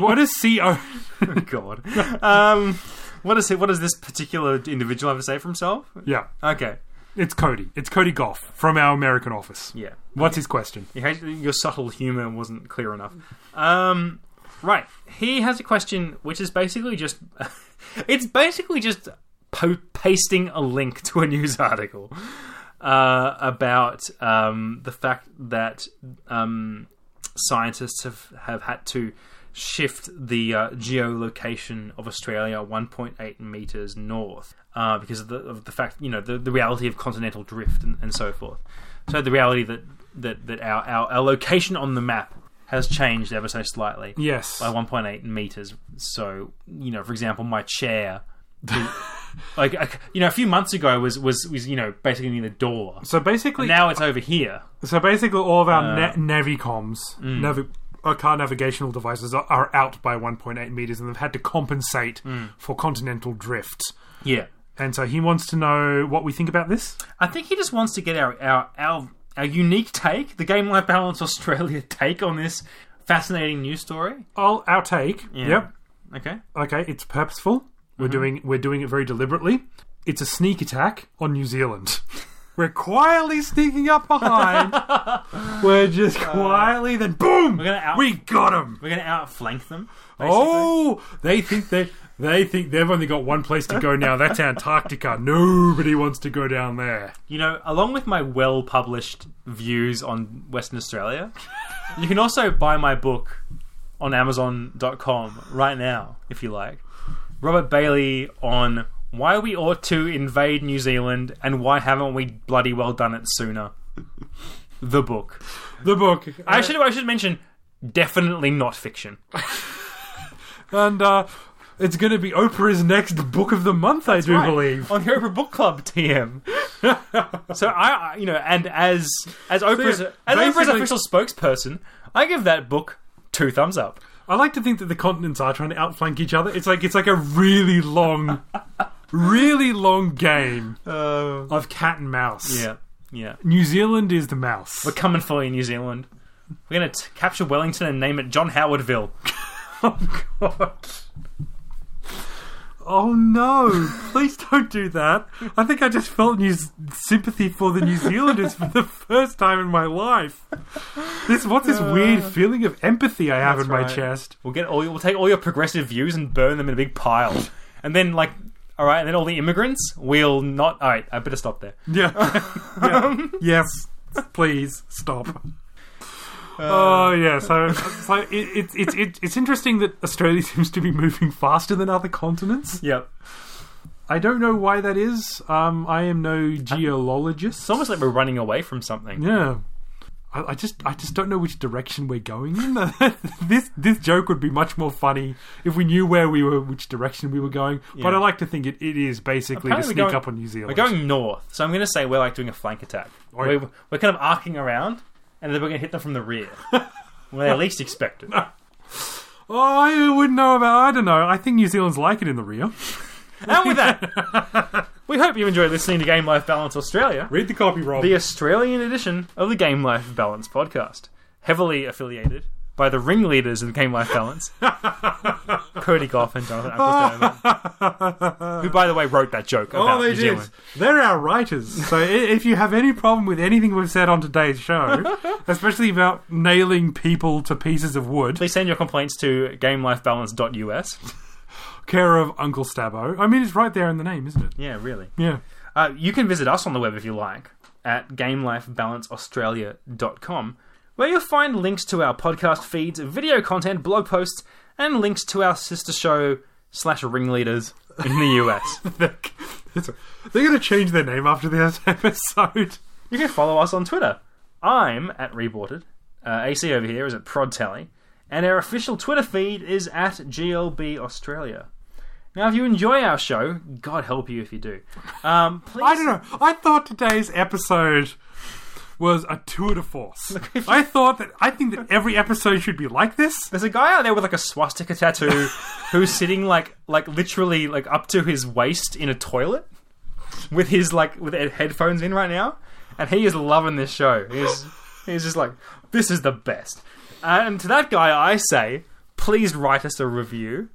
Speaker 1: what is CO?
Speaker 2: Oh, God. Um, what is it? What does this particular individual have to say for himself?
Speaker 1: Yeah,
Speaker 2: Okay.
Speaker 1: it's Cody. It's Cody Goff from our American office.
Speaker 2: Yeah.
Speaker 1: What's his question?
Speaker 2: You hate- Your subtle humor wasn't clear enough. Um, right. He has a question which is basically just. it's basically just po- pasting a link to a news article uh, about um, the fact that um, scientists have, have had to shift the uh, geolocation of Australia 1.8 meters north uh, because of the, of the fact, you know, the, the reality of continental drift and, and so forth. So the reality that that, that our, our, our location on the map has changed ever so slightly
Speaker 1: Yes,
Speaker 2: by 1.8 meters. So you know, for example, my chair, the- like I c- you know, a few months ago was was was you know basically near the door.
Speaker 1: so basically,
Speaker 2: Now it's over here.
Speaker 1: so basically, all of our na- Navicoms, Navi- our uh, car navigational devices are, are out by 1.8 meters, and they've had to compensate for continental drift.
Speaker 2: Yeah,
Speaker 1: And so he wants to know what we think about this.
Speaker 2: I think he just wants to get our our our, our unique take, the Game Life Balance Australia take on this fascinating news story.
Speaker 1: I'll our take. Yep.
Speaker 2: Okay.
Speaker 1: Okay, it's purposeful. We're
Speaker 2: Mm-hmm.
Speaker 1: doing we're doing it very deliberately. It's a sneak attack on New Zealand. We're quietly sneaking up behind. we're just quietly then boom.
Speaker 2: Uh, We're gonna out-
Speaker 1: we got them.
Speaker 2: We're gonna outflank them. basically.
Speaker 1: Oh, they think they they think they've only got one place to go now. That's Antarctica. Nobody wants to go down there.
Speaker 2: You know, along with my well published views on Western Australia, you can also buy my book on Amazon.com right now, if you like. Robert Bailey on why we ought to invade New Zealand and why haven't we bloody well done it sooner. The book.
Speaker 1: The book.
Speaker 2: I should I should mention definitely not fiction.
Speaker 1: and uh it's going to be Oprah's next book of the month, I do believe.
Speaker 2: on the Oprah Book Club TM. so I, I- you know, and as as Oprah's
Speaker 1: yeah,
Speaker 2: as Oprah's
Speaker 1: basically-
Speaker 2: official spokesperson, I give that book two thumbs up.
Speaker 1: I like to think that the continents are trying to outflank each other. It's like it's like a really long, really long game of cat and mouse.
Speaker 2: Uh, yeah, yeah.
Speaker 1: New Zealand is the mouse.
Speaker 2: We're coming for you, New Zealand. We're gonna t- capture Wellington and name it John Howardville.
Speaker 1: Oh god. Oh no! Please don't do that. I think I just felt new sympathy for the New Zealanders for the first time in my life. This what's this weird feeling of empathy I have in my
Speaker 2: Uh, right.
Speaker 1: chest?
Speaker 2: We'll get all your, we'll take all your progressive views and burn them in a big pile, and then like. All right, and then all the immigrants. We'll not. All right, I better stop there.
Speaker 1: Yeah. Yeah. yes. Please stop.
Speaker 2: Uh,
Speaker 1: Oh yeah, so so it, it, it, it, it's interesting that Australia seems to be moving faster than other continents.
Speaker 2: Yep.
Speaker 1: I don't know why that is. Um, I am no geologist.
Speaker 2: It's almost like we're running away from something.
Speaker 1: yeah, I, I just I just don't know which direction we're going in. this this joke would be much more funny if we knew where we were, which direction we were going. But
Speaker 2: Yeah.
Speaker 1: I like to think it, it is basically
Speaker 2: Apparently
Speaker 1: to sneak
Speaker 2: we're going-
Speaker 1: up on New Zealand.
Speaker 2: We're going north, so I'm going to say we're like doing a flank attack.
Speaker 1: Oh, yeah.
Speaker 2: We're, we're kind of arcing around, and then we're going to hit them from the rear. when they least expect it.
Speaker 1: Oh, I wouldn't know about. I don't know. I think New Zealand's like it in the rear.
Speaker 2: and with that, we hope you enjoy listening to Game Life Balance Australia.
Speaker 1: Read the copy, Rob.
Speaker 2: the Australian edition of the Game Life Balance podcast, heavily affiliated by the ringleaders in Game Life Balance, Cody Goff and Jonathan Appleton, who, by the way, wrote that joke. about
Speaker 1: oh, they
Speaker 2: New
Speaker 1: did.
Speaker 2: Zealand.
Speaker 1: They're our writers. So i- if you have any problem with anything we've said on today's show, especially about nailing people to pieces of wood,
Speaker 2: Please send your complaints to gamelifebalance.us.
Speaker 1: care of Uncle Stabbo. I mean, it's right there in the name, isn't it?
Speaker 2: Yeah, really.
Speaker 1: Yeah.
Speaker 2: Uh, you can visit us on the web if you like at gamelifebalanceaustralia.com, where you'll find links to our podcast feeds, video content, blog posts, and links to our sister show slash ringleaders in the US.
Speaker 1: They're going to change their name after this episode.
Speaker 2: You can follow us on Twitter. I'm at Reborted. Uh, AC over here is at ProdTally. And our official Twitter feed is at GLB Australia. Now, if you enjoy our show, God help you if you do. Um, please,
Speaker 1: I don't know. I thought today's episode was a tour de force. I thought that I think that every episode should be like this.
Speaker 2: There's a guy out there with like a swastika tattoo who's sitting like like literally like up to his waist in a toilet with his like with his headphones in right now, and he is loving this show. He's he's just like this is the best. And to that guy, I say, please write us a review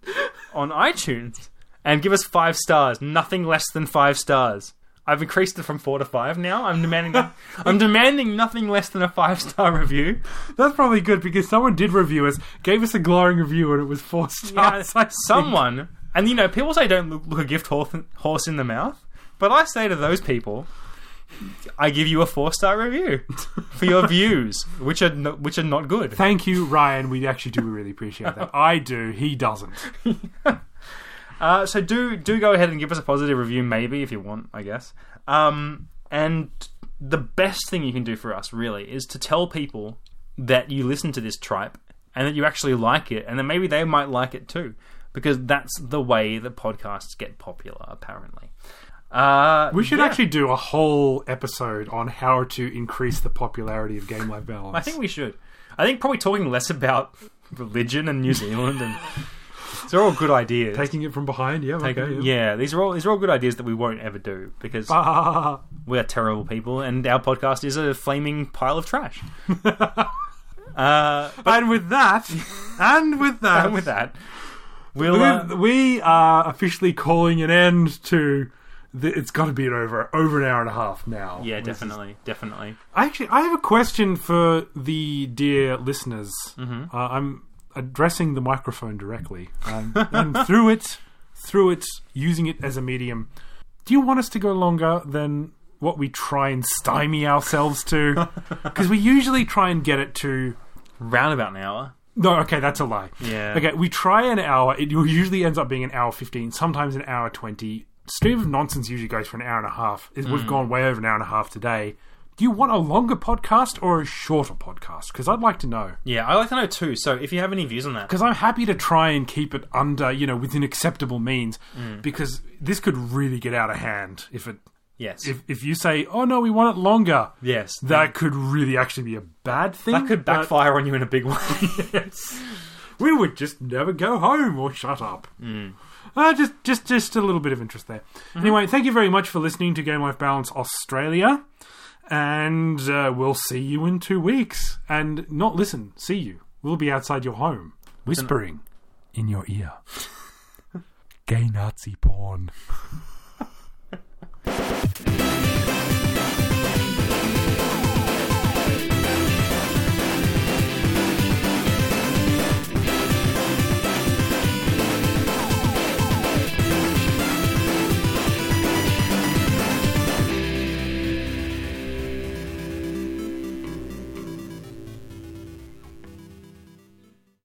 Speaker 2: on iTunes and give us five stars, nothing less than five stars. I've increased it from four to five now. I'm demanding I'm demanding nothing less than a five star review.
Speaker 1: That's probably good because someone did review us, gave us a glowing review, and it was four
Speaker 2: Yeah,
Speaker 1: stars.
Speaker 2: it's like someone, and you know, people say don't look, look a gift horse, horse in the mouth, but I say to those people, I give you a four star review for your views, which are no, which are not good.
Speaker 1: Thank you, Ryan. We actually do really appreciate that. I do. He doesn't.
Speaker 2: Uh, so do do go ahead and give us a positive review, maybe if you want, I guess. Um, and the best thing you can do for us, really, is to tell people that you listen to this tripe and that you actually like it, and then maybe they might like it too, because that's the way that podcasts get popular, apparently. Uh,
Speaker 1: We should
Speaker 2: yeah.
Speaker 1: actually do a whole episode on how to increase the popularity of Game Life Balance.
Speaker 2: I think we should. I think probably talking less about religion and New Zealand and these are all good ideas.
Speaker 1: taking it from behind. Yeah. okay.
Speaker 2: yeah, these are all these are all good ideas that we won't ever do because
Speaker 1: Ah,
Speaker 2: we're terrible people, and our podcast is a flaming pile of trash. uh,
Speaker 1: and with that, and with that,
Speaker 2: and with that, we'll.
Speaker 1: We-
Speaker 2: Uh,
Speaker 1: we are officially calling an end to. The, it's got to be an over over an hour and a half now.
Speaker 2: yeah, definitely, definitely.
Speaker 1: Actually, I have a question for the dear listeners. Uh, I'm addressing the microphone directly. Um, and through it, through it, using it as a medium. Do you want us to go longer than what we try and stymie ourselves to? Because we usually try and get it to.
Speaker 2: Round about an hour.
Speaker 1: No, okay, that's a lie.
Speaker 2: Yeah.
Speaker 1: Okay, we try an hour. It usually ends up being an hour 15, sometimes an hour 20. Stream of Nonsense usually goes for an hour and a half. Is
Speaker 2: Mm.
Speaker 1: We've gone way over an hour and a half today. Do you want a longer podcast or a shorter podcast? Because I'd like to know.
Speaker 2: Yeah, I like to know too. So if you have any views on that,
Speaker 1: Because I'm happy to try and keep it under, you know, within acceptable means.
Speaker 2: Mm.
Speaker 1: Because this could really get out of hand if it.
Speaker 2: yes,
Speaker 1: If, if you say, oh no, we want it longer,
Speaker 2: yes,
Speaker 1: that could really actually be a bad thing.
Speaker 2: that could
Speaker 1: but-
Speaker 2: backfire on you in a big way.
Speaker 1: yes. We would just never go home or shut up. Uh, just, just, just a little bit of interest there. Anyway, thank you very much for listening to Game Life Balance Australia, and uh, we'll see you in two weeks. And not listen, see you. We'll be outside your home, whispering in your ear. Gay Nazi porn.